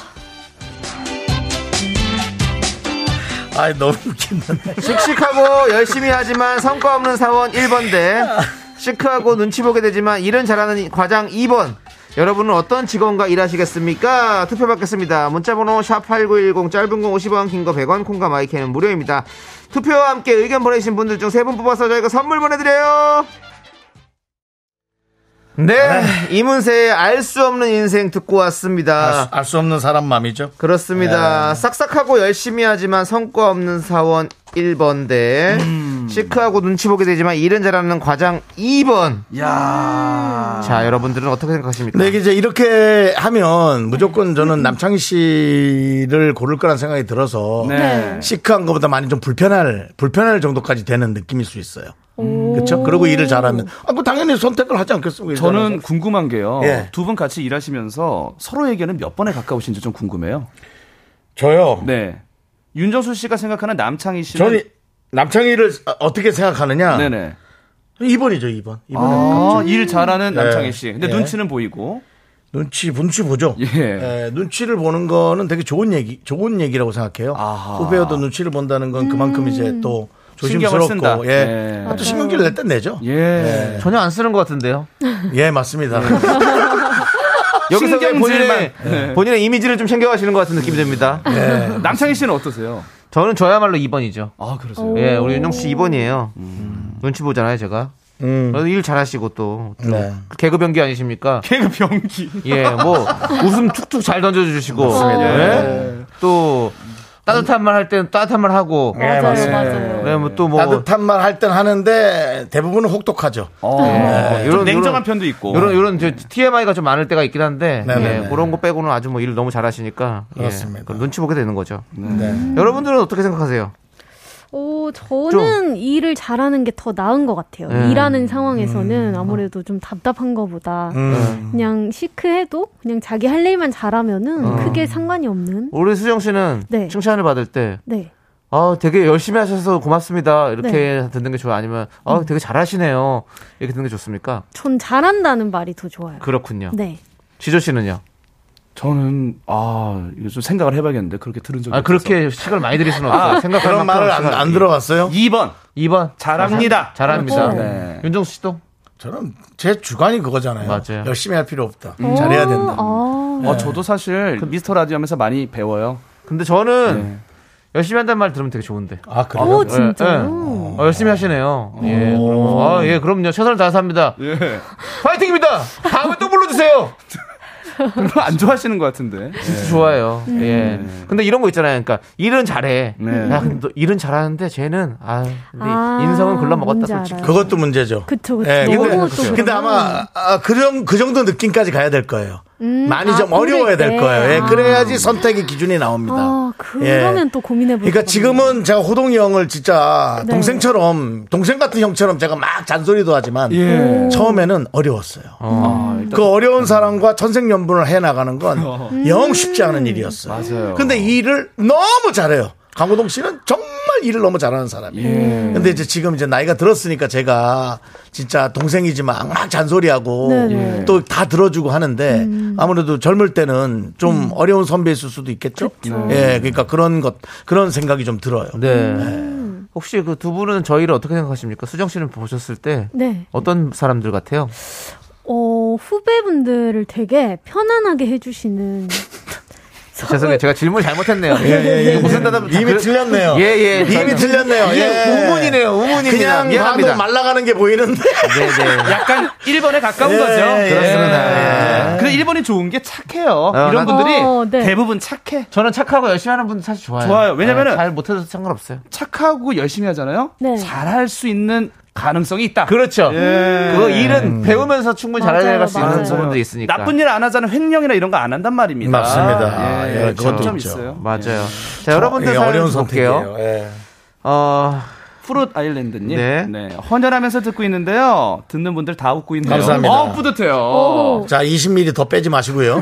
Speaker 1: 아 너무 웃긴다.
Speaker 8: 씩씩하고 열심히 하지만 성과 없는 사원 1번대 시크하고 눈치 보게 되지만 일은 잘하는 과장 2번 여러분은 어떤 직원과 일하시겠습니까? 투표 받겠습니다. 문자번호 샵8910 짧은 거 50원 긴 거 100원 콩과 마이크는 무료입니다. 투표와 함께 의견 보내신 분들 중 세 분 뽑아서 저희가 선물 보내드려요. 네,
Speaker 1: 아.
Speaker 8: 이문세의 알 수 없는 인생 듣고 왔습니다.
Speaker 1: 알 수 없는 사람 마음이죠.
Speaker 8: 그렇습니다.
Speaker 1: 예.
Speaker 8: 싹싹하고 열심히 하지만 성과 없는 사원 1번대.
Speaker 2: 음.
Speaker 8: 시크하고 눈치 보게 되지만 일은 잘하는 과장 2번.
Speaker 2: 야.
Speaker 8: 자, 여러분들은 어떻게 생각하십니까?
Speaker 1: 근데 이게 이제 이렇게
Speaker 2: 네.
Speaker 1: 하면 무조건
Speaker 2: 음.
Speaker 1: 저는 남창희 씨를 고를 거란 생각이 들어서
Speaker 2: 네.
Speaker 1: 시크한 것보다 많이 좀 불편할 불편할 정도까지 되는 느낌일 수 있어요. 그렇죠? 그리고 일을 잘하면 아, 그 당연히 선택을 하지 않겠습니까? 일을
Speaker 2: 저는
Speaker 1: 잘하면.
Speaker 2: 네. 궁금한 게요.
Speaker 1: 예.
Speaker 2: 두 분 같이 일하시면서 서로에게는 몇 번에 가까우신지 좀 궁금해요.
Speaker 1: 저요.
Speaker 2: 네. 윤정수 씨가 생각하는 남창희 씨는
Speaker 1: 저는 남창희를 어떻게 생각하느냐?
Speaker 2: 네네.
Speaker 1: 2번이죠, 2번. 이번에
Speaker 2: 아,
Speaker 1: 가깝죠.
Speaker 2: 일 잘하는
Speaker 1: 예.
Speaker 2: 남창희 씨. 근데
Speaker 1: 예.
Speaker 2: 눈치는 보이고.
Speaker 1: 눈치 눈치 보죠.
Speaker 2: 예.
Speaker 1: 예, 눈치를 보는 거는 되게 좋은 얘기 좋은 얘기라고 생각해요. 후배여도 눈치를 본다는 건 그만큼
Speaker 9: 음.
Speaker 1: 이제 또
Speaker 2: 신경을 쓴다.
Speaker 1: 조심스럽고 예.
Speaker 2: 예.
Speaker 1: 아, 또 신경질 낼땐 내죠.
Speaker 2: 예.
Speaker 8: 전혀 안 쓰는 것 같은데요.
Speaker 1: 예, 맞습니다.
Speaker 8: 여기서 왜 본인의,
Speaker 2: 네. 음.
Speaker 8: 본인의 이미지를 좀 챙겨가시는 것 같은 느낌이 듭니다.
Speaker 1: 예.
Speaker 2: 남창희 씨는 어떠세요?
Speaker 8: 저는 저야말로 2번이죠.
Speaker 2: 아, 그러세요. 음.
Speaker 8: 예, 우리 윤정 씨 2번이에요. 눈치 보잖아요, 제가.
Speaker 1: 음.
Speaker 8: 그래도 일 잘하시고 또, 또
Speaker 2: 뭐
Speaker 1: 네.
Speaker 8: 개그 변기 아니십니까?
Speaker 2: 개그 병기.
Speaker 8: 예, 뭐 웃음 툭툭 잘 던져주시고, 예.
Speaker 1: 네.
Speaker 8: 또 따뜻한 말 할 때는 따뜻한 말 하고,
Speaker 1: 예,
Speaker 9: 맞아요,
Speaker 1: 맞습니다.
Speaker 9: 맞아요.
Speaker 8: 네, 뭐또 뭐.
Speaker 1: 따뜻한 말 할 땐 하는데 대부분은 혹독하죠.
Speaker 2: 어.
Speaker 8: 예,
Speaker 2: 좀
Speaker 8: 요런-
Speaker 2: 냉정한
Speaker 8: 요런-
Speaker 2: 편도 있고.
Speaker 8: 이런 이런 저 TMI가 좀 많을 때가 있긴 한데
Speaker 1: 네, 네,
Speaker 8: 예,
Speaker 1: 네.
Speaker 8: 그런 거 빼고는 아주 뭐 일을 너무 잘하시니까 예,
Speaker 1: 그렇습니다.
Speaker 8: 그럼 눈치 보게 되는 거죠.
Speaker 1: 네.
Speaker 8: 여러분들은 어떻게 생각하세요?
Speaker 9: 오, 저는 일을 잘하는 게 더 나은 것 같아요.
Speaker 1: 네.
Speaker 8: 예.
Speaker 9: 일하는 상황에서는 아무래도 좀 답답한 거보다
Speaker 1: 음.
Speaker 9: 그냥 시크해도 그냥 자기 할 일만 잘하면은
Speaker 1: 어.
Speaker 9: 크게 상관이 없는.
Speaker 8: 우리 수정 씨는
Speaker 9: 네.
Speaker 8: 칭찬을 받을 때
Speaker 9: 네.
Speaker 8: 아, 되게 열심히 하셔서 고맙습니다. 이렇게
Speaker 9: 네. 음.
Speaker 8: 듣는 게 좋아요? 아니면 아, 되게 잘하시네요. 이렇게 듣는 게 좋습니까?
Speaker 9: 전 잘한다는 말이 더 좋아요.
Speaker 8: 그렇군요.
Speaker 9: 네.
Speaker 8: 지조 씨는요?
Speaker 2: 저는 아, 이거 좀 생각을 해 봐야겠는데. 그렇게 들은 적이
Speaker 8: 아, 그렇게 시간을 많이 들일
Speaker 2: 아,
Speaker 8: 수는 없어요. 생각할
Speaker 1: 그런
Speaker 8: 만큼
Speaker 1: 말을 안,
Speaker 8: 시간을.
Speaker 1: 안 들어봤어요?
Speaker 2: 2번.
Speaker 8: 2번. 아,
Speaker 2: 잘합니다.
Speaker 9: 그렇죠.
Speaker 8: 잘합니다.
Speaker 2: 네.
Speaker 8: 윤정수 씨도?
Speaker 1: 저는 제 주관이 그거잖아요.
Speaker 8: 맞아요.
Speaker 1: 열심히 할 필요 없다. 음, 잘해야 된다.
Speaker 9: 어,
Speaker 1: 음.
Speaker 9: 아,
Speaker 2: 어, 저도 사실 미스터 라디오 하면서 많이 배워요.
Speaker 8: 근데 저는
Speaker 2: 네.
Speaker 8: 열심히 한다는 말 들으면 되게 좋은데.
Speaker 1: 아, 그래요?
Speaker 9: 오, 진짜요?
Speaker 8: 어, 열심히 하시네요. 예. 그럼, 아, 예, 그럼요. 최선을 다해서 합니다.
Speaker 2: 예.
Speaker 8: 파이팅입니다! 다음에 또 불러주세요!
Speaker 2: 별로 안 좋아하시는 것 같은데.
Speaker 8: 진짜 좋아요.
Speaker 9: 음.
Speaker 8: 예. 근데 이런 거 있잖아요. 그러니까, 일은 잘해.
Speaker 2: 네.
Speaker 8: 야, 근데 너 일은 잘하는데 쟤는, 아, 근데
Speaker 9: 아,
Speaker 8: 인성은 글러먹었다,
Speaker 9: 뭔지
Speaker 8: 솔직히.
Speaker 9: 알아요.
Speaker 1: 그것도 문제죠.
Speaker 9: 어. 그쵸, 그쵸.
Speaker 1: 예,
Speaker 9: 너무
Speaker 1: 근데,
Speaker 9: 또
Speaker 1: 근데
Speaker 9: 그러면-
Speaker 1: 아마 아, 그런 그 정도 느낌까지 가야 될 거예요.
Speaker 9: 음,
Speaker 1: 많이
Speaker 9: 아,
Speaker 1: 좀
Speaker 9: 고를
Speaker 1: 어려워야
Speaker 9: 때.
Speaker 1: 될 거예요. 예,
Speaker 9: 아.
Speaker 1: 그래야지 선택의 기준이 나옵니다.
Speaker 9: 아, 그러면
Speaker 1: 예.
Speaker 9: 또 고민해볼
Speaker 1: 그러니까 지금은 제가 호동이 형을 진짜
Speaker 9: 네.
Speaker 1: 동생처럼 동생 같은 형처럼 제가 막 잔소리도 하지만
Speaker 2: 예.
Speaker 1: 처음에는 어려웠어요.
Speaker 2: 아, 일단 어.
Speaker 1: 그 어려운 사람과 천생연분을 해 나가는 건 영 쉽지 않은 일이었어요.
Speaker 2: 맞아요.
Speaker 1: 근데 일을 너무 잘해요. 강호동 씨는 정말 일을 너무 잘하는 사람이에요.
Speaker 13: 예.
Speaker 1: 근데 이제 지금 이제 나이가 들었으니까 제가 진짜 동생이지만 막 잔소리하고
Speaker 13: 네네.
Speaker 1: 또 다 들어주고 하는데 아무래도 젊을 때는 좀 어려운 선배였을 수도 있겠죠. 예, 음. 그러니까 그런 것 그런 생각이 좀 들어요.
Speaker 8: 네. 혹시 그 두 분은 저희를 어떻게 생각하십니까? 수정 씨는 보셨을 때
Speaker 9: 네.
Speaker 8: 어떤 사람들 같아요?
Speaker 9: 어, 후배분들을 되게 편안하게 해주시는.
Speaker 1: 아,
Speaker 8: 죄송해요. 제가 질문 잘못했네요.
Speaker 1: 예, 예, 예.
Speaker 8: 이거 무슨 대답
Speaker 1: 이미 틀렸네요.
Speaker 8: 예, 예.
Speaker 1: 이미 틀렸네요.
Speaker 8: 이게
Speaker 1: 예.
Speaker 8: 우문이네요. 우문입니다.
Speaker 1: 그냥
Speaker 8: 미안합니다.
Speaker 1: 봐도 말라가는 게 보이는데.
Speaker 2: 약간 1번에 가까운
Speaker 1: 예,
Speaker 2: 거죠. 예.
Speaker 1: 예.
Speaker 2: 그렇습니다. 그래 일본이 좋은 게 착해요.
Speaker 8: 어.
Speaker 2: 이런 분들이
Speaker 9: 어. 네.
Speaker 2: 대부분 착해.
Speaker 8: 저는 착하고 열심히 하는 분 사실 좋아요.
Speaker 2: 좋아요. 왜냐면은
Speaker 8: 네, 잘 못해도 상관없어요.
Speaker 2: 착하고 열심히 하잖아요.
Speaker 9: 네.
Speaker 2: 잘할 수 있는 가능성이 있다.
Speaker 8: 그렇죠.
Speaker 2: 예.
Speaker 8: 그 일은 배우면서 충분히 잘해 나갈 수 있는 부분도 있으니까.
Speaker 2: 나쁜 일 안 하자는 횡령이나 이런 거 안 한단 말입니다.
Speaker 1: 맞습니다.
Speaker 2: 예,
Speaker 1: 예, 그것도
Speaker 2: 점
Speaker 1: 있죠.
Speaker 2: 있어요.
Speaker 8: 맞아요.
Speaker 1: 저-
Speaker 8: 자, 여러분들
Speaker 1: 예,
Speaker 8: 사연
Speaker 1: 어려운
Speaker 8: 볼게요.
Speaker 1: 선택이에요. 예.
Speaker 8: 어,
Speaker 2: 프룻 아일랜드님.
Speaker 8: 네.
Speaker 2: 네. 헌혈하면서 듣고 있는데요. 듣는 분들 다 웃고 있네요.
Speaker 1: 감사합니다.
Speaker 2: 어, 뿌듯해요.
Speaker 1: 자, 20ml 더 빼지 마시고요.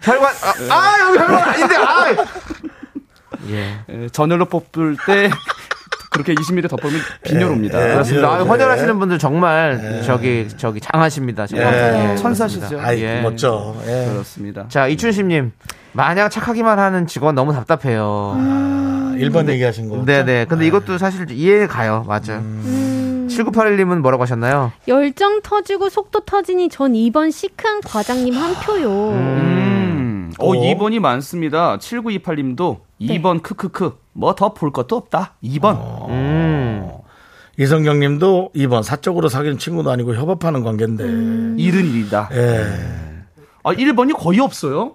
Speaker 8: 혈관 아, 아, 여기 혈관 아닌데 아
Speaker 2: 예, 전열로 뽑을 때 그렇게 20ml 덮으면
Speaker 1: 네.
Speaker 2: 빈혈 옵니다.
Speaker 8: 예, 그렇습니다. 아,
Speaker 2: 예.
Speaker 8: 헌혈하시는 분들 정말 저기 저기 장하십니다. 정말.
Speaker 2: 예. 천사시죠.
Speaker 8: 그렇습니다.
Speaker 2: 아이,
Speaker 1: 네. 멋져.
Speaker 2: 그렇습니다.
Speaker 8: 자, 이춘심님. 마냥 착하기만 하는 직원 너무 답답해요.
Speaker 1: 일 번 얘기하신 거.
Speaker 8: 네네. 음. 근데 이것도 사실 이해 가요. 맞아요. 7981님은 뭐라고 하셨나요?
Speaker 9: 열정 터지고 속도 터지니 전 2번 시크한 과장님 한 표요.
Speaker 2: 음. 어, 2번이 많습니다. 7928님도 2번 크크크. 뭐 더 볼 것도 없다. 2번.
Speaker 1: 이성경 님도 2번 사적으로 사귄 친구도 아니고 협업하는 관계인데.
Speaker 2: 일은 일이다.
Speaker 1: 예.
Speaker 2: 아, 1번이 거의 없어요.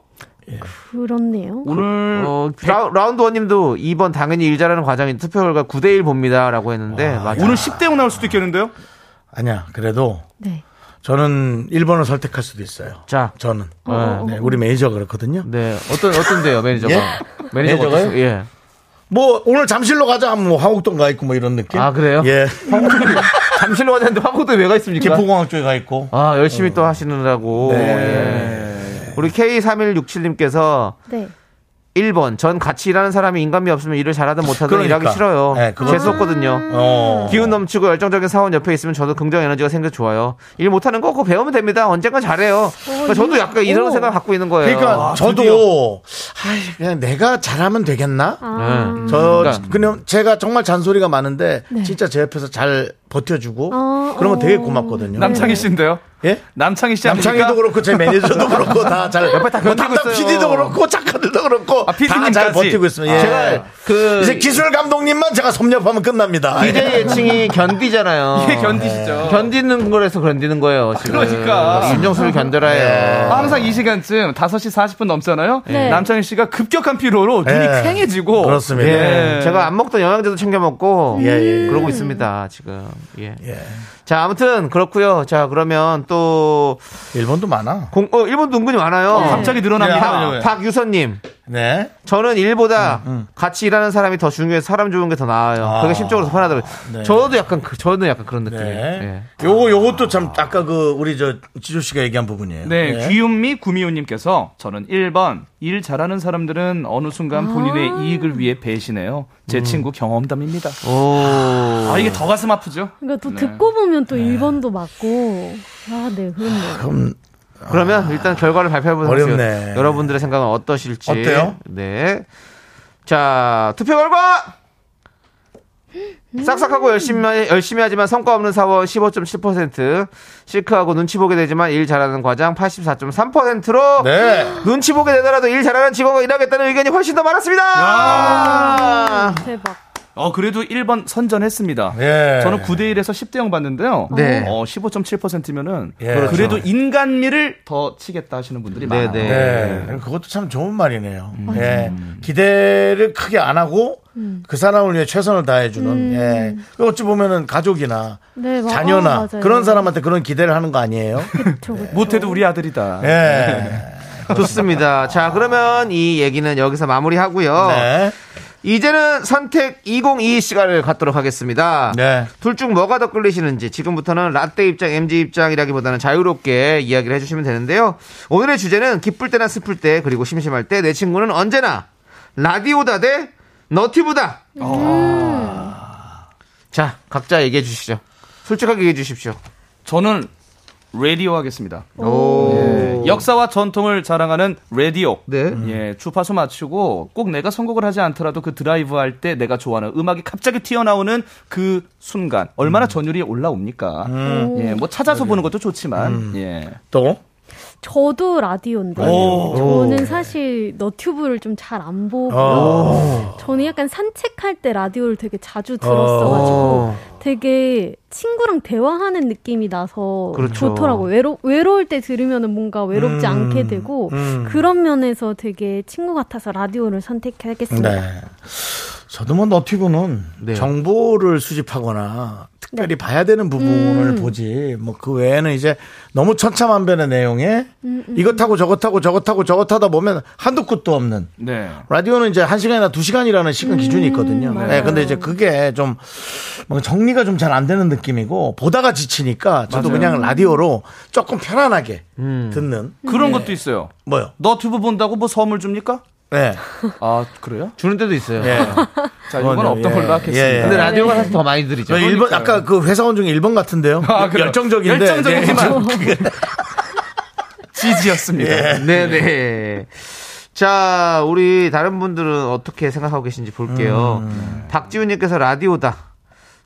Speaker 9: 그렇네요.
Speaker 1: 음.
Speaker 2: 오늘
Speaker 8: 어, 라, 운드원님도 2번 당연히 일 잘하는 과장인 투표 결과 9대1 봅니다라고 했는데 맞아요.
Speaker 2: 오늘 10대0 나올 수도 있겠는데요?
Speaker 1: 아니야. 그래도
Speaker 9: 네.
Speaker 1: 저는 1번을 선택할 수도 있어요.
Speaker 8: 자,
Speaker 1: 저는.
Speaker 8: 어.
Speaker 1: 네, 우리 매니저가 그렇거든요.
Speaker 8: 네. 어떤 어떤데요, 매니저가?
Speaker 1: 예?
Speaker 8: 매니저가
Speaker 1: 매니저가요?
Speaker 8: 어떠세요? 예.
Speaker 1: 뭐 오늘 잠실로 가자 하면 뭐 한국동 가 있고 뭐 이런 느낌?
Speaker 8: 아, 그래요?
Speaker 1: 예.
Speaker 8: 잠실로 가자는데 화곡도에 왜 가 있습니까? 네.
Speaker 1: 기포공항 쪽에 가 있고.
Speaker 8: 아, 열심히 또 하시느라고. 예. 우리 K3167님께서
Speaker 9: 네.
Speaker 8: 1번 전 같이 일하는 사람이 인간미 없으면 일을 잘하든 못하든
Speaker 1: 그러니까.
Speaker 8: 일하기 싫어요.
Speaker 1: 네, 그건-
Speaker 8: 재수 없거든요.
Speaker 1: 어.
Speaker 8: 기운 넘치고 열정적인 사원 옆에 있으면 저도 긍정 에너지가 생겨 좋아요. 일 못하는 거 그거 배우면 됩니다. 언젠간 잘해요. 그러니까 저도 약간 이런
Speaker 9: 오.
Speaker 8: 생각 갖고 있는 거예요.
Speaker 1: 그러니까 저도 아이, 그냥 내가 잘하면 되겠나?
Speaker 9: 아.
Speaker 1: 저
Speaker 8: 그러니까.
Speaker 1: 그냥 제가 정말 잔소리가 많은데 진짜 제 옆에서 잘 버텨주고
Speaker 9: 네. 어,
Speaker 1: 그러면
Speaker 9: 어.
Speaker 1: 되게 고맙거든요.
Speaker 2: 남창희 씨인데요?
Speaker 1: 예?
Speaker 2: 남창희 씨
Speaker 1: 남창희도
Speaker 2: 아닙니까?
Speaker 1: 그렇고 제 매니저도 그렇고 다잘
Speaker 2: 옆에 다 견디고 있어요.
Speaker 1: PD도 그렇고 작가들도 그렇고
Speaker 2: 아, PD
Speaker 1: 다
Speaker 2: 님까지. 아,
Speaker 1: 잘 버티고 있습니다. 예.
Speaker 8: 제가 그-
Speaker 1: 이제 기술 감독님만 제가 섭렵하면 끝납니다.
Speaker 2: 예.
Speaker 1: 예.
Speaker 8: DJ 층이 견디잖아요. 예.
Speaker 2: 이게 견디시죠.
Speaker 8: 견디는 거에서 견디는 거예요. 지금.
Speaker 2: 그러니까.
Speaker 8: 윤정수를 견뎌라요.
Speaker 2: 아, 항상 이 시간쯤 5시 40분 넘잖아요.
Speaker 9: 네.
Speaker 2: 남창희 씨가 급격한 피로로 눈이
Speaker 1: 예.
Speaker 2: 퀭해지고
Speaker 1: 그렇습니다.
Speaker 2: 예.
Speaker 8: 제가 안 먹던 영양제도 챙겨 먹고
Speaker 1: 예, 예, 예.
Speaker 8: 그러고 있습니다 지금. 예.
Speaker 1: 예.
Speaker 8: 자 아무튼 그렇고요. 자 그러면 또
Speaker 1: 일본도 많아.
Speaker 8: 공, 어, 일본도 은근히 많아요.
Speaker 2: 갑자기 늘어납니다.
Speaker 8: 박, 박유선님,
Speaker 1: 네.
Speaker 8: 저는 일보다 같이 일하는 사람이 더 중요해서 사람 좋은 게 더 나아요.
Speaker 1: 아.
Speaker 8: 그게 심적으로 더 편하더라고요.
Speaker 1: 네.
Speaker 8: 저도 약간 그- 저는 약간 그런 느낌이에요.
Speaker 1: 네.
Speaker 8: 예.
Speaker 1: 요거 요것도 참 아까 그 우리 저 지조 씨가 얘기한 부분이에요.
Speaker 2: 네,
Speaker 1: 예.
Speaker 2: 귀윤미 구미호님께서 저는 1번 일 잘하는 사람들은 어느 순간 본인의 이익을 위해 배신해요. 제 친구 경험담입니다.
Speaker 8: 오.
Speaker 2: 아 이게 더 가슴 아프죠?
Speaker 9: 그러니까 또
Speaker 2: 네.
Speaker 9: 듣고 보면 또 1번도 맞고. 아, 네, 그렇네요.
Speaker 1: 그럼
Speaker 8: 그러면 일단 결과를 발표해보도록
Speaker 1: 어렵네.
Speaker 8: 하겠습니다. 여러분들의 생각은 어떠실지.
Speaker 1: 어때요?
Speaker 8: 네. 자, 투표 결과! 싹싹하고 열심히, 열심히 하지만 성과 없는 사원 15.7%, 시크하고 눈치 보게 되지만 일 잘하는 과장 84.3%로
Speaker 1: 네.
Speaker 8: 눈치 보게 되더라도 일 잘하는 직원과 일하겠다는 의견이 훨씬 더
Speaker 1: 아.
Speaker 8: 많았습니다!
Speaker 9: 대박.
Speaker 2: 어 그래도 1번 선전했습니다.
Speaker 1: 예.
Speaker 2: 저는 9대 1에서 10대 0 봤는데요.
Speaker 8: 네.
Speaker 2: 어 15.7%면은
Speaker 1: 예.
Speaker 2: 그래도 인간미를 더 치겠다 하시는 분들이
Speaker 8: 네,
Speaker 2: 많아요.
Speaker 8: 네.
Speaker 1: 네. 그것도 참 좋은 말이네요. 예. 기대를 크게 안 하고 그 사람을 위해 최선을 다해주는. 예. 그 어찌 보면은 가족이나
Speaker 9: 네, 마-
Speaker 1: 자녀나
Speaker 9: 어, 맞아요. 뭐,
Speaker 1: 그런 사람한테 네. 그런 기대를 하는 거 아니에요?
Speaker 2: 그러니까.
Speaker 9: 그쵸, 그쵸.
Speaker 2: 못해도 우리 아들이다.
Speaker 1: 예.
Speaker 2: 네.
Speaker 8: 좋습니다. 자, 그러면 이 얘기는 여기서 마무리하고요.
Speaker 1: 네.
Speaker 8: 이제는 선택 2022 시간을 갖도록
Speaker 2: 어.
Speaker 8: 하겠습니다.
Speaker 1: 네.
Speaker 8: 둘 중 뭐가 더 끌리시는지 지금부터는 라떼 입장, MG 입장이라기보다는 자유롭게 이야기를 해주시면 되는데요. 오늘의 주제는 기쁠 때나 슬플 때 그리고 심심할 때 내 친구는 언제나 라디오다 대 너티브다. 자, 각자 얘기해 주시죠. 솔직하게 얘기해 주십시오.
Speaker 2: 저는 라디오 하겠습니다.
Speaker 8: 오.
Speaker 14: 네.
Speaker 2: 예, 역사와 전통을 자랑하는 라디오. 예, 주파수 맞추고 꼭 내가 선곡을 하지 않더라도 그 드라이브 할 때 내가 좋아하는 음악이 갑자기 튀어나오는 그 순간 얼마나 전율이 올라옵니까?
Speaker 9: 음.
Speaker 2: 예, 뭐 찾아서 보는 것도 좋지만 예.
Speaker 1: 또
Speaker 9: 저도 라디오인데
Speaker 2: 오.
Speaker 9: 저는
Speaker 2: 오.
Speaker 9: 사실 너튜브를 좀 잘 안 보고
Speaker 1: 어. 오.
Speaker 9: 저는 약간 산책할 때 라디오를 되게 자주 들었어가지고
Speaker 1: 오.
Speaker 9: 되게 친구랑 대화하는 느낌이 나서
Speaker 1: 그렇죠.
Speaker 9: 좋더라고요. 외로, 외로울 때 들으면 뭔가 외롭지
Speaker 1: 음.
Speaker 9: 않게 되고
Speaker 1: 음.
Speaker 9: 그런 면에서 되게 친구 같아서 라디오를 선택하겠습니다. 네.
Speaker 1: 네. 저도 뭐 너튜브는 정보를 수집하거나 특별히 봐야 되는 부분을
Speaker 9: 음.
Speaker 1: 보지 뭐 그 외에는 이제 너무 천차만별의 내용에
Speaker 9: 음, 음.
Speaker 1: 이것하고 저것하고 저것하고 저것하다 보면 한두 끝도 없는
Speaker 2: 네.
Speaker 1: 라디오는 이제 한 시간이나 두 시간이라는 시간
Speaker 9: 음,
Speaker 1: 기준이 있거든요. 네, 근데 이제 그게 좀 뭔가 정리가 좀 잘 안 되는 느낌이고 보다가 지치니까 저도
Speaker 2: 맞아요. 음.
Speaker 1: 그냥 라디오로 조금 편안하게 듣는
Speaker 2: 그런
Speaker 1: 네.
Speaker 2: 것도 있어요.
Speaker 1: 뭐요?
Speaker 2: 너튜브 본다고 뭐 선물 줍니까?
Speaker 1: 네.
Speaker 2: 아, 그래요?
Speaker 8: 주는 때도 있어요.
Speaker 1: 예. 뭐,
Speaker 2: 자, 이건 없던 걸로 하겠습니다.
Speaker 8: 근데 라디오가 사실 더 많이 들리죠.
Speaker 1: 저 일본 아까 그 회사원 중에 1번 같은데요.
Speaker 8: 아, 그래요?
Speaker 1: 열정적인데.
Speaker 8: 열정적이지만.
Speaker 2: 지지였습니다.
Speaker 8: 네네. 자, 우리 다른 분들은 어떻게 생각하고 계신지 볼게요.
Speaker 1: 음.
Speaker 8: 박지훈님께서 라디오다.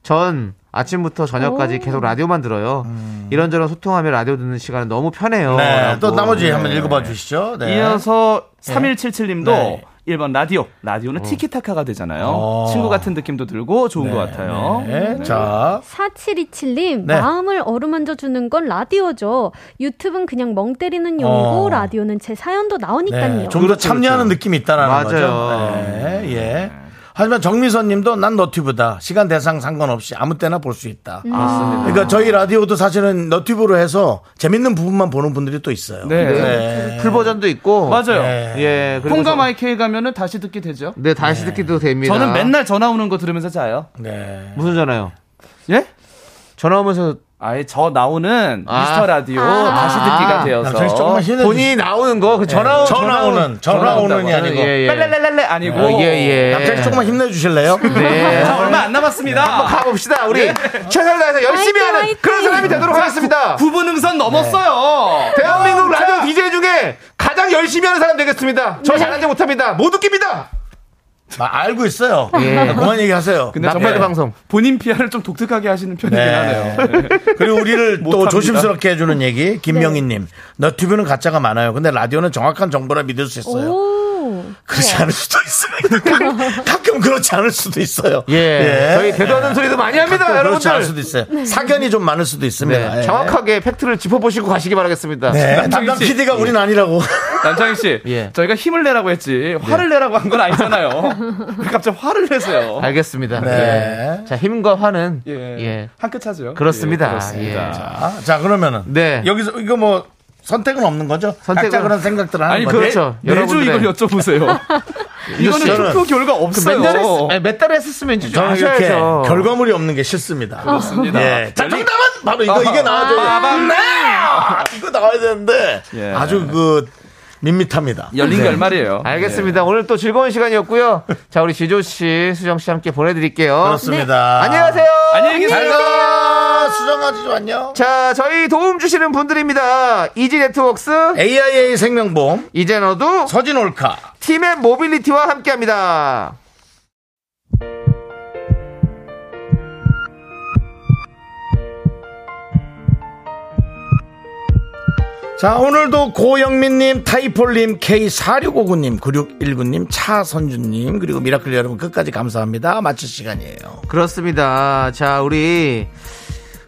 Speaker 8: 전 아침부터 저녁까지 계속 라디오만 들어요. 이런저런 소통하며 라디오 듣는 시간은 너무 편해요.
Speaker 1: 음. 네, 또
Speaker 8: 라고.
Speaker 1: 나머지
Speaker 8: 네.
Speaker 1: 한번 읽어봐 주시죠. 네.
Speaker 2: 어, 이어서 3177님도
Speaker 1: 네.
Speaker 2: 1번 라디오. 라디오는 티키타카가 되잖아요.
Speaker 1: 어.
Speaker 2: 친구 같은 느낌도 들고 좋은 것 같아요.
Speaker 1: 네. 자.
Speaker 9: 4727님,
Speaker 2: 네.
Speaker 9: 마음을 어루만져주는 건 라디오죠. 유튜브는 그냥 멍 때리는 용이고,
Speaker 1: 어.
Speaker 9: 라디오는 제 사연도 나오니까요.
Speaker 1: 네, 좀 더 참여하는 느낌이 있다라는
Speaker 8: 그렇죠, 맞아요.
Speaker 1: 거죠. 네, 예. 하지만 정미선 님도 난 너튜브다. 시간 대상 상관없이 아무 때나 볼 수 있다.
Speaker 8: 음. 맞습니다.
Speaker 1: 그러니까 저희 라디오도 사실은 너튜브로 해서 재밌는 부분만 보는 분들이 또 있어요. 네.
Speaker 2: 네.
Speaker 8: 풀 버전도 있고.
Speaker 2: 맞아요.
Speaker 8: 예. 그리고
Speaker 2: 콩과
Speaker 8: 저-
Speaker 2: 마이케이 가면은 다시 듣게 되죠.
Speaker 8: 네, 다시 듣기도 됩니다.
Speaker 2: 저는 맨날 전화 오는 거 들으면서 자요.
Speaker 1: 네.
Speaker 8: 무슨 전화요?
Speaker 2: 예?
Speaker 8: 전화 오면서
Speaker 2: 아예 저 나오는
Speaker 8: 아.
Speaker 2: 미스터 라디오 다시 듣기가 되어서
Speaker 1: 남창희 씨 아, 조금만 힘내
Speaker 8: 본인이 나오는 거, 그 전화,
Speaker 1: 예. 전화 오는, 전화 오는이
Speaker 8: 온다고.
Speaker 1: 아니고.
Speaker 8: 예, 예.
Speaker 2: 빨랄랄랄레 아니고
Speaker 8: 어, 예, 예.
Speaker 1: 남창희 씨 조금만 힘내 주실래요?
Speaker 8: 네.
Speaker 2: 자, 얼마 안 남았습니다. 네.
Speaker 8: 가봅시다. 우리 최선을 다해서 열심히
Speaker 9: 화이팅,
Speaker 8: 하는
Speaker 9: 화이팅.
Speaker 8: 그런 사람이 되도록 하겠습니다. 네.
Speaker 2: 구분응선 넘었어요.
Speaker 8: 대한민국 라디오 DJ 중에 가장 열심히 하는 사람 되겠습니다.
Speaker 1: 네.
Speaker 8: 저 잘하지 못합니다. 못 웃깁니다.
Speaker 1: 아, 알고 있어요.
Speaker 8: 예.
Speaker 1: 그만 얘기하세요.
Speaker 2: 근데
Speaker 8: 나팔
Speaker 2: 정말
Speaker 8: 방송.
Speaker 2: 본인 PR을 좀 독특하게 하시는 편이긴
Speaker 1: 네.
Speaker 2: 하네요.
Speaker 1: 그리고 우리를 또
Speaker 2: 못합니다.
Speaker 1: 조심스럽게 해주는 얘기 김명희님 너튜브는 가짜가 많아요. 근데 라디오는 정확한 정보라 믿을 수 있어요.
Speaker 9: 오.
Speaker 1: 그렇지 않을 수도 있어요. 가끔 그렇지 않을 수도 있어요.
Speaker 8: 예. 저희 대도하는 소리도 많이 합니다,
Speaker 1: 네. 가끔 그렇지 않을
Speaker 8: 여러분들.
Speaker 1: 수도 있어요. 사견이 좀 많을 수도 있습니다.
Speaker 8: 네,
Speaker 1: 예.
Speaker 8: 정확하게 팩트를 짚어보시고 가시기 바라겠습니다.
Speaker 1: 네, 담당
Speaker 2: 남창희 씨.
Speaker 1: PD가 우린 아니라고.
Speaker 2: 남창희 씨,
Speaker 8: 예.
Speaker 2: 저희가 힘을 내라고 했지 화를 내라고 한 건 아니잖아요. 왜 갑자기 화를 내세요.
Speaker 8: 알겠습니다.
Speaker 1: 네.
Speaker 8: 예. 자, 힘과 화는
Speaker 2: 예,
Speaker 8: 예.
Speaker 2: 한 끗 차죠.
Speaker 8: 그렇습니다.
Speaker 2: 예, 그렇습니다.
Speaker 8: 예.
Speaker 1: 자, 아, 자, 그러면은
Speaker 8: 네.
Speaker 1: 여기서 이거 뭐 선택은 없는 거죠?
Speaker 8: 선택은-
Speaker 1: 각자 그런 생각들을 하는
Speaker 2: 아니
Speaker 1: 거죠. 네.
Speaker 2: 그렇죠.
Speaker 8: 그렇죠.
Speaker 2: 매주
Speaker 8: 여러분들의-
Speaker 2: 이걸 여쭤보세요. 이거는
Speaker 1: 저는-
Speaker 2: 투표 결과
Speaker 8: 몇
Speaker 2: 없어요.
Speaker 8: 달 했, 몇 달 했으면 이제 좀
Speaker 1: 저는 이렇게
Speaker 8: 하셔야죠.
Speaker 1: 결과물이 없는 게 싫습니다.
Speaker 2: 그렇습니다.
Speaker 1: 예. 자, 정답은 바로 이거, 이게 나와줘야 돼. 네! 이거 나와야 되는데
Speaker 2: 예.
Speaker 1: 아주 그 밋밋합니다.
Speaker 2: 열린
Speaker 8: 네.
Speaker 2: 결말이에요. 네.
Speaker 8: 알겠습니다. 오늘 또 즐거운 시간이었고요. 자, 우리 지조 씨, 수정 씨 함께 보내드릴게요.
Speaker 1: 그렇습니다.
Speaker 8: 안녕하세요.
Speaker 2: 네. 안녕히 계세요.
Speaker 1: 잘 가! 수정아지죠, 안녕.
Speaker 8: 자, 저희 도움 주시는 분들입니다. 이지 네트웍스,
Speaker 1: AIA 생명보험,
Speaker 8: 이제 너도
Speaker 1: 서진 올카.
Speaker 8: 팀의 모빌리티와 함께 합니다.
Speaker 1: 자, 오늘도 고영민님, 타이폴님, K4659님, 9619님, 차선주님, 그리고 미라클 여러분 끝까지 감사합니다. 마칠 시간이에요.
Speaker 8: 그렇습니다. 자, 우리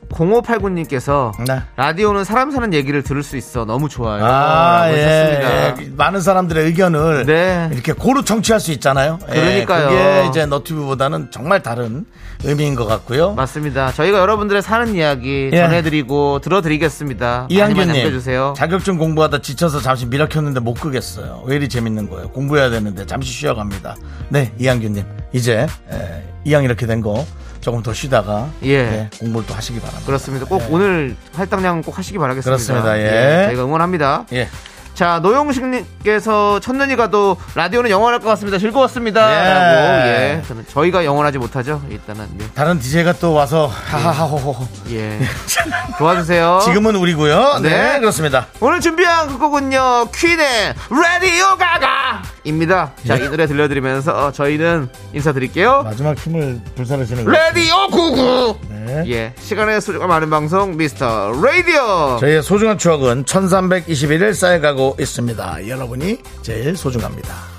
Speaker 8: 0589님께서
Speaker 1: 네.
Speaker 8: 라디오는 사람 사는 얘기를 들을 수 있어. 너무 좋아요.
Speaker 1: 아,
Speaker 8: 라고
Speaker 1: 예,
Speaker 8: 하셨습니다.
Speaker 1: 예. 많은 사람들의 의견을
Speaker 8: 네.
Speaker 1: 이렇게 고루 청취할 수 있잖아요. 예,
Speaker 8: 그러니까요.
Speaker 1: 그게 이제 너튜브보다는 정말 다른 의미인 것 같고요.
Speaker 8: 맞습니다. 저희가 여러분들의 사는 이야기
Speaker 1: 예.
Speaker 8: 전해드리고 들어드리겠습니다. 많이 많이
Speaker 1: 이한규님
Speaker 8: 남겨주세요.
Speaker 1: 자격증 공부하다 지쳐서 잠시 미라 켰는데 못 끄겠어요. 왜 이리 재밌는 거예요? 공부해야 되는데 잠시 쉬어갑니다. 네, 이한규님 이제 에, 이왕 이렇게 된 거 조금 더 쉬다가
Speaker 8: 예.
Speaker 1: 네, 공부를 또 하시기 바랍니다.
Speaker 8: 그렇습니다. 꼭 오늘 할당량 꼭 하시기 바라겠습니다.
Speaker 1: 그렇습니다. 예.
Speaker 8: 저희가 응원합니다.
Speaker 1: 예,
Speaker 8: 자, 노용식님께서 첫눈이 가도 라디오는 영원할 것 같습니다. 즐거웠습니다. 라고,
Speaker 1: 예.
Speaker 8: 예. 저는 저희가 영원하지 못하죠. 일단은. 네.
Speaker 1: 다른 DJ가 또 와서 하하하호호.
Speaker 8: 예. 도와주세요.
Speaker 1: 지금은 우리고요. 네,
Speaker 8: 네.
Speaker 1: 그렇습니다.
Speaker 8: 오늘 준비한 그 곡은요, 퀸의 라디오 가가입니다. 자,
Speaker 1: 예.
Speaker 8: 이 노래 들려드리면서 어, 저희는 인사드릴게요.
Speaker 1: 마지막 힘을 불사르시는
Speaker 8: 라디오 어? 구구!
Speaker 1: 네.
Speaker 8: 예. 시간의 소중한 많은 방송, 미스터 라디오!
Speaker 1: 저희의 소중한 추억은 1321일 쌓여가고 있습니다. 여러분이 제일 소중합니다.